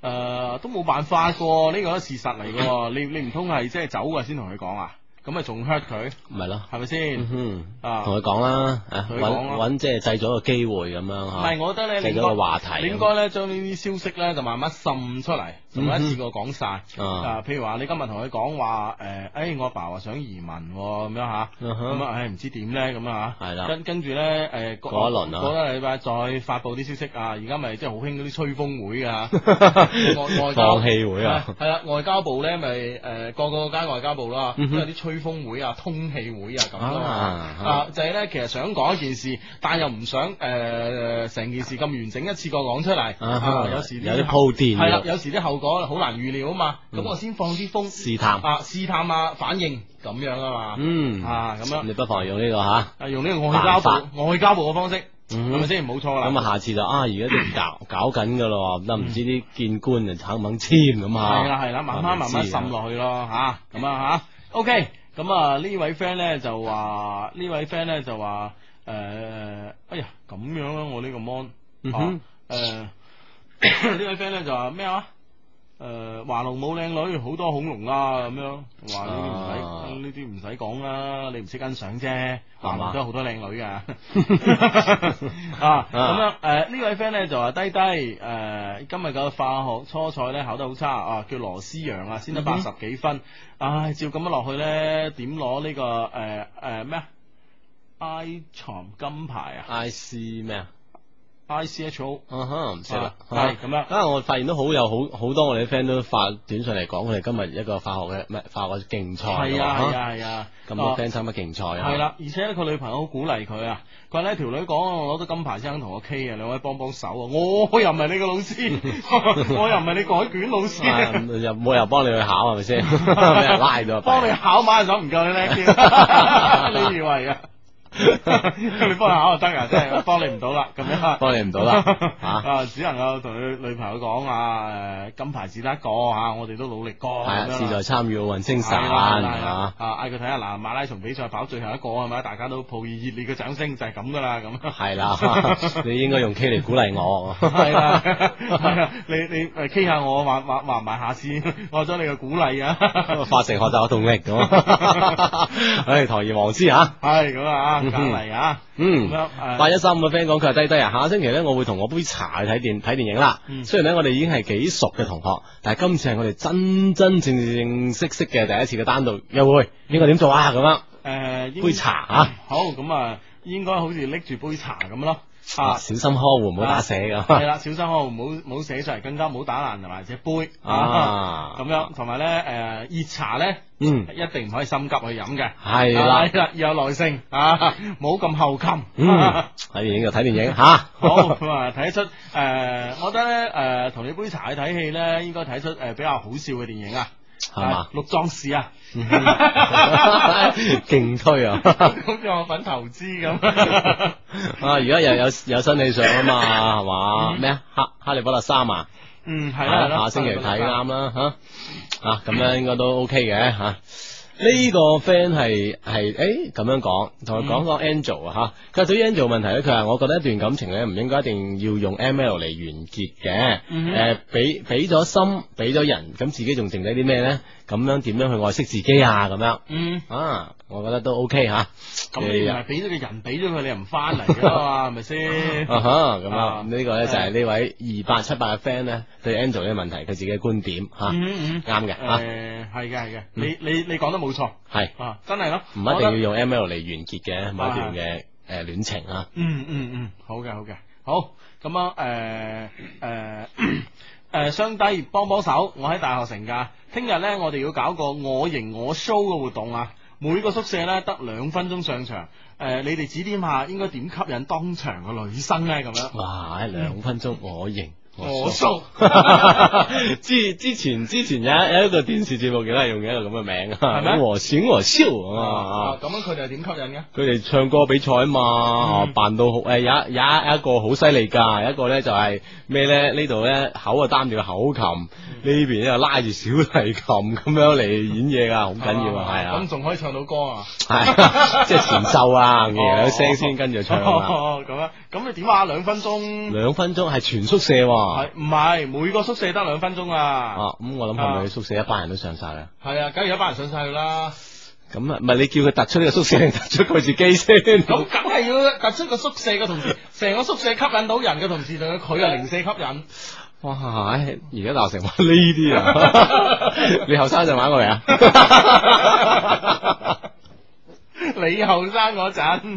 [SPEAKER 1] 诶、都冇辦法噶，呢個都事實嚟噶。你你唔通係即係走啊先同佢講啊？咁啊仲 hurt 佢，
[SPEAKER 3] 咪咯，
[SPEAKER 1] 係咪先？
[SPEAKER 3] 嗯
[SPEAKER 1] 啊，
[SPEAKER 3] 同佢講啦，啊
[SPEAKER 1] 同佢講啦
[SPEAKER 3] 揾揾即係製咗個機會咁樣
[SPEAKER 1] 唔
[SPEAKER 3] 嚇。
[SPEAKER 1] 係，我覺得咧，
[SPEAKER 3] 製
[SPEAKER 1] 你
[SPEAKER 3] 咗
[SPEAKER 1] 應
[SPEAKER 3] 個
[SPEAKER 1] 該
[SPEAKER 3] 話題咁。
[SPEAKER 1] 你應該咧將呢啲消息咧就慢慢滲出嚟，就唔好一次過講晒。
[SPEAKER 3] 嗯哼
[SPEAKER 1] 啊，譬如話你今日同佢講話誒，誒我阿爸話想移民喎咁樣嚇，
[SPEAKER 3] 嗯哼
[SPEAKER 1] 咁啊誒唔知點咧咁啊嚇。
[SPEAKER 3] 係啦
[SPEAKER 1] 跟跟住咧誒
[SPEAKER 3] 過一輪啊
[SPEAKER 1] 過一禮拜再發布啲消息啊！而家咪即係好興嗰啲吹風會
[SPEAKER 3] (laughs)
[SPEAKER 1] 啊，外外交
[SPEAKER 3] 放氣會啊
[SPEAKER 1] 係啦，外交部咧咪誒個個間外交部啦，都
[SPEAKER 3] 嗯哼
[SPEAKER 1] 有啲吹風會啊、通氣會啊咁咯
[SPEAKER 3] 啊
[SPEAKER 1] 啊，就係咧，其實想講一件事，但又唔想誒成、件事咁完整一次過講出嚟。
[SPEAKER 3] 啊哈
[SPEAKER 1] 有時
[SPEAKER 3] 有啲鋪墊
[SPEAKER 1] 係啦
[SPEAKER 3] 嘅，
[SPEAKER 1] 有時啲後果好難預料啊嘛。咁、
[SPEAKER 3] 嗯
[SPEAKER 1] 我先放啲風
[SPEAKER 3] 試探
[SPEAKER 1] 啊，試探啊，反應咁樣啊嘛。
[SPEAKER 3] 嗯
[SPEAKER 1] 啊咁樣
[SPEAKER 3] 你不妨用呢個嚇。
[SPEAKER 1] 啊，用呢個外交
[SPEAKER 3] 辦
[SPEAKER 1] 部外交部嘅方式，
[SPEAKER 3] 嗯
[SPEAKER 1] 係咪先？冇錯啦。
[SPEAKER 3] 咁啊，下次就啊，而家就搞
[SPEAKER 1] (coughs)
[SPEAKER 3] 搞緊噶咯，咁啊唔知啲見官啊肯唔肯簽咁
[SPEAKER 1] 嗯
[SPEAKER 3] 啊？
[SPEAKER 1] 係啦係啦，慢慢慢慢滲落去咯吓，咁啊吓。OK，咁啊呢位 friend 咧就話，呢位 friend 咧就話，誒、哎呀咁樣啦，我呢個 mon，
[SPEAKER 3] 嗯
[SPEAKER 1] 啊
[SPEAKER 3] 哼
[SPEAKER 1] 誒 (coughs) 呢、位 friend 咧就話咩啊？誒、華龍冇靚女，好多恐龍啊咁樣，話呢啲唔使
[SPEAKER 3] 啊
[SPEAKER 1] 呢啲唔使講啦，你唔識欣賞啫，華龍都有好多靚女噶。啊，咁樣誒呢位 friend 咧就話低低誒、今日嘅化學初賽咧考得好差啊，叫羅思陽啊，先得八十幾分，唉，照咁樣落去咧，點攞呢個誒誒咩啊？I 床金牌啊
[SPEAKER 3] ，I C 咩啊？
[SPEAKER 1] ，I C H O，
[SPEAKER 3] 啊哈，唔識啦，
[SPEAKER 1] 啊係咁樣
[SPEAKER 3] 啊，我發現都好有好好多我哋啲 friend 都發短信嚟講，佢哋今日一個化學嘅咩化學競賽喎
[SPEAKER 1] 係啊係啊
[SPEAKER 3] 啊
[SPEAKER 1] 係啊，
[SPEAKER 3] 咁多
[SPEAKER 1] 啊
[SPEAKER 3] friend 參加競賽啊，
[SPEAKER 1] 係啦，而且咧佢女朋友好鼓勵佢啊，佢話咧條女講我攞到金牌先肯同我 K 啊，兩位幫幫手啊，我又唔係你個老師，我又唔係你改卷老師。
[SPEAKER 3] (laughs) 啊，又冇人幫你去考係
[SPEAKER 1] (laughs)
[SPEAKER 3] 咪先？ (laughs) 俾人拉咗，
[SPEAKER 1] 幫你考馬手唔夠你叻啲，你以為啊？ (laughs) 你幫佢考就得啊，真係幫你唔到啦，咁樣
[SPEAKER 3] (laughs) 幫你唔
[SPEAKER 1] (laughs)
[SPEAKER 3] 到啦
[SPEAKER 1] 啊，只能夠同佢女朋友講啊，誒，金牌只得一個嚇，我哋都努力過，
[SPEAKER 3] 係啊，
[SPEAKER 1] 咁樣啦
[SPEAKER 3] 志在參與奧運精神
[SPEAKER 1] 係啦係啦係
[SPEAKER 3] 啊
[SPEAKER 1] 啦。啊！嗌佢睇下嗱，馬拉松比賽跑最後一個係咪？大家都抱以熱烈嘅掌聲，就係咁噶啦，咁
[SPEAKER 3] 係啦，你應該用 K 嚟鼓勵我。
[SPEAKER 1] 係啦，
[SPEAKER 3] 啊
[SPEAKER 1] (laughs) 係啦，你你誒 K 下我，話話話埋下次， (laughs) 我咗你嘅鼓勵啊！ (laughs)
[SPEAKER 3] 化成學習嘅動力咁啊。唉，堂而皇之吓。
[SPEAKER 1] 係咁啊，隔離啊，
[SPEAKER 3] 嗯
[SPEAKER 1] 咁樣誒
[SPEAKER 3] 八一三五嘅 friend 講佢係低低啊，下星期咧我會同我杯茶去睇電睇電影啦。
[SPEAKER 1] 嗯
[SPEAKER 3] 雖然咧我哋已經係幾熟嘅同學，但係今次係我哋真真正正式式嘅第一次嘅單獨約會，應該點做啊？咁樣
[SPEAKER 1] 诶，應
[SPEAKER 3] 杯茶啊，
[SPEAKER 1] 好咁啊，應該好似拎住杯茶咁咯，
[SPEAKER 3] 啊
[SPEAKER 1] 啊。
[SPEAKER 3] 小心呵護，唔好打死咁。
[SPEAKER 1] 系啦，小心我唔好唔好寫出嚟，更加唔好打爛埋只杯
[SPEAKER 3] 啊
[SPEAKER 1] 咁樣同埋咧，诶，熱茶咧，
[SPEAKER 3] 嗯
[SPEAKER 1] 一定唔可以心急去飲嘅，
[SPEAKER 3] 係啦
[SPEAKER 1] 係啦，要有耐性啊， (laughs) 冇咁後擒。
[SPEAKER 3] 嗯，睇電影就睇電影吓。
[SPEAKER 1] (laughs) 好咁啊，睇得出誒、呃我覺得咧誒、呃同你杯茶去睇戲咧，應該睇出誒、呃比較好笑嘅電影啊，
[SPEAKER 3] 係嘛
[SPEAKER 1] 六壯士啊， (laughs)
[SPEAKER 3] 勁推啊！
[SPEAKER 1] 咁有份投資咁。
[SPEAKER 3] (laughs) 啊，而家又有有新戲上啊嘛，係嘛？
[SPEAKER 1] 嗯
[SPEAKER 3] 咩啊？哈哈利波特三啊！
[SPEAKER 1] 嗯，係
[SPEAKER 3] 係
[SPEAKER 1] 啦，係啦
[SPEAKER 3] 下星期睇啱啦吓，啊咁咧應該都 OK 嘅吓。呢個 friend 係係诶咁樣講，同佢
[SPEAKER 1] 嗯
[SPEAKER 3] 講講 Angel 啊吓，佢話對於 Angel 問題咧，佢話我覺得一段感情咧唔應該一定要用 ML 嚟完結嘅，
[SPEAKER 1] 嗯哼
[SPEAKER 3] 诶俾俾咗心，俾咗人，咁自己仲剩低啲咩咧？咁樣點樣去愛惜自己啊？咁樣
[SPEAKER 1] 嗯，
[SPEAKER 3] 啊，我覺得都 OK 吓，
[SPEAKER 1] 咁你
[SPEAKER 3] 哎
[SPEAKER 1] 唔係俾咗個人俾咗佢，你又唔翻嚟噶
[SPEAKER 3] (laughs)
[SPEAKER 1] 嘛，係咪先？
[SPEAKER 3] 啊哈，咁啊，呢個咧就係呢位二八七八嘅 friend 咧對 Angel 呢個問題佢自己嘅觀點吓，
[SPEAKER 1] 嗯嗯
[SPEAKER 3] 啱嘅吓，
[SPEAKER 1] 诶，系嘅系嘅，你你你講得冇錯，
[SPEAKER 3] 係
[SPEAKER 1] 啊，真係咯，
[SPEAKER 3] 唔一定要用 ML 嚟完結嘅某一段嘅诶戀情啊。
[SPEAKER 1] 嗯嗯嗯，好嘅好嘅，好咁啊诶诶诶，相低幫幫手，我喺大學城噶，聽日咧我哋要搞個我型我 show 嘅活動啊，每個宿舍咧得兩分鐘上場，诶、你哋指點下應該點吸引當場嘅女生咧咁樣。
[SPEAKER 3] 哇！兩分鐘我型
[SPEAKER 1] 我
[SPEAKER 3] (laughs)
[SPEAKER 1] 熟
[SPEAKER 3] 哦之之前之前有有一個電視節目，亦都係用嘅一個咁嘅名
[SPEAKER 1] 係咩
[SPEAKER 3] 啊，和閃和燒
[SPEAKER 1] 啊
[SPEAKER 3] 啊！
[SPEAKER 1] 咁樣佢哋係點吸引嘅？
[SPEAKER 3] 佢哋唱歌比賽啊
[SPEAKER 1] 嗯
[SPEAKER 3] 嘛，扮到好誒，有一有一有一個好犀利㗎，有一個咧就係咩咧？呢度咧口啊擔住個口琴，
[SPEAKER 1] 嗯
[SPEAKER 3] 呢邊又拉住小提琴咁樣嚟演嘢㗎，好緊要啊，係啊
[SPEAKER 1] 哦咁，仲可以唱到歌啊！
[SPEAKER 3] 係 (laughs) 即係前奏啊，然後有聲先跟住唱啊，
[SPEAKER 1] (laughs) 哦，咁啊，咁你點啊？兩分
[SPEAKER 3] (laughs)
[SPEAKER 1] 鐘
[SPEAKER 3] 兩分鐘係全宿舍喎。
[SPEAKER 1] 係唔係每個宿舍得兩分鐘啊？
[SPEAKER 3] 啊，咁我諗係咪宿舍一班人都上晒啦？
[SPEAKER 1] 係啊，梗係有一班人上晒去啦。
[SPEAKER 3] 咁啊，唔係你叫佢突出呢個宿舍，定突出佢自己先？
[SPEAKER 1] 咁梗係要突出個宿舍嘅同
[SPEAKER 3] (laughs)
[SPEAKER 1] 時，成個宿舍吸引到人嘅同時，仲有佢又零舍吸
[SPEAKER 3] (laughs)
[SPEAKER 1] 引。
[SPEAKER 3] 哇！唉而家大學城玩呢
[SPEAKER 1] (laughs)
[SPEAKER 3] 啲啊，你後生就玩過嚟啊？
[SPEAKER 1] 你後生嗰陣， (laughs)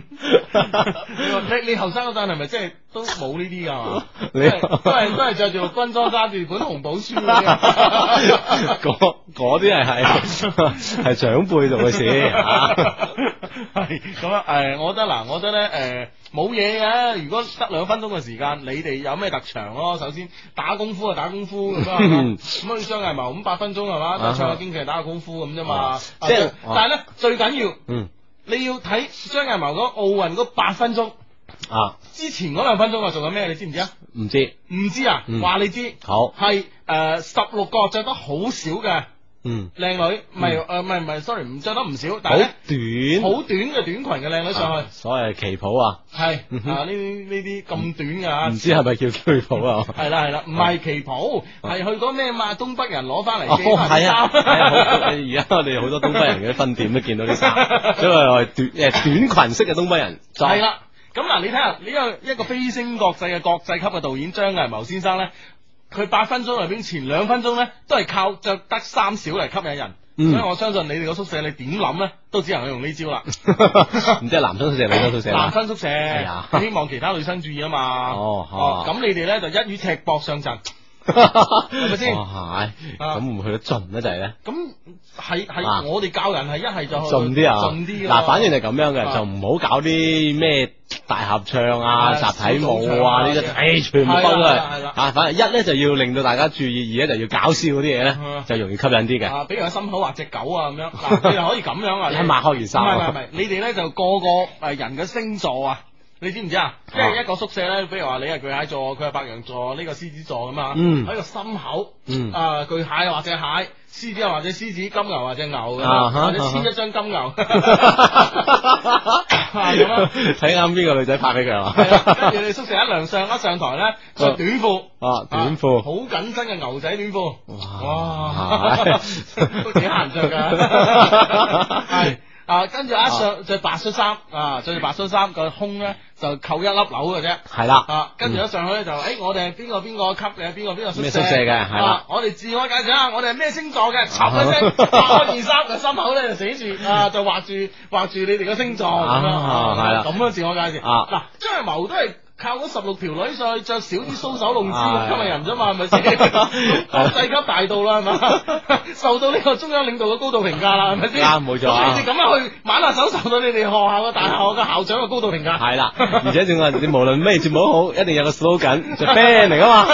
[SPEAKER 1] 你話你你後生嗰陣係咪即係都冇呢啲㗎？
[SPEAKER 3] (laughs) 你
[SPEAKER 1] 即係都係都係着住綠軍裝，揸住本紅寶書嗰啲啊。(laughs)
[SPEAKER 3] (laughs) 嗰嗰啲係係係長輩做嘅事 (laughs) 啊！
[SPEAKER 1] 系咁啊！诶、我覺得嗱，我覺得咧，诶、冇嘢嘅。如果得兩分鐘嘅時間，你哋有咩特長咯？首先打功夫就打功夫咁啊，係嘛咁啊，張藝謀五百分鐘係嘛，
[SPEAKER 3] 嗯啊哈
[SPEAKER 1] 唱下京劇、打下功夫咁啫嘛。
[SPEAKER 3] 即係
[SPEAKER 1] 啊但係咧，最緊要
[SPEAKER 3] 嗯
[SPEAKER 1] 你要睇張藝謀嗰奧運嗰八分鐘
[SPEAKER 3] 啊，
[SPEAKER 1] 之前嗰兩分鐘我做緊咩？你知唔知啊？
[SPEAKER 3] 唔知
[SPEAKER 1] 唔知啊
[SPEAKER 3] 嗯，
[SPEAKER 1] 話你知
[SPEAKER 3] 好
[SPEAKER 1] 係诶十六個着得好少嘅
[SPEAKER 3] 嗯，
[SPEAKER 1] 靚女，唔係诶唔係唔係，sorry，唔着得唔少，但
[SPEAKER 3] 好
[SPEAKER 1] 係
[SPEAKER 3] 短
[SPEAKER 1] 咧。好短嘅短裙嘅靚女上去
[SPEAKER 3] 啊，所謂旗袍啊，
[SPEAKER 1] 系
[SPEAKER 3] 嗯哼
[SPEAKER 1] 啊呢啲呢啲咁短嘅啊
[SPEAKER 3] 唔知係咪叫旗袍啊？
[SPEAKER 1] 係啦係啦，唔係旗袍，係去嗰咩嘛東北人攞翻嚟
[SPEAKER 3] 哦，
[SPEAKER 1] 嘅啲
[SPEAKER 3] 係啊，
[SPEAKER 1] 衫
[SPEAKER 3] 係啊，好而家我哋好多東北人嘅分店都見到啲衫，
[SPEAKER 1] (laughs)
[SPEAKER 3] 所以我係短誒短裙式嘅東北人裝。
[SPEAKER 1] 係啦。咁嗱，你睇下呢個一個飛升國際嘅國際級嘅導演張藝謀先生咧，佢八分鐘入邊前兩分鐘咧都係靠着得衫少嚟吸引人。
[SPEAKER 3] 嗯
[SPEAKER 1] 所以我相信你哋個宿舍你點諗咧，都只能用呢
[SPEAKER 3] (laughs)
[SPEAKER 1] 招啦。
[SPEAKER 3] (laughs) 唔知係男生宿舍、女生宿舍啦
[SPEAKER 1] 男生宿舍，
[SPEAKER 3] 啊
[SPEAKER 1] 希望其他女生注意啊嘛。
[SPEAKER 3] 哦好
[SPEAKER 1] 哦，咁你哋咧就一於踢搏上陣，
[SPEAKER 3] 係
[SPEAKER 1] 係咪先？
[SPEAKER 3] (laughs)
[SPEAKER 1] 啊
[SPEAKER 3] 哇，係咁會唔會去得盡咧？就係咧，
[SPEAKER 1] 咁係
[SPEAKER 3] 啊
[SPEAKER 1] 係我哋教人係一係就
[SPEAKER 3] 盡啲啊，
[SPEAKER 1] 盡啲㗎
[SPEAKER 3] 嗱，反正就咁樣嘅，
[SPEAKER 1] 啊
[SPEAKER 3] 就唔好搞啲咩大合唱啊、
[SPEAKER 1] 係啊
[SPEAKER 3] 集體舞啊
[SPEAKER 1] 小組唱啊
[SPEAKER 3] 呢啲，唉，全部崩
[SPEAKER 1] 係啦係
[SPEAKER 3] 啦
[SPEAKER 1] 啦。
[SPEAKER 3] 啊，反正一咧就要令到大家注意，二咧就要搞笑嗰啲嘢咧
[SPEAKER 1] 啊，
[SPEAKER 3] 就容易吸引啲嘅。
[SPEAKER 1] 啊，比如喺心口畫隻狗啊咁
[SPEAKER 3] (laughs)
[SPEAKER 1] 樣，嗱，你哋可以咁樣啊，
[SPEAKER 3] 一抹開件衫
[SPEAKER 1] 唔係唔係唔係，你哋咧就個個誒人嘅星座啊。你知唔知啊？即係一個宿舍咧，比如話你係巨蟹座，佢係白羊座，呢、個獅子座咁啊，
[SPEAKER 3] 嗯
[SPEAKER 1] 喺個心口，
[SPEAKER 3] 嗯
[SPEAKER 1] 啊巨蟹或者蟹，獅子又或者獅子，金牛或者牛咁
[SPEAKER 3] 啊
[SPEAKER 1] 啊，
[SPEAKER 3] 哈
[SPEAKER 1] 或者
[SPEAKER 3] 啊哈
[SPEAKER 1] 黐一張金
[SPEAKER 3] (laughs)
[SPEAKER 1] 牛， (laughs) 啊咁啊，
[SPEAKER 3] (laughs) 睇啱邊個女仔拍俾佢啊？
[SPEAKER 1] 係啊跟住你宿舍一亮相一上台咧，着短褲，
[SPEAKER 3] 啊，短啊褲。
[SPEAKER 1] 好緊身嘅牛仔短褲，哇
[SPEAKER 3] 哇，
[SPEAKER 1] (laughs) 都幾閒着
[SPEAKER 3] (laughs)
[SPEAKER 1] 噶，係啊，跟住一上着白恤衫啊，着住白恤衫個胸咧就扣一粒紐嘅啫，
[SPEAKER 3] 係啦嗯
[SPEAKER 1] 啊，跟住一上去咧就誒，我哋係邊個邊個級嘅，邊個邊個
[SPEAKER 3] 咩宿舍嘅係啦啊
[SPEAKER 1] 啊我哋自我介紹下，我哋係咩星座嘅，插一聲，拍開件衫個心口咧就寫住
[SPEAKER 3] (laughs)
[SPEAKER 1] 啊，就畫住畫住你哋個星座咁樣，
[SPEAKER 3] 啊係啦
[SPEAKER 1] 咁樣自我介紹，
[SPEAKER 3] 啊
[SPEAKER 1] 嗱，張藝謀都係。靠嗰十六條女上去着少啲搔首弄姿
[SPEAKER 3] 啊
[SPEAKER 1] 咁吸引人啫嘛，係咪
[SPEAKER 3] (laughs)
[SPEAKER 1] 先？國際級大到啦，係嘛？受到呢個中央領導嘅高度評價啦，係咪先？
[SPEAKER 3] 啱冇錯啊
[SPEAKER 1] 咁你哋咁樣去挽下手，受到你哋學校嘅大學嘅校長嘅高度評價。
[SPEAKER 3] 係啦，而且仲話你無論咩節目都好，一定有個 slogan 就 band 嚟噶
[SPEAKER 1] (laughs)
[SPEAKER 3] 嘛，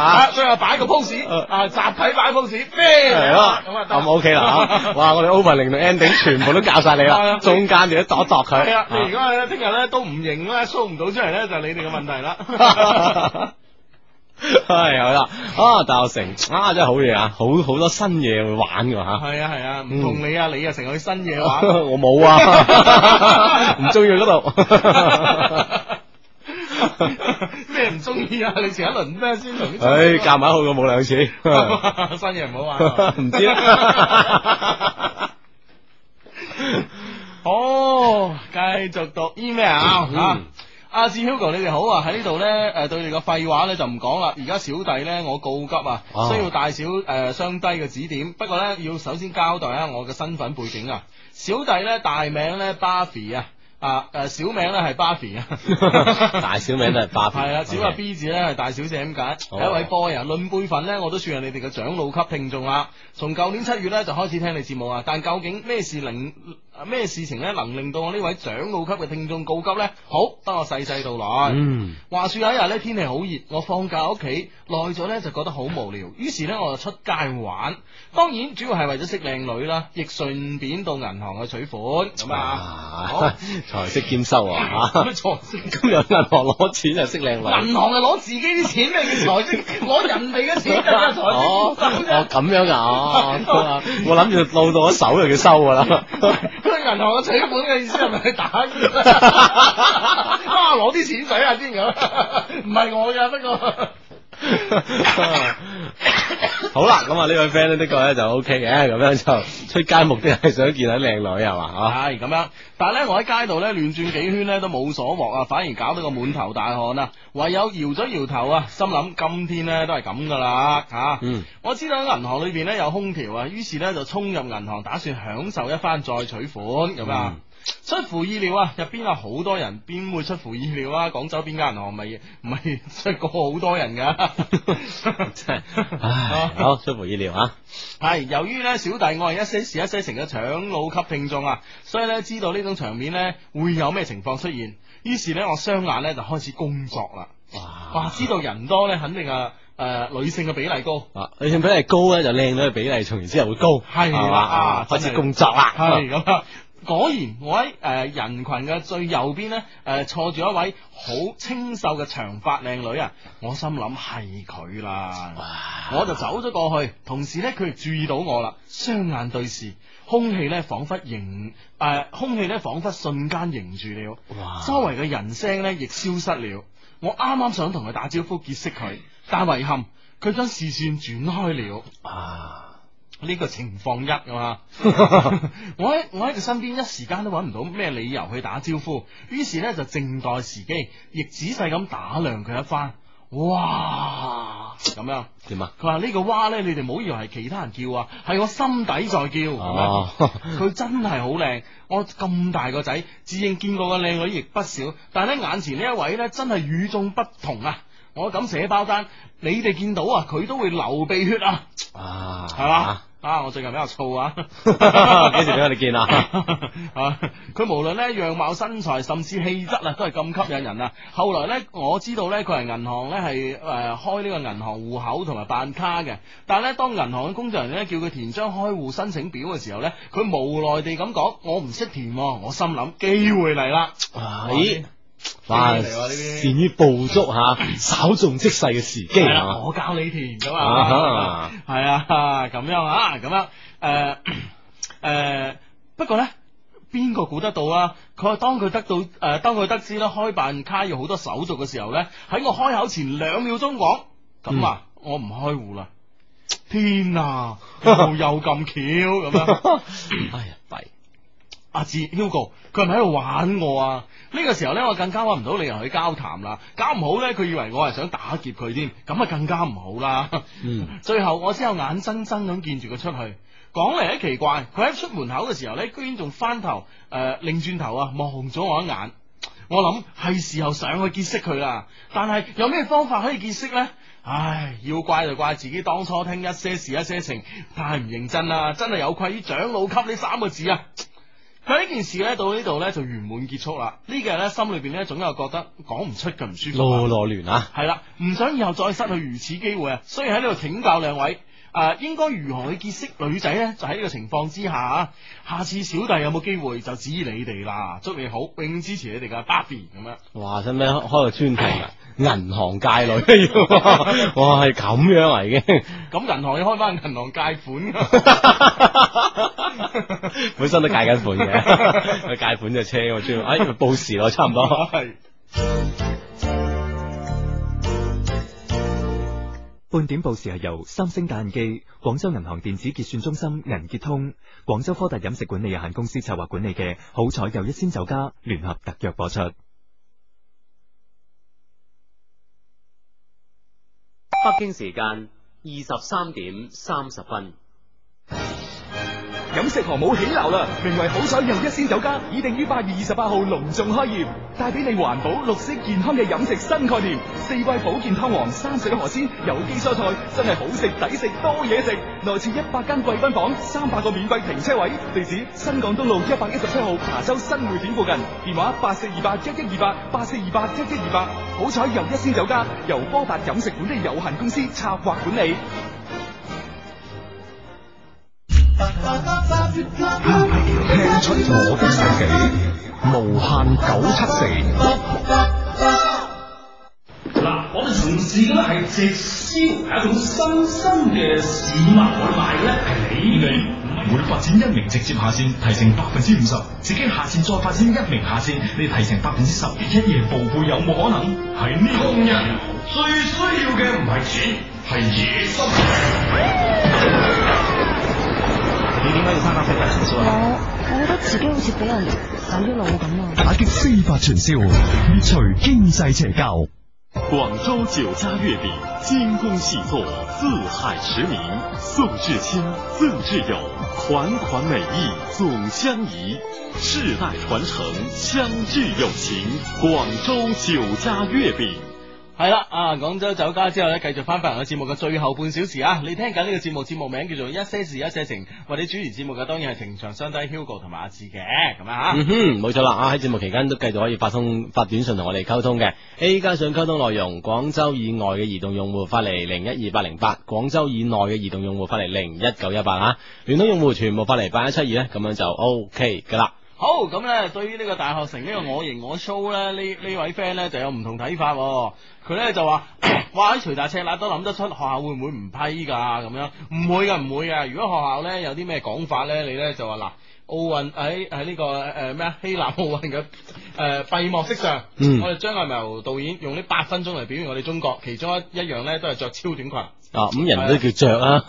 [SPEAKER 1] 啊，所以話擺個 pose 啊，集體擺 pose，咩
[SPEAKER 3] 係咯，
[SPEAKER 1] 咁啊得
[SPEAKER 3] 咁 OK 啦嚇哇！我哋 opening 同 ending 全部都教晒你
[SPEAKER 1] 係啊
[SPEAKER 3] 啦，中間就一度一度佢。
[SPEAKER 1] 係啊，你如
[SPEAKER 3] 啊
[SPEAKER 1] (laughs) 果咧聽日咧都唔型咧 show 唔到出嚟咧，就係你哋嘅問題啦。
[SPEAKER 2] 系啊 (laughs) 好啦，啊大學城啊真係好嘢啊，好好多新嘢去玩噶吓。
[SPEAKER 1] 系啊系啊，唔同你啊，你啊成日去新嘢 (laughs) 玩，
[SPEAKER 2] (laughs) 我冇啊， (laughs) 唔中意
[SPEAKER 1] (laughs)
[SPEAKER 2] 嗰度。
[SPEAKER 1] 咩唔中意啊？你前一輪咩先同啲
[SPEAKER 2] 唉，夾埋好過冇兩次，
[SPEAKER 1] (laughs)
[SPEAKER 2] (laughs)
[SPEAKER 1] 新嘢唔好玩，啊
[SPEAKER 2] 唔知啊啦。
[SPEAKER 1] 好，繼續讀 email 啊。
[SPEAKER 2] 嗯
[SPEAKER 1] 啊阿志 Hugo，你哋好啊！喺呢度呢，誒對你個廢話呢就唔講啦。而家小弟呢，我告急啊，
[SPEAKER 2] 哦
[SPEAKER 1] 需要大小誒、呃、相低嘅指點。不過呢，要首先交代下我嘅身份背景啊。小弟呢，大名呢 Buffy 啊，啊誒小名呢係 Buffy 啊。
[SPEAKER 2] (laughs) 大小名都係巴菲特
[SPEAKER 1] 係啊，只不過 B 字咧係大小姐咁解。
[SPEAKER 2] 好
[SPEAKER 1] 係一位 boy 啊，論輩份咧，我都算係你哋嘅長老級聽眾啦。從舊年七月咧就開始聽你節目啊，但究竟咩事令咩事情咧能令到我呢位長老級嘅聽眾告急呢？好，等我細細道來。
[SPEAKER 2] 嗯，
[SPEAKER 1] 話說有一日咧天氣好熱，我放假喺屋企耐咗咧就覺得好無聊，於是咧我就出街玩。當然主要係為咗識靚女啦，亦順便到銀行去取款咁啊。好 (laughs)
[SPEAKER 2] 啊 (laughs) 財色兼收啊吓，
[SPEAKER 1] 咁財色
[SPEAKER 2] 咁有銀行攞錢就識靚女，
[SPEAKER 1] 銀行係攞自己啲錢咩叫財政，攞人哋嘅錢就叫財
[SPEAKER 2] 哦
[SPEAKER 1] 政
[SPEAKER 2] 哦咁樣
[SPEAKER 1] (laughs)
[SPEAKER 2] 噶，哦我諗住露到咗手就叫收噶啦，
[SPEAKER 1] 佢銀行嘅取款嘅意思係咪去打劫啊？啊，攞啲錢使下先咁，唔係我㗎，不過。
[SPEAKER 2] 好啦，咁啊呢位 friend 咧的確咧就 O K 嘅，咁樣就出街目的係想見下靚女係嘛啊，
[SPEAKER 1] 系咁樣，但係咧，我喺街度咧亂轉幾圈咧都冇所獲啊，反而搞到個滿頭大汗啊，唯有搖咗搖頭啊，心諗今天咧都係咁噶啦吓。
[SPEAKER 2] 嗯，
[SPEAKER 1] 我知道喺銀行裏邊咧有空調啊，於是咧就衝入銀行，打算享受一番再取款咁
[SPEAKER 2] 嗯
[SPEAKER 1] 啊。出乎意料啊！入邊有好多人，邊會出乎意料啊？ (laughs) 廣州邊間銀行咪咪出過好多人噶，
[SPEAKER 2] (laughs) 真係
[SPEAKER 1] (laughs)
[SPEAKER 2] 唉，好出乎意料啊，
[SPEAKER 1] 系，由於咧小弟我係一些事一些情嘅長老級聽眾啊，所以咧知道呢種場面咧會有咩情況出現，於是咧我雙眼咧就開始工作啦。哇！知道人多咧，肯定啊诶、呃女性嘅比例高。
[SPEAKER 2] 啊，女性比例高咧就靚女嘅比例從然之後會高，
[SPEAKER 1] 係
[SPEAKER 2] 係
[SPEAKER 1] 啦，啊
[SPEAKER 2] 嘛，開始工作啦，
[SPEAKER 1] 系咁啊。果然，我喺誒、呃人群嘅最右邊咧，誒、坐住一位好清秀嘅長髮靚女啊！我心諗係佢啦，
[SPEAKER 2] 啊
[SPEAKER 1] 我就走咗過去，同時咧佢亦注意到我啦，雙眼對視，空氣咧彷彿凝誒、呃空氣咧彷彿瞬間凝住了，周圍嘅人聲咧亦消失了。我啱啱想同佢打招呼結識佢，但遺憾佢將視線轉開了。呢個情況一啊嘛，我喺我喺佢身邊一時間都揾唔到咩理由去打招呼，於是呢，就靜待時機，亦仔細咁打量佢一番。哇，咁樣
[SPEAKER 2] 點啊？
[SPEAKER 1] 佢話呢個哇呢，你哋唔好以為係其他人叫啊，係我心底在叫。咁樣
[SPEAKER 2] 哦，
[SPEAKER 1] 佢真係好靚，我咁大個仔，自認見過嘅靚女亦不少，但係咧眼前呢一位呢，真係與眾不同啊！我敢寫包單，你哋見到啊，佢都會流鼻血啊！
[SPEAKER 2] 啊，
[SPEAKER 1] 系嘛？啊！我最近比較燥
[SPEAKER 2] (laughs)
[SPEAKER 1] 啊， (laughs)
[SPEAKER 2] 幾時俾我哋見啊？
[SPEAKER 1] 啊！佢無論咧樣貌、身材，甚至氣質啊，都係咁吸引人啊！後來咧，我知道咧佢係銀行咧係誒開呢個銀行户口同埋辦卡嘅，但係咧當銀行嘅工作人員咧叫佢填張開戶申請表嘅時候咧，佢無奈地咁講：我唔識填喎，我心諗機會嚟啦！
[SPEAKER 2] 咦，哇，
[SPEAKER 1] 機會嚟喎呢啲
[SPEAKER 2] 善於捕捉下稍縱即逝嘅時機
[SPEAKER 1] 係啦
[SPEAKER 2] 啊！
[SPEAKER 1] 我教你填噶
[SPEAKER 2] 啊
[SPEAKER 1] 嘛， (laughs) 系啊，咁樣啊，咁樣诶 (coughs) 诶，不過咧。邊個估得到啊？佢話當佢得到誒、呃，當佢得知咧開辦卡要好多手續嘅時候咧，喺我開口前兩秒鐘講咁啊，我唔開户啦！天啊，又又咁巧咁樣，
[SPEAKER 2] 哎呀弊！
[SPEAKER 1] 阿志 Hugo，佢係咪喺度玩我啊？呢、個時候咧，我更加揾唔到理由去交談啦。搞唔好咧，佢以為我係想打劫佢添，咁啊更加唔好啦。
[SPEAKER 2] 嗯，
[SPEAKER 1] (laughs) 最後我只有眼睜睜咁見住佢出去。講嚟咧奇怪，佢喺出門口嘅時候咧，居然仲翻頭誒擰轉頭啊，望咗我一眼。我諗係時候上去結識佢啦，但係有咩方法可以結識呢？唉，要怪就怪自己當初聽一些事一些情太唔認真啦，真係有愧於長老級呢三個字啊！佢呢件事咧到呢度咧就圓滿結束啦。呢幾日咧心裏邊咧總有覺得講唔出嘅唔舒服啊。
[SPEAKER 2] 羅羅聯啊，
[SPEAKER 1] 系啦，唔想以後再失去如此機會啊，所以喺呢度請教兩位。誒、應該如何去結識女仔呢？就喺呢個情況之下啊，下次小弟有冇機會就指意你哋啦。祝你好，永遠支持你哋嘅 Barbie 咁樣。
[SPEAKER 2] 哇，使唔使開個專題啊？
[SPEAKER 3] 銀行界女，哇，係咁樣啊已經，
[SPEAKER 1] 咁銀行要開翻銀行界款㗎。
[SPEAKER 3] (laughs) 本身都戒緊
[SPEAKER 1] (laughs)
[SPEAKER 3] 款嘅，佢戒款隻車我專，哎，報時咯，差唔多。
[SPEAKER 38] 半點報時係由三星打印機、廣州銀行電子結算中心人結通、廣州科特飲食管理有限公司策劃管理嘅《好彩又一千酒家》聯合特約播出。
[SPEAKER 10] 北京時間二十三點三十分。
[SPEAKER 39] 飲食航母起鬧啦！名為好彩又一鮮酒家，已定於八月二十八號隆重開業，帶俾你環保、綠色、健康嘅飲食新概念。四季保健湯王、三水河鮮、有機蔬菜，真係好食抵食多嘢食。內設一百間貴賓房，三百個免費停車位。地址：新港東路一百一十七號琶洲新會展附近。電話：八四二八一一二八八四二八一一二八。好彩又一鮮酒家由波達飲食管理有限公司策劃管理。
[SPEAKER 40] 聽出我的世紀，無限九七四。
[SPEAKER 41] 嗱，我哋從事嘅咧係直銷，係一種新生嘅市民，我哋賣嘅咧係你嘅。
[SPEAKER 42] 每發展一名直接下線，提成百分之五十；自己下線再發展一名下線，你提成百分之十，一夜暴富有冇可能？係呢個工人最需要嘅唔係錢，係野心。
[SPEAKER 41] 你點解要參加非法傳銷啊？
[SPEAKER 2] 我覺得自己好似俾人洗咗腦咁啊！
[SPEAKER 40] 打擊非法傳銷，除經濟邪教。
[SPEAKER 43] 广州酒家月饼精工细作，四海驰名，宋至亲，赠至友，款款美意总相宜，世代传承，相聚友情。广州酒家月饼。
[SPEAKER 1] 系啦，啊，廣州酒家之後咧，繼續翻返我節目嘅最後半小時啊！你聽緊呢個節目，節目名叫做《一些事一些情》，為你主持節目嘅當然係情長相低 Hugo 同埋阿志嘅，咁啊
[SPEAKER 3] 嗯哼，冇錯啦啊！喺節目期間都繼續可以發通發短信同我哋溝通嘅，A 加上溝通內容，廣州以外嘅移動用戶發嚟零一二八零八，廣州以內嘅移動用戶發嚟零一九一八啊，聯通用戶全部發嚟八一七二咧，咁樣就 OK 噶啦。
[SPEAKER 1] 好，咁咧對於呢個大學城呢個我型我 show 咧，呢呢位 friend 咧就有唔同睇法、喎。佢咧就話：， (coughs) 哇！啲捶大赤辣都諗得出學校會唔會唔批㗎咁樣？唔會㗎，唔會㗎。如果學校咧有啲咩講法咧，你咧就話嗱。奧運喺喺呢個誒咩啊希臘奧運嘅誒閉幕式上，
[SPEAKER 3] 嗯
[SPEAKER 1] 我哋張藝謀導演用呢八分鐘嚟表現我哋中國，其中一一樣咧都係着超短裙。
[SPEAKER 3] 啊，咁人
[SPEAKER 1] 呃
[SPEAKER 3] 都叫着啊，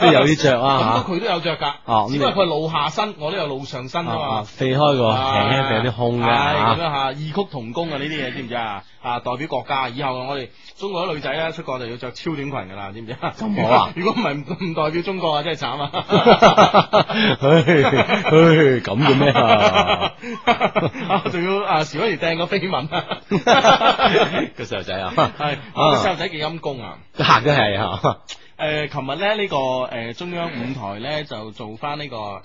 [SPEAKER 3] 都有啲着
[SPEAKER 1] 咁
[SPEAKER 10] (laughs)
[SPEAKER 3] 啊
[SPEAKER 1] 都佢都有着噶，
[SPEAKER 3] 哦咁
[SPEAKER 1] 只不過佢係露下身，我都有露上身啊
[SPEAKER 3] 嚇 (laughs) 啊，
[SPEAKER 1] 嘛。
[SPEAKER 3] 避開個輕輕俾有啲啊空嘅
[SPEAKER 1] 係咁樣
[SPEAKER 3] 嚇，
[SPEAKER 1] 吓，異曲同工啊！呢啲嘢知唔知啊？啊，代表國家，以後我哋中國啲女仔咧出國就要着超短裙噶啦，知唔知啊？
[SPEAKER 3] 冇啊
[SPEAKER 1] (laughs) 如果唔係唔唔代表中國啊，真係慘
[SPEAKER 3] (laughs)
[SPEAKER 1] 啊！
[SPEAKER 3] 唉唉哎咁嘅咩
[SPEAKER 1] (laughs)
[SPEAKER 3] 啊？
[SPEAKER 1] 啊，仲要啊，時不時掟個飛吻啊！
[SPEAKER 3] 個細路仔啊，
[SPEAKER 1] (laughs) 係個細路仔幾陰功啊！
[SPEAKER 3] 嚇都係嚇。
[SPEAKER 1] 誒，琴日咧呢個誒中央五台咧就做翻呢個誒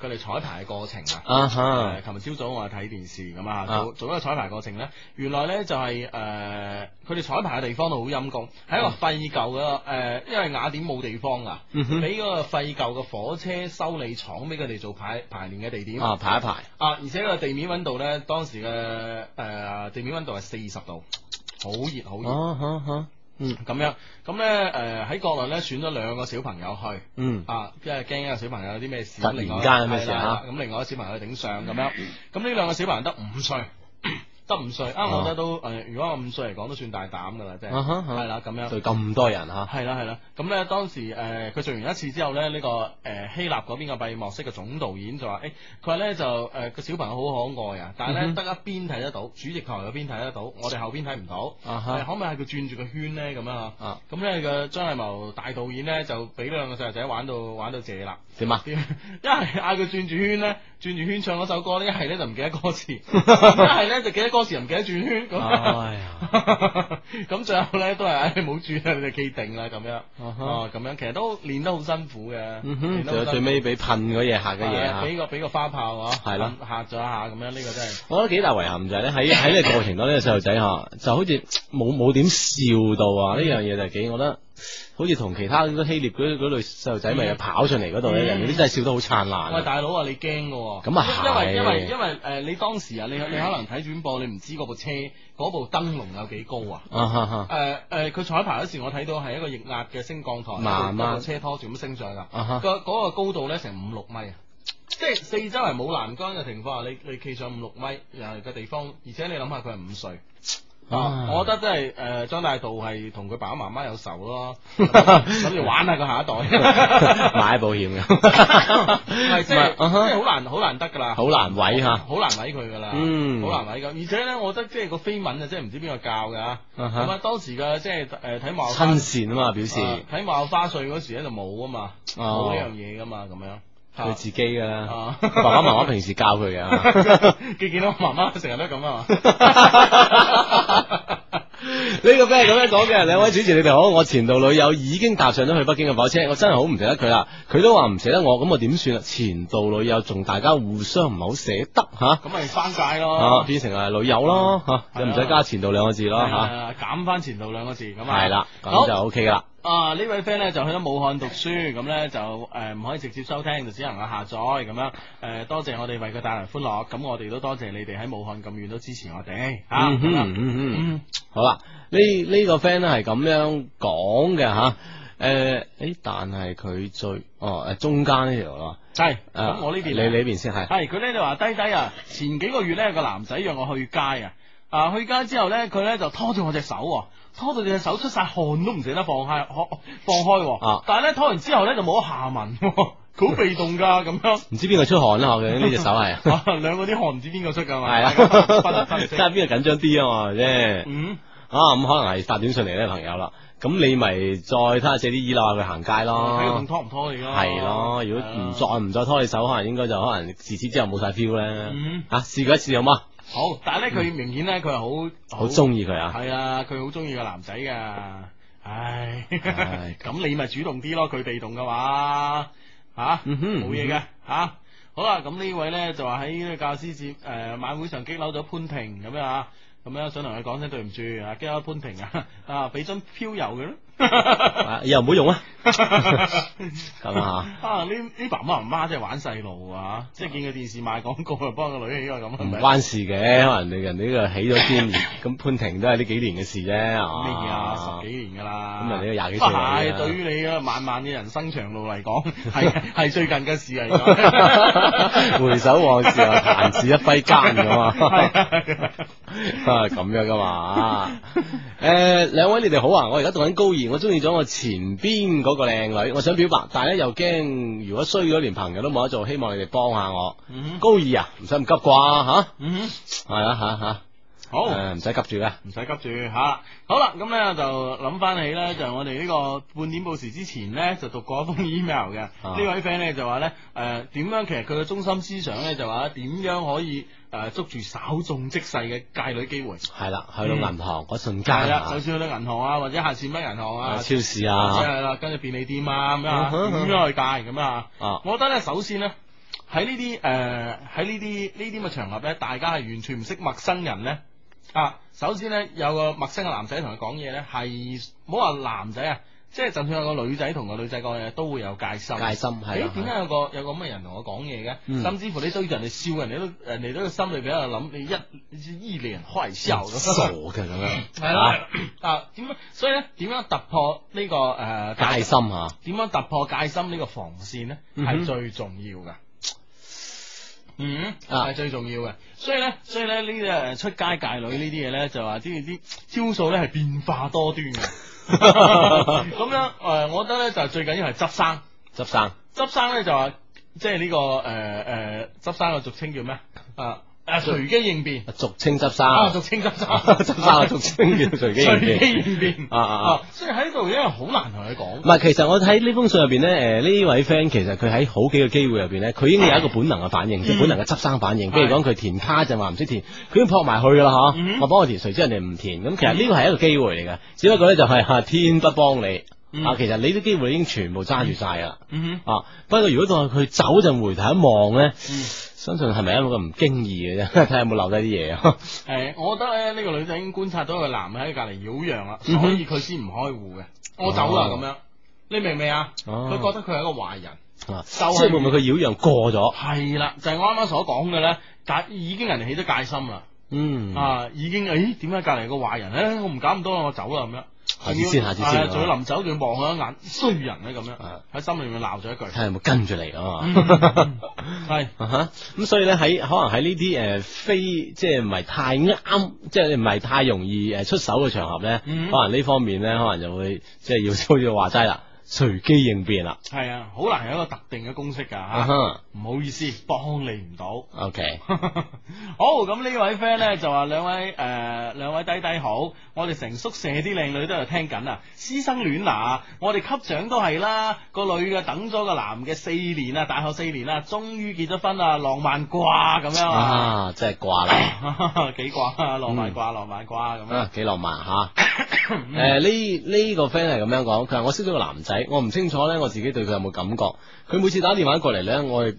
[SPEAKER 1] 佢哋彩排嘅過程啊。
[SPEAKER 3] 啊哈
[SPEAKER 1] 誒琴日朝早我係睇電視咁啊，
[SPEAKER 3] 啊
[SPEAKER 1] 做做一個彩排過程咧，原來咧就係誒呃佢哋彩排嘅地方度好陰公，喺一個廢舊嘅誒，因為雅典冇地方啊，
[SPEAKER 3] 嗯哼
[SPEAKER 1] 俾嗰個廢舊嘅火車修理廠俾佢哋做排排練嘅地點
[SPEAKER 3] 啊排一排
[SPEAKER 1] 啊，而且個地面温度咧，當時嘅誒、呃地面温度係四十度，好熱好熱。
[SPEAKER 3] 啊哈哈，嗯
[SPEAKER 1] 咁樣咁咧誒喺國內咧選咗兩個小朋友去。
[SPEAKER 3] 嗯
[SPEAKER 1] 啊，因為驚一個小朋友有啲咩事，
[SPEAKER 3] 突
[SPEAKER 1] 咁
[SPEAKER 3] 然
[SPEAKER 1] 另外
[SPEAKER 3] 間有咩事
[SPEAKER 1] 係啦
[SPEAKER 3] 啊
[SPEAKER 1] 係
[SPEAKER 3] 嗯
[SPEAKER 1] 啦咁另外一個小朋友去頂上咁樣，咁呢兩個小朋友得五歲。得五歲啊！我覺得都誒、如果我五歲嚟講都算大膽㗎啦，即係
[SPEAKER 3] 啊哈啊
[SPEAKER 1] 嗯係啦咁樣。
[SPEAKER 3] 對咁多人啊嚇，
[SPEAKER 1] 啊係啦係啦，咁咧當時誒佢、做完一次之後咧，呢、個誒、希臘嗰邊嘅閉幕式嘅總導演就話：，誒佢話咧就誒個、小朋友好可愛啊，但係咧
[SPEAKER 3] 嗯哼
[SPEAKER 1] 得一邊睇得到，主席台嗰邊睇得到，我哋後邊睇唔到，
[SPEAKER 3] 啊哈
[SPEAKER 1] 誒可唔可以係佢轉住個圈咧咁樣啊
[SPEAKER 3] 啊？
[SPEAKER 1] 咁咧個張藝謀大導演咧就俾兩個細路仔玩到玩到謝啦。
[SPEAKER 3] 點啊？
[SPEAKER 1] (laughs) 一係嗌佢轉住圈咧，轉住圈唱嗰首歌咧，一係咧就唔記得歌
[SPEAKER 3] (laughs)
[SPEAKER 1] 詞，一係咧就記得歌詞又唔記得轉圈咁。
[SPEAKER 3] 哎呀
[SPEAKER 1] (laughs) 咁最後咧都係唉冇住啦，你哋既定啦咁樣，
[SPEAKER 3] 啊哈
[SPEAKER 1] 哦咁樣其實都練得好辛苦嘅，
[SPEAKER 3] (laughs) 嗯哼，
[SPEAKER 1] 練得好辛
[SPEAKER 3] 仲有
[SPEAKER 1] 苦
[SPEAKER 3] 最尾俾噴嗰嘢嚇嘅嘢
[SPEAKER 1] 係啊
[SPEAKER 3] 嚇
[SPEAKER 1] 俾。個俾個花炮啊，
[SPEAKER 3] 係咯
[SPEAKER 1] 嚇咗一下咁樣，呢個真係
[SPEAKER 3] 我覺得幾大遺憾就係咧，喺
[SPEAKER 1] 嗯
[SPEAKER 3] 喺呢個過程當中，呢個細路仔嚇就好似啊冇冇點笑到啊！呢樣嘢就係幾，我覺得好似同其他嗰啲希臘嗰嗰類細路仔咪跑上嚟嗰度咧，
[SPEAKER 1] 嗯
[SPEAKER 3] 人哋啲真係笑得好燦
[SPEAKER 1] 喂，
[SPEAKER 3] 爛。
[SPEAKER 1] 大佬啊，你驚㗎喎！
[SPEAKER 3] 咁啊係
[SPEAKER 1] 因因為因為因為誒，你當時啊，你你可能睇轉播，你唔知嗰部車嗰部燈籠有幾高啊！
[SPEAKER 3] 啊哈哈，
[SPEAKER 1] 誒誒，呃佢彩排嗰時，我睇到係一個逆壓嘅升降台，
[SPEAKER 3] 慢慢
[SPEAKER 1] 一部車拖住咁升上㗎。
[SPEAKER 3] 啊哈
[SPEAKER 1] 個嗰個高度咧成五六米啊！即係四周圍冇欄杆嘅情況下，你你企上五六米誒嘅地方，而且你諗下佢係五歲。啊！我覺得真係誒，張大道係同佢爸爸媽媽有仇
[SPEAKER 3] (laughs)
[SPEAKER 1] 咯，諗住玩下佢下一代。
[SPEAKER 3] 買保險嘅，
[SPEAKER 1] 係即係即係好難好難得㗎啦，
[SPEAKER 3] 啊好難啊位嚇
[SPEAKER 1] 好難位佢㗎啦，
[SPEAKER 3] 嗯
[SPEAKER 1] 好難位㗎。而且咧，我覺得即係個飛吻啊，即係唔知邊個教㗎。
[SPEAKER 3] 嗯
[SPEAKER 1] 咁啊，當時嘅即係誒睇幕後花
[SPEAKER 3] 親善啊嘛，表示
[SPEAKER 1] 啊睇幕後花絮嗰時咧就冇啊嘛，
[SPEAKER 3] 哦
[SPEAKER 1] 冇呢樣嘢㗎嘛，咁樣。
[SPEAKER 3] 佢自己噶啦
[SPEAKER 1] 啊，
[SPEAKER 3] 爸爸
[SPEAKER 1] (laughs)
[SPEAKER 3] 媽媽平時教佢嘅。 (laughs)
[SPEAKER 1] 佢見到我媽媽成日都咁啊嘛。
[SPEAKER 3] 呢個 friend 係咁樣講嘅，兩位主持你哋好，我前度女友已經搭上咗去北京嘅火車，我真係好唔捨得佢啦，佢都話唔捨得我，咁我點算啊？前度女友仲大家互相唔係好捨得吓，
[SPEAKER 1] 咁咪翻界咯
[SPEAKER 3] 啊，變成係女友咯吓，你唔使加前度兩個字咯吓，
[SPEAKER 1] 啊，減翻前度兩個字咁啊。
[SPEAKER 3] 係啦，咁
[SPEAKER 1] 好
[SPEAKER 3] 就 OK 噶啦。
[SPEAKER 1] 啊！呢位 friend 咧就去咗武漢讀書，咁咧就誒唔、可以直接收聽，就只能夠下載咁樣。誒、多謝我哋為佢帶來歡樂，咁我哋都多謝你哋喺武漢咁遠都支持我哋嚇。咁
[SPEAKER 3] 嗯哼
[SPEAKER 1] 啊
[SPEAKER 3] 嗯哼好啦，呢呢、個 friend 咧係咁樣講嘅吓，誒、誒，但係佢最哦誒中間呢條咯，
[SPEAKER 1] 系咁我呢邊
[SPEAKER 3] 啊嗯
[SPEAKER 1] 啊
[SPEAKER 3] 你你邊先係
[SPEAKER 1] 係佢咧就話低低啊，前幾個月咧有個男仔約我去街啊，啊去街之後咧佢咧就拖住我隻手喎，拖到隻手出晒汗都唔捨得放開， (laughs) 放放開喎，
[SPEAKER 3] 啊
[SPEAKER 1] 但係咧拖完之後咧就冇咗下文喎， (laughs) 佢好被動㗎咁
[SPEAKER 3] (laughs)
[SPEAKER 1] 樣。
[SPEAKER 3] 唔知邊個出汗啦？我
[SPEAKER 1] (laughs)
[SPEAKER 3] 究竟呢隻手係
[SPEAKER 1] 啊兩個啲汗唔知邊個出㗎嘛？
[SPEAKER 3] 係啊
[SPEAKER 1] 大家分得分唔
[SPEAKER 3] (laughs) 睇
[SPEAKER 1] 清
[SPEAKER 3] 下邊個緊張啲啊嘛，即係
[SPEAKER 1] 嗯
[SPEAKER 3] 啊咁可能係發短信嚟呢朋友啦，咁你咪再睇下借啲依賴佢行街
[SPEAKER 1] 哦睇佢
[SPEAKER 3] 咯
[SPEAKER 1] 仲。拖唔拖你咯。啊
[SPEAKER 3] 係啊咯，如果唔再唔再拖你手，可能應該就可能自此之後冇晒 feel 咧
[SPEAKER 1] 嗯。
[SPEAKER 3] 吓試過一次好嘛？
[SPEAKER 1] 好，但係咧佢明顯咧佢係好
[SPEAKER 3] 好中意佢啊
[SPEAKER 1] 係啊，佢好中意個男仔㗎。唉
[SPEAKER 3] 唉，
[SPEAKER 1] (laughs) 咁你咪主動啲咯，佢被動嘅話，吓、
[SPEAKER 3] 嗯哼
[SPEAKER 1] 冇嘢嘅吓。好啦，咁呢位咧就話喺呢個教師節誒、呃晚會上激嬲咗潘婷咁樣啊，咁樣想同佢講聲對唔住啊，激嬲潘婷啊， (laughs) 啊俾樽飄柔佢咯。
[SPEAKER 3] 啊又唔好
[SPEAKER 1] (laughs)
[SPEAKER 3] 用啊，咁啊吓。
[SPEAKER 1] 啊！呢呢爸爸媽媽真係玩細路啊，即係見佢電視賣廣告啊，幫個女應該咁係
[SPEAKER 3] 唔
[SPEAKER 1] 咪
[SPEAKER 3] 關事嘅，可能你人哋呢個起咗先，咁潘婷都係呢幾年嘅事啫，
[SPEAKER 1] 咩
[SPEAKER 3] 係嘛
[SPEAKER 1] 啊？十幾年噶啦，
[SPEAKER 3] 咁人哋都廿幾歲嚟啦
[SPEAKER 1] 係對於你啊嘅漫漫嘅人生長路嚟
[SPEAKER 3] (laughs)
[SPEAKER 1] 講，係係最近嘅事嚟講。
[SPEAKER 3] (laughs) 回首往事啊，彈指一揮間咁嘛，
[SPEAKER 1] 啊
[SPEAKER 3] 啊咁樣噶嘛。誒，兩位你哋好啊！我而家讀緊高二，我中意咗我前邊嗰個靚女，我想表白，但係咧又驚如果衰咗連朋友都冇得做，希望你哋幫下我。高二啊，唔使咁急啩吓，
[SPEAKER 1] (laughs) 嗯哼，
[SPEAKER 3] 係啊吓吓，
[SPEAKER 1] 好
[SPEAKER 3] 誒唔使急住嘅。
[SPEAKER 1] 唔使急住吓，好啦，咁咧就諗翻起咧，就我哋呢個半點報時之前咧，就讀過一封 email 嘅。呢、
[SPEAKER 3] 啊
[SPEAKER 1] 位 friend 咧就話咧，誒點樣其實佢嘅中心思想咧就話點樣可以誒、呃捉住稍縱即逝嘅界女機會。
[SPEAKER 3] 係啦，
[SPEAKER 1] 嗯
[SPEAKER 3] 去到銀行嗰瞬間
[SPEAKER 1] 係啦，
[SPEAKER 3] 啊
[SPEAKER 1] 就，算去到銀行啊，或者下次乜銀行啊，
[SPEAKER 3] 啊超市
[SPEAKER 1] 即
[SPEAKER 3] 啊，
[SPEAKER 1] 係啦，跟住便利店啊咁
[SPEAKER 3] 嗯
[SPEAKER 1] 啊，
[SPEAKER 3] 哼
[SPEAKER 1] 咁樣去戒咁啊。
[SPEAKER 3] 啊
[SPEAKER 1] 我覺得咧，首先咧喺呢啲誒呃喺呢啲呢啲咁嘅場合咧，大家係完全唔識陌生人咧啊。首先咧，有個陌生嘅男仔同佢講嘢咧，係唔好話男仔啊。即係就算有個女仔同個女仔講嘢，都會有戒心。
[SPEAKER 3] 戒心係啦
[SPEAKER 1] 誒點解有個有個乜人同我講嘢嘅？
[SPEAKER 3] 嗯
[SPEAKER 1] 甚至乎你對住人哋笑，人哋都人哋都心裏邊喺度諗，你一一臉壞笑咁。
[SPEAKER 3] 傻嘅咁樣，
[SPEAKER 1] 系啦，啊點樣？所以咧，點樣突破呢、個誒、呃
[SPEAKER 3] 啊戒心啊。
[SPEAKER 1] 點樣突破戒心呢個防線咧，
[SPEAKER 3] 嗯哼
[SPEAKER 1] 係最重要噶。嗯，
[SPEAKER 3] 啊
[SPEAKER 1] 係最重要嘅。所以咧，所以咧呢啲呃出街界女呢啲嘢咧，就話知啲招數咧係變化多端
[SPEAKER 3] (laughs)
[SPEAKER 1] 嘅。咁樣誒、呃我覺得咧就最緊要係執生，
[SPEAKER 3] 執生
[SPEAKER 1] 執生咧就話即係呢、個呃誒誒執生嘅俗稱叫咩啊？誒隨機應變。
[SPEAKER 3] 俗稱執生
[SPEAKER 1] 啊，俗稱執生，
[SPEAKER 3] 執生啊，俗稱叫隨機應
[SPEAKER 1] (laughs) 隨
[SPEAKER 3] 變。
[SPEAKER 1] 機應變
[SPEAKER 3] 啊啊啊！
[SPEAKER 1] 所以喺度因為好難同佢
[SPEAKER 3] 唔
[SPEAKER 1] 講。
[SPEAKER 3] 係，其實我睇呢封信入邊咧，誒呢位 friend 其實佢喺好幾個機會入邊咧，佢應該有一個本能嘅反應，即嗯係本能嗯嘅執生反應。譬如講佢填卡就話唔識填，佢已經撲埋去噶啦嗬，我幫我填，誰知人哋唔填。咁其實呢個係一個機會嚟嘅，只不過咧就係嚇天不幫你。
[SPEAKER 1] 嗯
[SPEAKER 3] 啊，其實你啲機會已經全部揸住晒㗎啦。
[SPEAKER 1] 嗯
[SPEAKER 3] 啊，不過如果當佢走就回頭一望咧，相信係咪因為佢唔經意嘅啫，睇 (laughs) 下有冇留低啲嘢啊。
[SPEAKER 1] 诶、我覺得咧呢、個女仔已經觀察到個男嘅喺隔離擾攘啦，所
[SPEAKER 3] 嗯哼
[SPEAKER 1] 以佢先唔開户嘅。我走啦
[SPEAKER 3] 哦
[SPEAKER 1] 咁樣，你明唔明啊？佢、
[SPEAKER 3] 哦
[SPEAKER 1] 覺得佢係一個壞人。
[SPEAKER 3] (laughs) 啊即
[SPEAKER 1] 係
[SPEAKER 3] 係會唔會佢擾攘過咗？
[SPEAKER 1] 係啦，就係、我啱啱所講嘅咧，但已經人哋起咗戒心啦。
[SPEAKER 3] 嗯，
[SPEAKER 1] 啊，已經诶，點解隔離有個壞人咧？我唔搞咁多啦，我走啦咁樣。
[SPEAKER 3] 下次先下次先啊
[SPEAKER 1] 係啊仲要臨走仲要望佢一眼，衰人啊咧咁樣，喺心裏面鬧
[SPEAKER 3] (laughs)
[SPEAKER 1] 咗一句。
[SPEAKER 3] 睇下有冇跟住嚟啊
[SPEAKER 1] 嗯
[SPEAKER 3] 嘛。
[SPEAKER 1] 係
[SPEAKER 3] 啊哈，咁所以咧喺可能喺呢啲诶非即係唔係太啱，即係唔係太容易呃诶出手嘅場合咧，
[SPEAKER 1] 嗯
[SPEAKER 3] 可能呢方面咧可能就會即係要 (laughs) 好似話齋啦，隨機應變啦。
[SPEAKER 1] 係啊，好難有一個特定嘅公式㗎
[SPEAKER 3] 啊
[SPEAKER 1] 嚇。
[SPEAKER 3] 哈
[SPEAKER 1] 唔好意思，幫你唔到。
[SPEAKER 3] ，OK，
[SPEAKER 1] 好，咁呢位 friend 咧就話兩位诶两、位弟弟好，我哋成宿舍啲靚女都喺度聽緊啊，師生戀啊，我哋級長都係啦，個女嘅等咗個男嘅四年啊，大學四年啦，終於結咗婚啦，浪漫啩咁樣啊，
[SPEAKER 3] 啊真係掛啦，
[SPEAKER 1] 幾掛啊，浪漫啩，浪漫啩咁樣。
[SPEAKER 3] 啊幾浪漫吓。诶，呢呢個 friend 係咁樣講，佢話我識咗個男仔，我唔清楚咧我自己對佢有冇感覺。佢每次打電話過嚟咧，我哋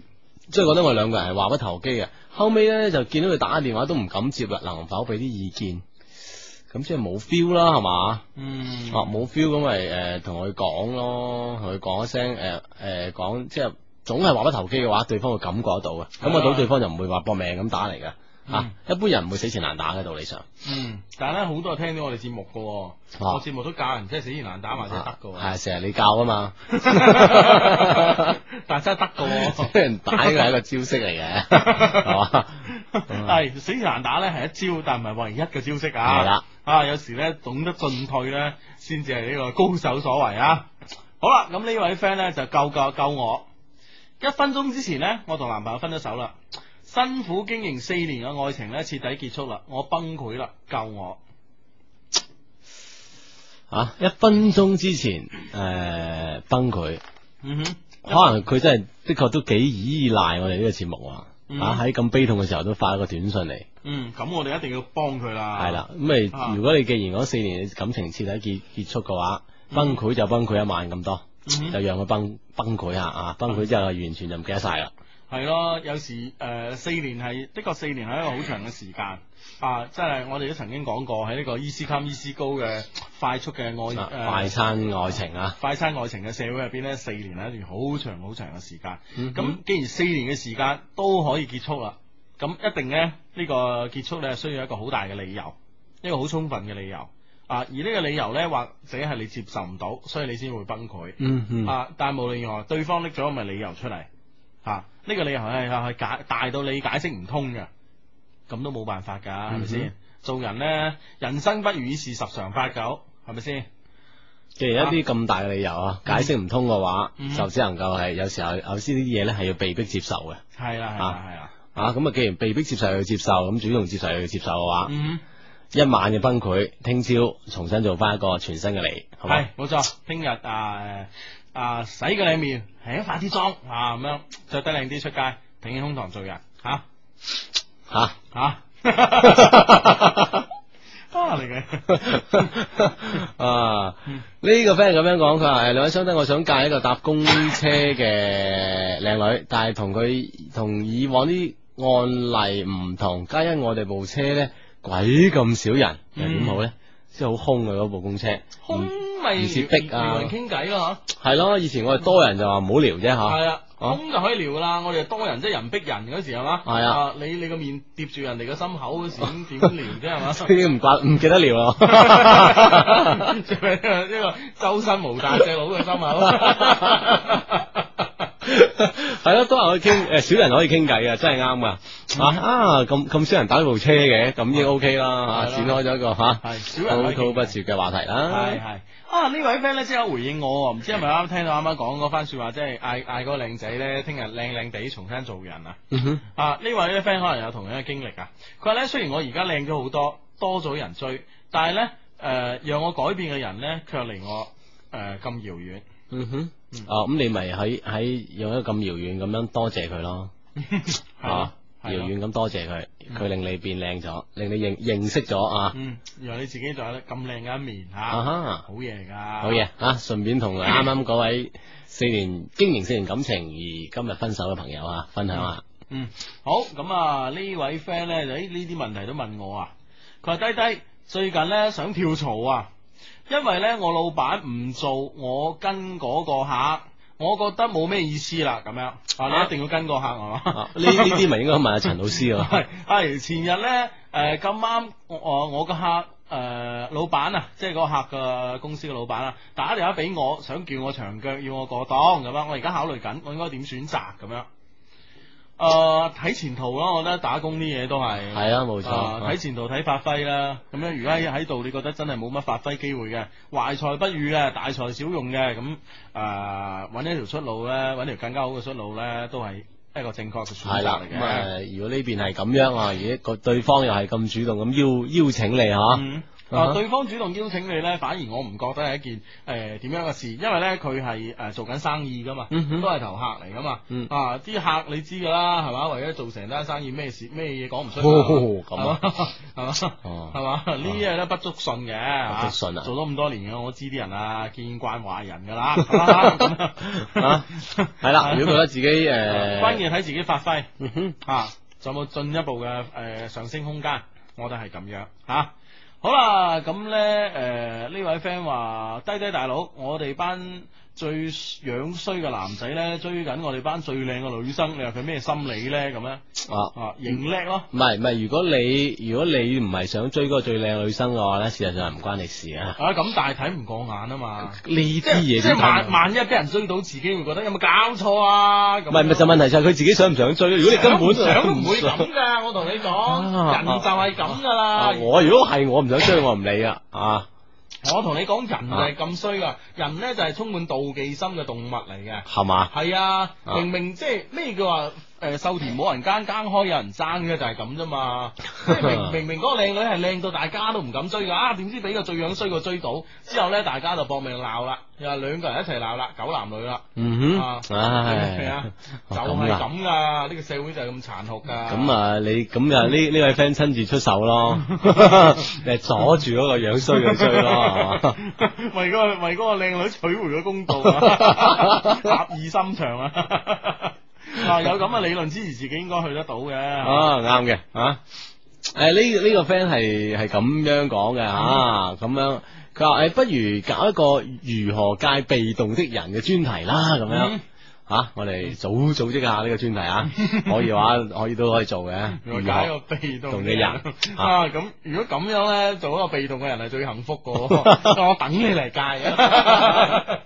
[SPEAKER 3] 即係覺得我哋兩個人係話不投機嘅。後尾咧就見到佢打電話都唔敢接啦，能否俾啲意見？咁即係冇 feel 啦，係嘛？
[SPEAKER 1] 嗯，
[SPEAKER 3] 啊冇 feel 咁咪诶同佢講咯，同佢講一聲诶诶講，即係總係話不投機嘅話，對方會感覺得到嘅，感覺到對方就唔會話搏命咁打嚟嘅。啊，一般人唔會死纏爛打嘅道理上，
[SPEAKER 1] 嗯，但係咧好多人聽到我哋節目噶、喎，
[SPEAKER 3] 啊
[SPEAKER 1] 我節目都教人即係死纏爛打或者得噶、喎，
[SPEAKER 3] 係成 (laughs) 日你教啊嘛。
[SPEAKER 1] (laughs) 但係真係得噶、喎。
[SPEAKER 3] 俾人打呢個係一個招式嚟
[SPEAKER 1] (laughs)
[SPEAKER 3] 嘅，係嘛？
[SPEAKER 1] 系死纏爛打咧係一招，但唔係唯一嘅招式啊。
[SPEAKER 3] 係啦，
[SPEAKER 1] 啊有時咧懂得進退咧，先至係呢個高手所為啊。好啦，咁呢位 friend 咧就救救救我！一分鐘之前咧，我同男朋友分咗手啦，辛苦經營四年嘅愛情咧徹底結束啦，我崩潰啦，救我！
[SPEAKER 3] 啊，一分鐘之前诶、呃崩潰，
[SPEAKER 1] 嗯哼，
[SPEAKER 3] 可能佢真係的確都幾依賴我哋呢個節目啊！
[SPEAKER 1] 嗯
[SPEAKER 3] 啊喺咁悲痛嘅時候都發一個短信嚟，
[SPEAKER 1] 嗯，咁我哋一定要幫佢啦。
[SPEAKER 3] 係啦、咁
[SPEAKER 1] 啊
[SPEAKER 3] 咪如果你既然嗰四年嘅感情徹底結結束嘅話，崩潰就崩潰一晚咁多，
[SPEAKER 1] 嗯
[SPEAKER 3] 就讓佢崩崩潰下啊！崩潰之後完全就唔記得晒啦。
[SPEAKER 1] 系咯，有時诶、呃四年係的確四年係一個好長嘅時間啊！真係我哋都曾經講過喺呢個 E C 襟 E C 高嘅快速嘅愛、
[SPEAKER 3] 啊
[SPEAKER 1] 呃
[SPEAKER 3] 快餐愛情啊，
[SPEAKER 1] 快餐愛情嘅社會入邊咧，四年係一段好長好長嘅時間。
[SPEAKER 3] 嗯
[SPEAKER 1] 咁、既然四年嘅時間都可以結束啦，咁一定咧呢、呢個結束咧需要一個好大嘅理由，一個好充分嘅理由啊！而呢個理由咧，或者係你接受唔到，所以你先會崩潰。
[SPEAKER 3] 嗯嗯
[SPEAKER 1] 啊，但係無論如何，對方拎咗咪理由出嚟吓，啊呢、個理由係係係解大到你解釋唔通嘅，咁都冇辦法㗎，係咪
[SPEAKER 3] 嗯
[SPEAKER 1] 先
[SPEAKER 3] 哼？
[SPEAKER 1] 做人咧，人生不如意事十常八九，係咪先？
[SPEAKER 3] 既然一啲咁大嘅理由啊，解釋唔通嘅話，
[SPEAKER 1] 嗯
[SPEAKER 3] 就只能夠係有時候有時啲嘢咧係要被逼接受嘅。
[SPEAKER 1] 係啦，係啦，係啦，
[SPEAKER 3] 啊，咁啊，既然被逼接受又要接受，咁主動接受又要接受嘅話，
[SPEAKER 1] 嗯。
[SPEAKER 3] 一晚嘅崩潰，聽朝重新做翻一個全新嘅你，好嘛
[SPEAKER 1] 系？冇錯，聽日啊啊洗個靚面，誒化啲妝啊咁樣，着得靚啲出街，挺起胸膛做人吓
[SPEAKER 3] 吓、
[SPEAKER 1] 吓。
[SPEAKER 3] (laughs)
[SPEAKER 1] 啊嚟嘅，
[SPEAKER 3] 嗯 (laughs) 啊！呢個 friend 咁樣講，佢話誒兩位相低，我想嫁一個搭公車嘅靚女，但係同佢同以往啲案例唔同，皆因我哋部車咧鬼咁少人，又點好咧？即係好空嘅嗰部公車，
[SPEAKER 1] 空咪
[SPEAKER 3] 唔似逼啊
[SPEAKER 1] 撩人傾偈咯
[SPEAKER 3] 係咯，以前我哋多人就話唔好聊啫
[SPEAKER 1] 嗬，係
[SPEAKER 3] 吓，
[SPEAKER 1] 啊，空就可以聊啦。我哋多人即係人逼人嗰時係嘛，
[SPEAKER 3] 係啊，
[SPEAKER 1] 你你個面疊住人哋個心口嗰
[SPEAKER 3] (laughs)
[SPEAKER 1] 時咁點聊啫係嘛？
[SPEAKER 3] (laughs)
[SPEAKER 1] (laughs)
[SPEAKER 3] 已經唔掛唔記得聊咯。
[SPEAKER 1] 即係呢個呢個周身無大隻佬嘅心口。
[SPEAKER 3] (laughs) 系咯，多人可以
[SPEAKER 1] (laughs)
[SPEAKER 3] 傾，诶、少人可以傾偈啊，真係啱噶。
[SPEAKER 1] 嗯
[SPEAKER 3] 啊啊，咁咁少人打部車嘅，咁已經 OK 啦，
[SPEAKER 1] 啊係
[SPEAKER 3] 吓
[SPEAKER 1] 啦
[SPEAKER 3] 展開咗一個吓，
[SPEAKER 1] 少人可
[SPEAKER 3] 滔
[SPEAKER 1] 以
[SPEAKER 3] 滔不絕嘅話題
[SPEAKER 1] 係
[SPEAKER 3] 啦。
[SPEAKER 1] 係啊！呢位 friend 咧即刻回應我喎，唔知係咪啱啱聽到啱啱講嗰番説話，即係嗌嗌嗰個靚仔咧，聽日靚靚地重新做人啊！
[SPEAKER 3] 嗯哼，
[SPEAKER 1] 啊，呢位 friend 可能有同樣嘅經歷啊。佢話咧，雖然我而家靚咗好多，多咗人追，但係咧誒，讓我改變嘅人咧，卻離我誒咁遙遠。
[SPEAKER 3] 嗯哼，哦，咁你咪喺喺用一個咁遙遠咁樣多謝佢咯，啊，遙
[SPEAKER 1] 係咯
[SPEAKER 3] 遠咁多謝佢，佢令你變靚咗，令你認認識咗啊，
[SPEAKER 1] 嗯，原來你自己仲有咁靚嘅一面嚇，
[SPEAKER 3] 啊哈
[SPEAKER 1] 好嘢㗎，
[SPEAKER 3] 好嘢啊！順便同啱啱嗰位四年經營四年感情而今日分手嘅朋友啊，分享下。
[SPEAKER 1] 嗯，好，咁啊呢位 friend 咧就誒呢啲問題都問我啊，佢話低低最近咧想跳槽啊，因為咧我老闆唔做我跟嗰個客。我覺得冇咩意思啦，咁樣啊，你一定要跟個客係嘛？呢
[SPEAKER 3] (laughs) 呢呢啲咪應該問下陳老師咯。
[SPEAKER 1] 啊 (laughs) 係係前日咧，誒咁啱我我個客誒、呃老闆啊，即係嗰個客嘅公司嘅老闆啊，打電話俾我，想叫我長腳，要我過檔咁樣。我而家考慮緊，我應該點選擇咁樣？誒、呃睇前途咯，我覺得打工啲嘢都係
[SPEAKER 3] 係啊冇錯
[SPEAKER 1] 啊睇、前途睇發揮啦。咁樣如果喺喺度，你覺得真係冇乜發揮機會嘅，懷才不遇嘅，大材小用嘅，咁誒揾一條出路咧，揾條更加好嘅出路咧，都係一個正確嘅選擇
[SPEAKER 3] 係啦，
[SPEAKER 1] 嚟嘅。
[SPEAKER 3] 咁啊，如果呢邊係咁樣啊，而個對方又係咁主動咁邀邀請你
[SPEAKER 1] 嗯
[SPEAKER 3] 吓，
[SPEAKER 1] 啊，
[SPEAKER 3] 哈
[SPEAKER 1] 對方主動邀請你咧，反而我唔覺得係一件誒點、樣嘅事，因為咧佢係誒做緊生意噶嘛，
[SPEAKER 3] 嗯哼
[SPEAKER 1] 都係頭客嚟噶嘛，
[SPEAKER 3] 嗯
[SPEAKER 1] 啊啲客你知噶啦，係嘛？為咗做成單生意，咩事咩嘢講唔出
[SPEAKER 3] 哦
[SPEAKER 1] 㗎嘛係嘛？係嘛？
[SPEAKER 3] 哦
[SPEAKER 1] 係嘛？呢啲嘢咧不足信嘅，
[SPEAKER 3] 不足信
[SPEAKER 1] 嚇
[SPEAKER 3] 啊
[SPEAKER 1] 做咗咁多年嘅，我知啲人啊，見慣壞人噶
[SPEAKER 3] (laughs)
[SPEAKER 1] 啦， (laughs) 係嘛咁啊
[SPEAKER 3] 啊，
[SPEAKER 1] (laughs)
[SPEAKER 3] 係啦，如果覺得自己誒，
[SPEAKER 1] 關鍵係睇自己發揮，
[SPEAKER 3] 呃嗯哼，
[SPEAKER 1] 啊，仲有冇進一步嘅誒、呃上升空間？我覺得係咁樣吓、啊好啦，咁咧誒呢位 friend 話：低低大佬，我哋班最樣衰嘅男仔咧追緊我哋班最靚嘅女生，你話佢咩心理咧？咁咧
[SPEAKER 3] 啊
[SPEAKER 1] 啊，型叻咯。
[SPEAKER 3] 唔係唔係，如果你如果你唔係想追嗰個最靚女生嘅話咧，事實上係唔關你事啊。
[SPEAKER 1] 啊咁，但係睇唔過眼啊嘛！
[SPEAKER 3] 呢啲嘢
[SPEAKER 1] 即係即
[SPEAKER 3] 點
[SPEAKER 1] 係
[SPEAKER 3] 睇
[SPEAKER 1] 萬萬一俾人追到，自己會覺得有冇搞錯啊？
[SPEAKER 3] 唔
[SPEAKER 1] 咁
[SPEAKER 3] 係唔係，就問題就係佢自己想唔想追咯。如果你根本
[SPEAKER 1] 想都唔會
[SPEAKER 3] 想
[SPEAKER 1] 咁噶，我同你講，
[SPEAKER 3] 啊
[SPEAKER 1] 人就係咁噶啦。
[SPEAKER 3] 啊我如果係我唔想追，我唔理啊。啊，
[SPEAKER 1] 我同你講，人就係咁衰噶，人咧就係充滿妒忌心嘅動物嚟嘅。
[SPEAKER 3] 係嘛？
[SPEAKER 1] 係啊，
[SPEAKER 3] 啊
[SPEAKER 1] 明明即係咩叫話誒，秀田冇人耕，耕開有人爭嘅就係咁啫
[SPEAKER 3] (laughs)
[SPEAKER 1] 嘛。即係明明明嗰個靚女係靚到大家都唔敢追噶，啊點知俾個最樣衰個追到，之後咧大家就搏命鬧啦，又係兩個人一齊鬧啦，狗男女啦。
[SPEAKER 3] 嗯
[SPEAKER 1] 啊
[SPEAKER 3] 哼，
[SPEAKER 1] 係啊
[SPEAKER 3] 唉，，
[SPEAKER 1] 就
[SPEAKER 3] 哦咁
[SPEAKER 1] 係
[SPEAKER 3] 啦
[SPEAKER 1] 咁噶，呢個社會就係咁殘酷噶。
[SPEAKER 3] 咁啊，你咁啊呢
[SPEAKER 1] 嗯
[SPEAKER 3] 呢位 friend 親自出手咯，
[SPEAKER 1] (laughs)
[SPEAKER 3] 你阻住嗰個樣衰嘅衰咯，係
[SPEAKER 1] (laughs)
[SPEAKER 3] 嘛？
[SPEAKER 1] 为嗰个为嗰个靓女取回咗公道
[SPEAKER 3] (laughs)
[SPEAKER 1] 啊，侠义心肠啊！ (laughs) 啊，有咁嘅理論支持自己應該去得到嘅。
[SPEAKER 3] 啊，啱嘅啊。诶，呢呢個 friend 係係咁樣
[SPEAKER 1] 嗯
[SPEAKER 3] 講嘅吓，咁樣佢話诶，不如搞一個如何戒被動的人嘅專題啦，咁樣
[SPEAKER 1] 嗯
[SPEAKER 3] 吓，啊我哋組組織下呢個專題
[SPEAKER 1] (laughs)
[SPEAKER 3] 啊，可以話可以都可以做嘅。
[SPEAKER 1] 如果
[SPEAKER 3] 如
[SPEAKER 1] 解一個
[SPEAKER 3] 何
[SPEAKER 1] 被動
[SPEAKER 3] 同嘅人
[SPEAKER 1] 啊，咁如果咁樣咧，做一個被動嘅人係最幸福噶。
[SPEAKER 3] (laughs)
[SPEAKER 1] 我等你嚟戒啊！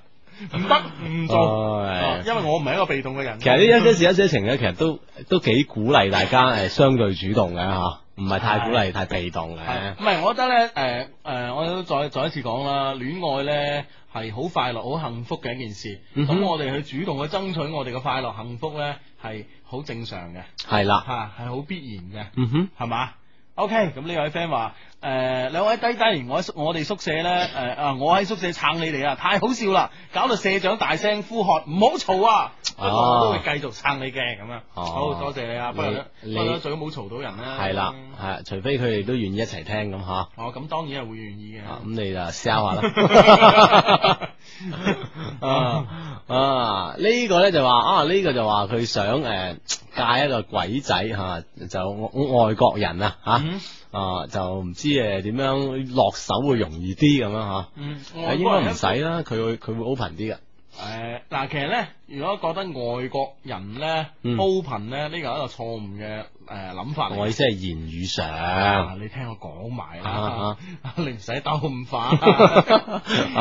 [SPEAKER 1] 唔得，唔做，
[SPEAKER 3] 唉
[SPEAKER 1] 啊因為我唔係一個被動嘅人。
[SPEAKER 3] 哦其實呢一些事一些情咧，其實都都幾鼓勵大家诶相對主動嘅吓，唔係太鼓勵太被動嘅。
[SPEAKER 1] 唔係，我覺得咧，誒、誒、我都再再一次講啦，戀愛咧係好快樂、好幸福嘅一件事。
[SPEAKER 3] 嗯
[SPEAKER 1] 咁、
[SPEAKER 3] 哼
[SPEAKER 1] 我哋去主動去爭取我哋嘅快樂、幸福咧，係好正常嘅，
[SPEAKER 3] 係啦，
[SPEAKER 1] 嚇係好必然嘅。
[SPEAKER 3] 嗯哼，
[SPEAKER 1] 係嘛？OK，咁呢位 friend 話誒兩位低低，我喺宿我哋宿舍咧誒啊，我喺宿舍撐你哋啊，太好笑啦，搞到社長大聲呼喝唔好嘈啊！不過我都會繼續撐你嘅咁樣。
[SPEAKER 3] 哦
[SPEAKER 1] 好多謝你啊，不過
[SPEAKER 3] 你
[SPEAKER 1] 不過最好冇嘈到人啦。
[SPEAKER 3] 係啦，系除非佢哋都願意一齊聽咁吓。啊
[SPEAKER 1] 哦，咁當然係會願意嘅。
[SPEAKER 3] 咁你就 sell 下 (laughs) 啦。啊啊！呢個咧就話啊，呢個就話佢想诶嫁一個鬼仔吓，就外外國人啊吓。
[SPEAKER 1] 嗯
[SPEAKER 3] 啊，就唔知诶點樣落手會容易啲咁樣吓，
[SPEAKER 1] 嗯，
[SPEAKER 3] 誒啊應該唔使啦，佢會佢會 open 啲噶，
[SPEAKER 1] 诶，嗱、其實咧，如果覺得外國人咧、
[SPEAKER 3] 嗯
[SPEAKER 1] open 咧，呢個係一個錯誤嘅诶諗法嚟嘅。
[SPEAKER 3] 我意思係言語上
[SPEAKER 1] 啊你聽我講埋啦
[SPEAKER 3] 啊，
[SPEAKER 1] 你唔使鬥咁快。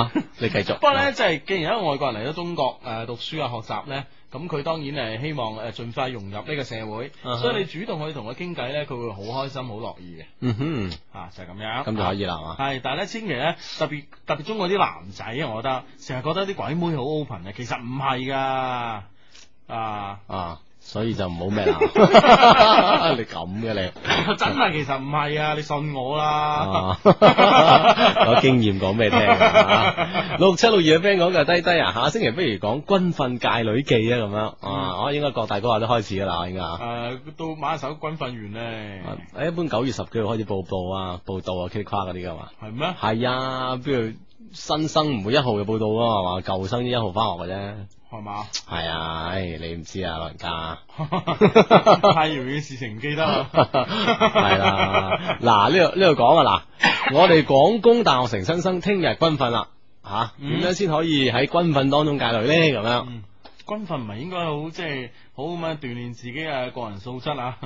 [SPEAKER 3] 啊，你繼續。
[SPEAKER 1] (laughs) 不過咧，即係既然一個外國人嚟咗中國誒、呃、讀書啊學習咧，咁佢當然係希望誒盡快融入呢個社會
[SPEAKER 3] 啊哈
[SPEAKER 1] 所以你主動去同佢傾偈咧，佢會好開心、好樂意嘅。
[SPEAKER 3] 嗯哼，
[SPEAKER 1] 啊，就係、咁樣，
[SPEAKER 3] 咁就可以啦係
[SPEAKER 1] 啊
[SPEAKER 3] 嘛
[SPEAKER 1] 係，但係咧，千祈咧，特別特別中國啲男仔啊，我覺得成日覺得啲鬼妹好 open 嘅，其實唔係噶，
[SPEAKER 3] (laughs)
[SPEAKER 1] 啊，
[SPEAKER 3] 啊，所以就唔好咩 (laughs) 啦，你咁嘅你。
[SPEAKER 1] 真係其實唔係啊，你信我啦
[SPEAKER 3] 啊，， (laughs) 有經驗講俾你聽啊。六七六二嘅 friend 講嘅低低啊，下星期不如講軍訓界女記啊，咁樣啊，我應該各大高校都開始噶啦，應該
[SPEAKER 1] 誒、
[SPEAKER 3] 啊。
[SPEAKER 1] 到馬首軍訓完咧，
[SPEAKER 3] 啊一般九月十幾號開始報報啊，報道啊，K 跨嗰啲噶嘛。
[SPEAKER 1] 係咩？
[SPEAKER 3] 係啊，邊度新生唔會一號嘅報道啊嘛，係嘛？舊生一號翻學嘅啫。
[SPEAKER 1] 係
[SPEAKER 3] (laughs)
[SPEAKER 1] 嘛？
[SPEAKER 3] 係啊，唉，你唔知啊，老人家。
[SPEAKER 1] 太遙遠嘅事情唔記得啦。
[SPEAKER 3] (laughs) 係啦，嗱呢度呢度講啊，嗱，我哋廣工大學城新生聽日軍訓啦，吓
[SPEAKER 1] 嗯
[SPEAKER 3] 點樣先可以喺軍訓當中戒律咧？咁樣
[SPEAKER 1] 軍訓唔係應該好即係好咁樣鍛鍊自己嘅個人素質啊？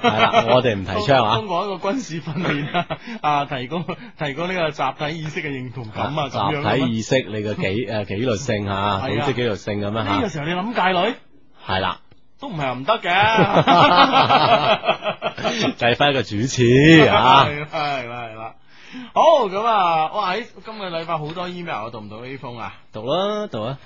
[SPEAKER 1] (laughs)
[SPEAKER 3] 啦，我哋唔提倡啊
[SPEAKER 1] 通。過一個軍事訓練啊， (laughs) 啊提高提高呢個集體意識嘅認同感啊，咁樣啊
[SPEAKER 3] 集體意識，你嘅
[SPEAKER 1] (laughs)
[SPEAKER 3] 紀誒紀律性啊吓，組織紀律性咁樣
[SPEAKER 1] 呢個
[SPEAKER 3] 吓，
[SPEAKER 1] 時候你諗戒女 (laughs)
[SPEAKER 3] 係啦， (laughs)
[SPEAKER 1] 都唔係話唔得嘅。
[SPEAKER 3] 計翻一個主持啊，
[SPEAKER 1] (laughs) 係啦係啦係啦。好咁啊！哇，喺今個禮拜好多 email，我讀唔到呢封啊？
[SPEAKER 3] 讀啦讀啦。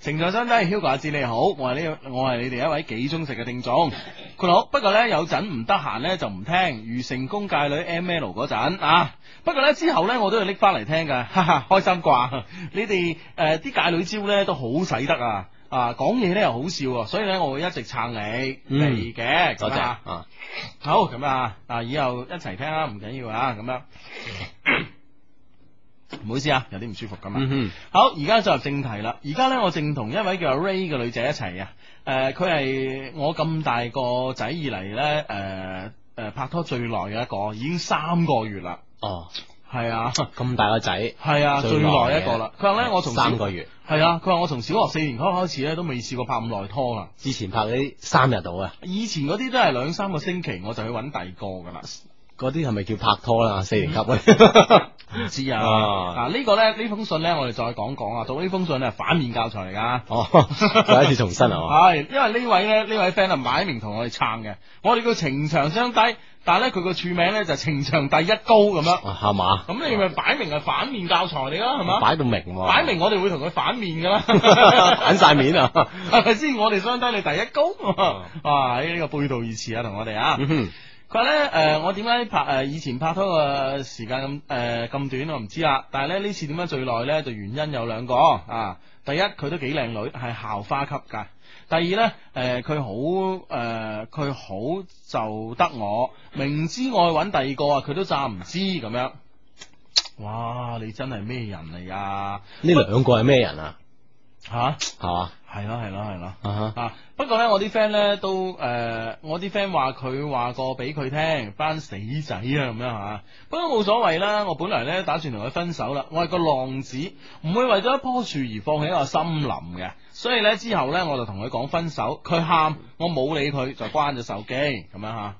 [SPEAKER 1] 情在身低，Hugo 阿志你好，我係呢我係你哋一位幾忠實嘅聽眾。佢好，不過呢，有陣唔得閒呢就唔聽，如成功界女 M L 嗰陣啊。不過呢，之後呢，我都要拎翻嚟聽噶， (laughs) 哈哈，開心啩？ (laughs) 你哋誒啲界女招呢都好使得啊！啊，講嘢呢又好笑啊，所以呢，我會一直撐你嚟嘅。咁
[SPEAKER 3] 嗯多謝
[SPEAKER 1] 啊
[SPEAKER 3] 啊。
[SPEAKER 1] 好咁啊，啊以後一齊聽啦，唔緊要啊，
[SPEAKER 3] (coughs)
[SPEAKER 1] 咁樣。唔好意思啊，有啲唔舒服噶嘛。
[SPEAKER 3] 嗯
[SPEAKER 1] 好，而家進入正題啦。而家呢，我正同一位叫阿 Ray 嘅女仔一齊啊。誒、佢係我咁大個仔以嚟呢，誒、誒、拍拖最耐嘅一個，已經三個月啦。
[SPEAKER 3] 哦， (laughs)
[SPEAKER 1] 係啊，
[SPEAKER 3] 咁大個仔，
[SPEAKER 1] 係
[SPEAKER 3] 係
[SPEAKER 1] 啊，最耐一個啦。佢話呢，我從小
[SPEAKER 3] 三個月
[SPEAKER 1] 係啊，佢話我從小學四年級開始呢，都未試過拍咁耐拖啦。
[SPEAKER 3] 之前拍嗰啲三日到啊，
[SPEAKER 1] 以前嗰啲都係兩三個星期我就去揾第二個噶啦。
[SPEAKER 3] 嗰啲係咪叫拍拖啦？四年級咧，
[SPEAKER 1] 唔知啊，
[SPEAKER 3] 啊
[SPEAKER 1] 嗱呢個咧呢封信咧，我哋再講講啊。讀呢封信咧，反面教材嚟噶。
[SPEAKER 3] 哦，再一次重申啊哦係嘛？
[SPEAKER 1] 係，因為呢位咧，呢位 friend 啊，擺明同我哋撐嘅。我哋叫情長相低，但係咧佢個署名咧就情長第一高咁樣。
[SPEAKER 3] 啊係嘛？
[SPEAKER 1] 咁你咪擺明係反面教材嚟啦，係嘛？
[SPEAKER 3] 擺到明喎，
[SPEAKER 1] 啊擺明我哋會同佢反面噶啦，
[SPEAKER 3] (laughs) 反晒面啊！
[SPEAKER 1] 係咪先？我哋相低你第一高，
[SPEAKER 3] 哦
[SPEAKER 1] 哇！呢、個背道而馳啊，同我哋啊。
[SPEAKER 3] 嗯
[SPEAKER 1] 佢話咧，誒、我點解拍誒、以前拍拖嘅時間咁誒咁短，啊我唔知啦。但係咧呢次點解最耐咧，就原因有兩個啊。第一，佢都幾靚女，係校花級㗎。第二咧，誒佢好誒佢好就得我，明知我去揾第二個啊，佢都詐唔知咁樣。哇！你真係咩人嚟啊噶？
[SPEAKER 3] 呢兩個係咩人啊？
[SPEAKER 1] 吓，
[SPEAKER 3] 係嘛？
[SPEAKER 1] 係咯係咯係咯。
[SPEAKER 3] 啊哈
[SPEAKER 1] 啊！不過咧，我啲 friend 咧都誒、呃我啲 friend 話佢話過俾佢聽，班死仔啊咁樣嚇。不過冇所謂啦，我本來咧打算同佢分手啦。我係個浪子，唔會為咗一棵樹而放棄一個森林嘅。所以咧之後咧，我就同佢講分手，佢喊，我冇理佢，就關咗手機咁樣嚇。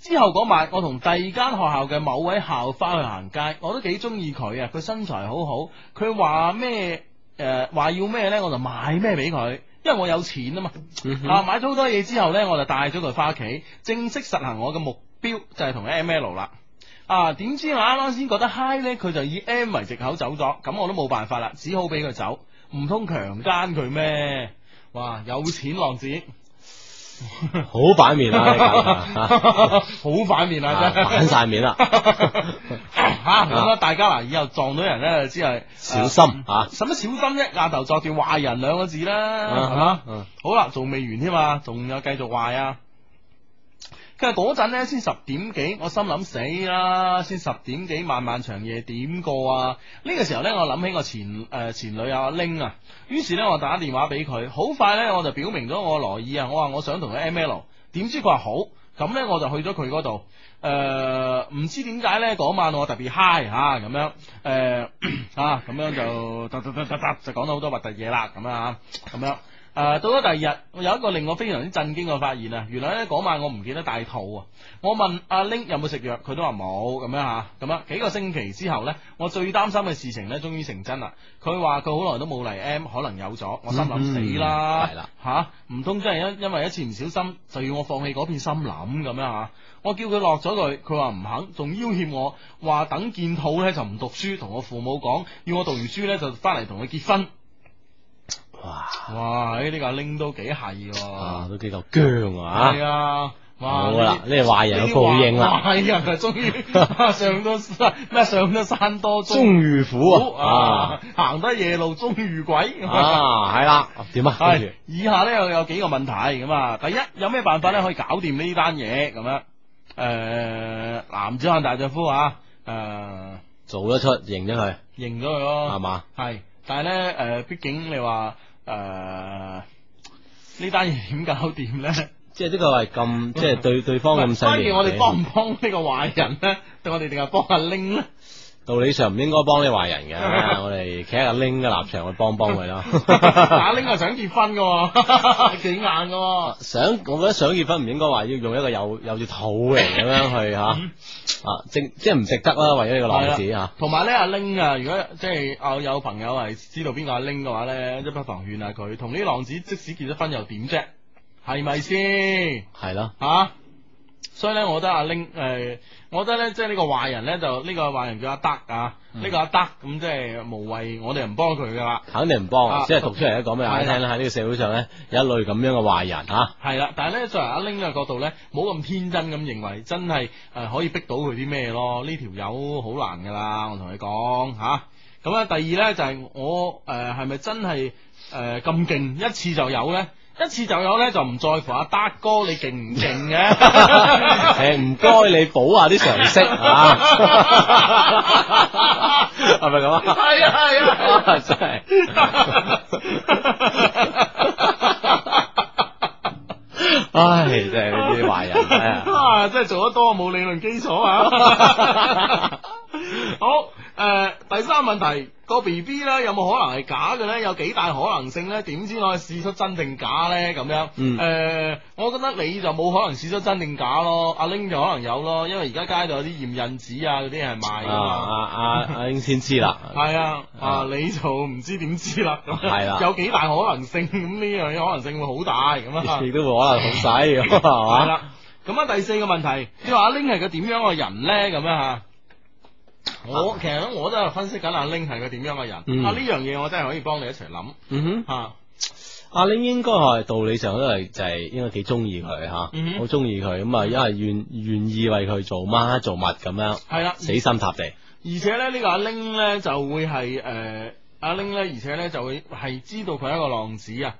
[SPEAKER 1] 之後嗰晚，我同第二間學校嘅某位校花去行街，我都幾中意佢啊！佢身材好好，佢話咩誒話要咩呢？我就買咩俾佢，因為我有錢啊嘛。
[SPEAKER 3] 嗯
[SPEAKER 1] 啊，買咗好多嘢之後呢，我就帶咗佢翻屋企，正式實行我嘅目標就係同 M L 啦。啊，點知我啱啱先覺得嗨呢，佢就以 M 為藉口走咗，咁我都冇辦法啦，只好俾佢走，唔通強姦佢咩？哇，有錢浪子！
[SPEAKER 3] 好反面啊！你搞
[SPEAKER 1] (laughs) 好反面啊！真係 (laughs)
[SPEAKER 3] 啊反晒面啦，
[SPEAKER 1] 吓咁啊！大家嗱，以後撞到人咧，就知係呃
[SPEAKER 3] 小心啊！
[SPEAKER 1] 使乜小心啫？額頭作住壞人兩個字啦，
[SPEAKER 3] 啊
[SPEAKER 1] 係嘛？
[SPEAKER 3] 嗯
[SPEAKER 1] 好啦，仲未完添嘛，仲有繼續壞啊！佢話嗰陣咧先十點幾，我心諗死啦，先十點幾漫漫長夜點過啊！呢、個時候咧，我諗起我前誒、呃前女友阿玲啊，於是咧我打電話俾佢，好快咧我就表明咗我嘅來意啊，我話我想同佢 M L，點知佢話好，咁咧我就去咗佢嗰度。誒，唔、知點解咧，嗰晚我特別嗨 i 嚇咁樣，誒、 (clears throat) 啊咁樣就突突突突突就講到好多核突嘢啦，咁啊咁樣。誒、到咗第二日，我有一個令我非常之震驚嘅發現啊！原來咧嗰晚我唔記得帶套啊！我問阿 Ling 有冇食藥，佢都話冇咁樣嚇，咁啊幾個星期之後呢，我最擔心嘅事情呢，終於成真啦！佢話佢好耐都冇嚟 M，可能有咗，我心諗死啦，
[SPEAKER 3] 嗯係啦
[SPEAKER 1] 嚇唔通真係因因為一次唔小心就要我放棄嗰片森林咁樣嚇？我叫佢落咗佢，佢話唔肯，仲要挟我話等見肚呢就唔讀書，同我父母講要我讀完書呢就翻嚟同佢結婚。
[SPEAKER 3] 哇
[SPEAKER 1] 哇！呢、個阿拎都幾係
[SPEAKER 3] 啊
[SPEAKER 1] 喎，
[SPEAKER 3] 都幾夠僵啊！
[SPEAKER 1] 係啊，哇！
[SPEAKER 3] 好啦，呢個壞人有報應啦，
[SPEAKER 1] 係人啊，終
[SPEAKER 3] (laughs)
[SPEAKER 1] 於上到山咩？上到山多
[SPEAKER 3] 終遇苦啊
[SPEAKER 1] 啊！行得夜路終遇鬼
[SPEAKER 3] (laughs) 啊係啦，點啊？跟住
[SPEAKER 1] (laughs) 係以下咧有有幾個問題咁啊，第一有咩辦法咧可以搞掂呢啊單嘢咁樣？誒、男子漢大丈夫啊，誒、
[SPEAKER 3] 做得出，認咗佢，
[SPEAKER 1] 認咗佢咯，
[SPEAKER 3] 係嘛？
[SPEAKER 1] 係，但係咧，誒、畢竟你話誒呢單嘢點搞掂咧？
[SPEAKER 3] 即係呢個係
[SPEAKER 1] 嗯
[SPEAKER 3] 咁，即係對對方咁細
[SPEAKER 1] 關
[SPEAKER 3] 年
[SPEAKER 1] 鍵我哋
[SPEAKER 3] 紀
[SPEAKER 1] 幫唔幫呢個 (laughs) 壞人咧？定我哋定係幫阿拎咧？
[SPEAKER 3] 道理上唔應該幫呢壞人
[SPEAKER 1] (laughs)
[SPEAKER 3] 嘅，我哋企喺阿拎嘅立場去幫幫佢啦。
[SPEAKER 1] 阿拎係想結婚嘅喎， (laughs) 幾硬嘅喎。
[SPEAKER 3] (laughs) 想，我覺得想結婚唔應該話要用一個有有住肚嚟咁樣去吓，啊，正即係唔值得啦，為咗呢個浪子
[SPEAKER 1] 嗯係
[SPEAKER 3] 吓
[SPEAKER 1] 啦。同埋咧，阿拎啊，如果即係啊有朋友係知道邊個阿拎嘅話咧，即不妨勸下佢，同呢啲浪子即使結咗婚又點啫？係咪先？
[SPEAKER 3] 係咯，
[SPEAKER 1] 吓、所以咧，我覺得阿拎诶、我覺得咧，即係呢個壞人咧，就呢、個壞人叫阿德啊，呢、個阿德咁即係無謂，我哋唔幫佢噶啦。
[SPEAKER 3] 肯定唔幫啊
[SPEAKER 1] 啊，
[SPEAKER 3] 即係讀出嚟咧講俾大家
[SPEAKER 1] 係啦
[SPEAKER 3] 聽啦。喺呢個社會上咧，有一類咁樣嘅壞人吓，
[SPEAKER 1] 係啦，但係咧，作為阿拎嘅角度咧，冇咁天真咁認為，真係诶、呃可以逼到佢啲咩咯？呢條友好難噶啦，我同你講吓。咁啊，第二咧就係我诶係咪真係诶咁勁一次就有咧？一次就有咧，就唔在乎阿德哥你勁唔勁 (laughs) 嘅。
[SPEAKER 3] 誒唔該你補下啲常
[SPEAKER 1] (laughs)
[SPEAKER 3] 識啊，係咪咁啊？ (laughs)
[SPEAKER 1] 係啊係啊係 (laughs) 啊
[SPEAKER 3] 真係。唉，真係呢啲壞人，哎呀
[SPEAKER 1] (laughs) 啊，真系做得多冇理论基础
[SPEAKER 3] (laughs)
[SPEAKER 1] 啊！好，诶、第三問題個 B B 咧有冇可能係假嘅咧？有幾大可能性咧？點先可以試出真定假咧？咁樣，
[SPEAKER 3] 嗯
[SPEAKER 1] 誒我覺得你就冇可能試出真定假咯，阿玲就可能有咯，因為而家街度有啲驗孕紙啊嗰啲係賣㗎
[SPEAKER 3] 啊
[SPEAKER 1] 嘛。
[SPEAKER 3] 啊啊阿英先知啦，
[SPEAKER 1] (laughs) 係啊，啊你就唔知點知啦，咁樣
[SPEAKER 3] 係啦
[SPEAKER 1] 有幾大可能性？咁呢樣嘢可能性會好大咁啊。
[SPEAKER 3] 亦都會可能好使，係
[SPEAKER 1] 係
[SPEAKER 3] 嘛？
[SPEAKER 1] 啦，咁啊第四個問題，你話阿玲係個點樣嘅人咧？咁樣吓，我其實我都係分析緊阿玲係個點樣嘅人。
[SPEAKER 3] 嗯
[SPEAKER 1] 啊呢樣嘢我真係可以幫你一齊諗
[SPEAKER 3] 嗯哼，
[SPEAKER 1] 啊。
[SPEAKER 3] 阿玲應該係道理上都係就係應該幾中意佢
[SPEAKER 1] 嗯
[SPEAKER 3] 吓，
[SPEAKER 1] 哼
[SPEAKER 3] 好中意佢咁啊，因為願願意為佢做乜做物咁樣，
[SPEAKER 1] 係啦
[SPEAKER 3] 死心塌地，
[SPEAKER 1] 而且咧呢、呢個阿玲咧就會係誒、呃阿玲咧，而且咧就會係知道佢係一個浪子啊，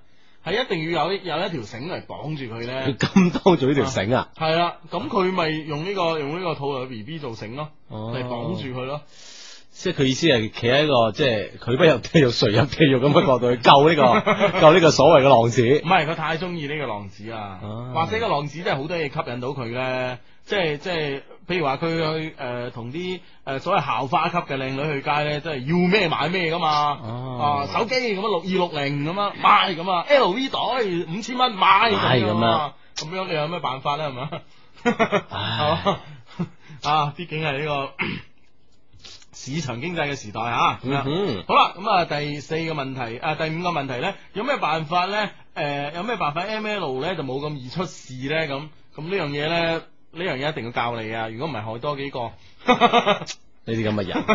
[SPEAKER 1] 係一定要有一有一條繩嚟綁住佢咧。
[SPEAKER 3] 咁當做呢條繩啊！
[SPEAKER 1] 係啦，咁佢咪用呢、個用呢個肚內 B B 做繩咯，
[SPEAKER 3] 哦
[SPEAKER 1] 嚟綁住佢咯。
[SPEAKER 3] 即係佢意思係企喺一個即係佢不入地獄誰入地獄咁嘅角度去救呢、
[SPEAKER 1] (laughs)
[SPEAKER 3] 個救呢個所謂嘅浪子
[SPEAKER 1] 唔。係佢太中意呢個浪子啊，或者個浪子真係好多嘢吸引到佢咧，即係即係，譬如話佢去誒同啲誒所謂校花級嘅靚女去街咧，真係要咩買咩噶嘛，啊手機咁啊六二六零咁啊買咁啊 LV 袋五千蚊買
[SPEAKER 3] 買咁
[SPEAKER 1] 樣啊
[SPEAKER 3] 啦，
[SPEAKER 1] 咁樣你有咩辦法咧係咪？啊 (laughs) 啊，畢竟係呢個 (coughs) 市場經濟嘅時代啊，咁樣。
[SPEAKER 3] 嗯
[SPEAKER 1] 好啦，咁啊第四個問題啊第五個問題咧，有咩辦法咧？诶、有咩辦法 M L 咧就冇咁易出事咧？咁咁呢樣嘢咧，呢樣嘢一定要教你啊！如果唔係害多幾個
[SPEAKER 3] 呢啲咁嘅人，
[SPEAKER 1] (laughs)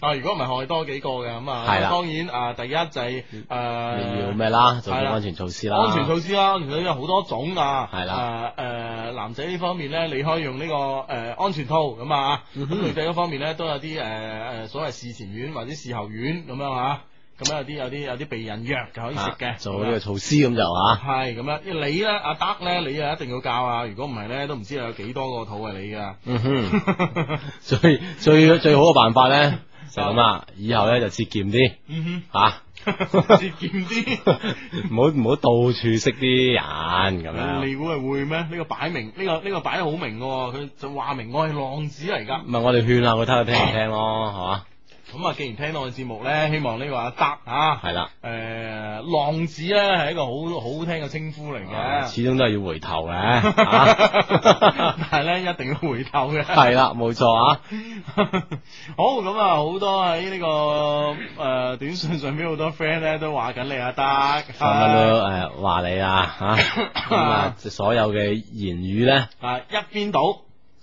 [SPEAKER 1] 啊，如果唔係害多幾個嘅咁啊，
[SPEAKER 3] 係啦
[SPEAKER 1] 當然啊，第一就係、诶、
[SPEAKER 3] 你要咩啦？做啲
[SPEAKER 1] 係啦
[SPEAKER 3] 安全措施啦。
[SPEAKER 1] 安全措施啦，安全措施有好多種啊。
[SPEAKER 3] 係啦
[SPEAKER 1] 誒誒，男仔呢方面咧，你可以用呢個誒安全套咁啊。
[SPEAKER 3] 嗯
[SPEAKER 1] 咁
[SPEAKER 3] 哼
[SPEAKER 1] 女仔嗰方面咧，都有啲誒誒所謂事前丸或者事後丸咁樣啊。咁樣有啲有啲有啲避孕藥就可以食
[SPEAKER 3] 啊
[SPEAKER 1] 嘅。
[SPEAKER 3] 做呢個啊措施咁
[SPEAKER 1] (laughs)
[SPEAKER 3] 就吓，
[SPEAKER 1] 係咁樣，你咧阿德咧，你啊一定要教啊！如果唔係咧，都唔知有幾多個肚係你噶。
[SPEAKER 3] 嗯哼，最最最好嘅辦法咧就咁啦，以後咧就節儉啲
[SPEAKER 1] 嗯
[SPEAKER 3] 吓，
[SPEAKER 1] 哼， (laughs) 節儉啲。
[SPEAKER 3] 唔好唔好到處識啲人咁樣。
[SPEAKER 1] 你估係會咩？呢、個擺明，呢、個呢、個擺得好明嘅喎，佢就話明我係浪子嚟㗎。
[SPEAKER 3] 唔係我哋勸下佢睇下聽唔聽
[SPEAKER 1] (laughs)
[SPEAKER 3] 咯，係嘛？
[SPEAKER 1] 咁啊，既然聽到我嘅節目咧，希望呢個阿德啊，
[SPEAKER 3] 係啦，
[SPEAKER 1] 誒、浪子咧係一個好好聽嘅稱呼嚟嘅， (laughs)
[SPEAKER 3] 始終都係要回頭嘅，啊
[SPEAKER 1] 但係咧一定要回頭嘅。
[SPEAKER 3] 係啦，冇錯啊。
[SPEAKER 1] (laughs) 好咁啊，好多喺呢、個誒、短信上邊好多 friend 咧都話緊你阿德，
[SPEAKER 3] 咁樣
[SPEAKER 1] 哎
[SPEAKER 3] 都诶话
[SPEAKER 1] (coughs)
[SPEAKER 3] 你啊吓，咁啊所有嘅言語咧
[SPEAKER 1] 啊一邊倒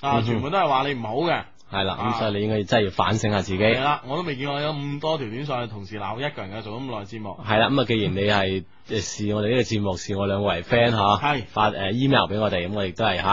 [SPEAKER 1] 啊，
[SPEAKER 3] 嗯哼
[SPEAKER 1] 全部都係話你唔好嘅。
[SPEAKER 3] 係啦，咁
[SPEAKER 1] 啊
[SPEAKER 3] 所以你應該真係要反省下自己。
[SPEAKER 1] 係啊
[SPEAKER 3] 係
[SPEAKER 1] 啦，我都未見過有咁多條短信係同時鬧一個人嘅，做咗咁耐節目。
[SPEAKER 3] 啦，咁啊，既然你係诶視我哋呢個節目，視我兩位為 friend 吓，
[SPEAKER 1] 係
[SPEAKER 3] 發诶 email 俾我哋，咁我亦都係吓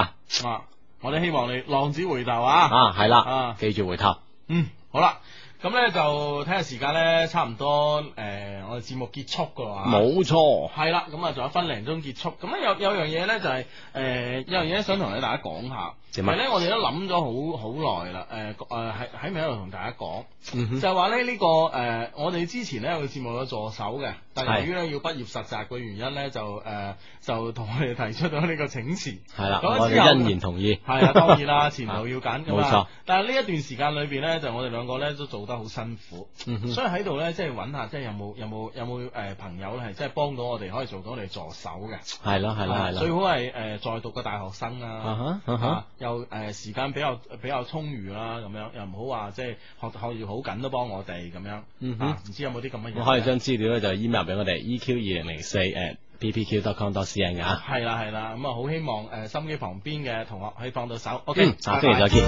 [SPEAKER 1] 啊，我哋希望你浪子回頭啊！
[SPEAKER 3] 啊係
[SPEAKER 1] 啊
[SPEAKER 3] 啦，記住回頭。
[SPEAKER 1] 嗯，好啦。咁咧就睇下時間咧，差唔多誒、呃我哋節目結束噶啦，
[SPEAKER 3] 冇錯，
[SPEAKER 1] 係啦，咁啊仲有分零鐘結束，咁咧有有樣嘢咧就係、呃有樣嘢想同你大家講下，
[SPEAKER 3] 點啊
[SPEAKER 1] 係咧我哋都諗咗好好耐啦，誒誒喺喺咪喺度同大家講，
[SPEAKER 3] 嗯哼
[SPEAKER 1] 就係話咧呢個誒、呃我哋之前咧有個節目有助手嘅，但係由於咧要畢業實習嘅原因咧就誒、呃就同我哋提出咗呢個請辭，
[SPEAKER 3] 係啦，
[SPEAKER 1] 咁啊
[SPEAKER 3] 我
[SPEAKER 1] 之後
[SPEAKER 3] 哋欣然同意，
[SPEAKER 1] (laughs) 係啊，當然啦，前路要揀噶嘛。
[SPEAKER 3] 冇錯
[SPEAKER 1] 但係呢一段時間裏邊咧，就我哋兩個咧都做得好辛苦，
[SPEAKER 3] 嗯哼
[SPEAKER 1] 所以喺度咧，即係揾下，即係有冇有冇有冇誒、呃朋友咧，係即係幫到我哋，可以做到我哋助手嘅。
[SPEAKER 3] 係咯係咯
[SPEAKER 1] 啊
[SPEAKER 3] 係
[SPEAKER 1] 最
[SPEAKER 3] 咯，
[SPEAKER 1] 好係誒、呃在讀嘅大學生啊
[SPEAKER 3] 啊，哈啊哈
[SPEAKER 1] 啊又誒、呃、時間比較比較充裕啦，咁樣又唔好話即係學學業好緊都幫我哋咁樣。
[SPEAKER 3] 嗯哼
[SPEAKER 1] 啊唔知有冇啲咁嘅嘢？
[SPEAKER 3] 咁可以將資料咧就 email 俾我哋 eq 二零零四 at ppq.com.cn 噶嚇。
[SPEAKER 1] 係啦啊係啦，咁啊好希望誒、呃心機旁邊嘅同學可以放到手。
[SPEAKER 3] 嗯
[SPEAKER 1] OK，
[SPEAKER 3] 下星期再見。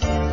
[SPEAKER 1] 拜拜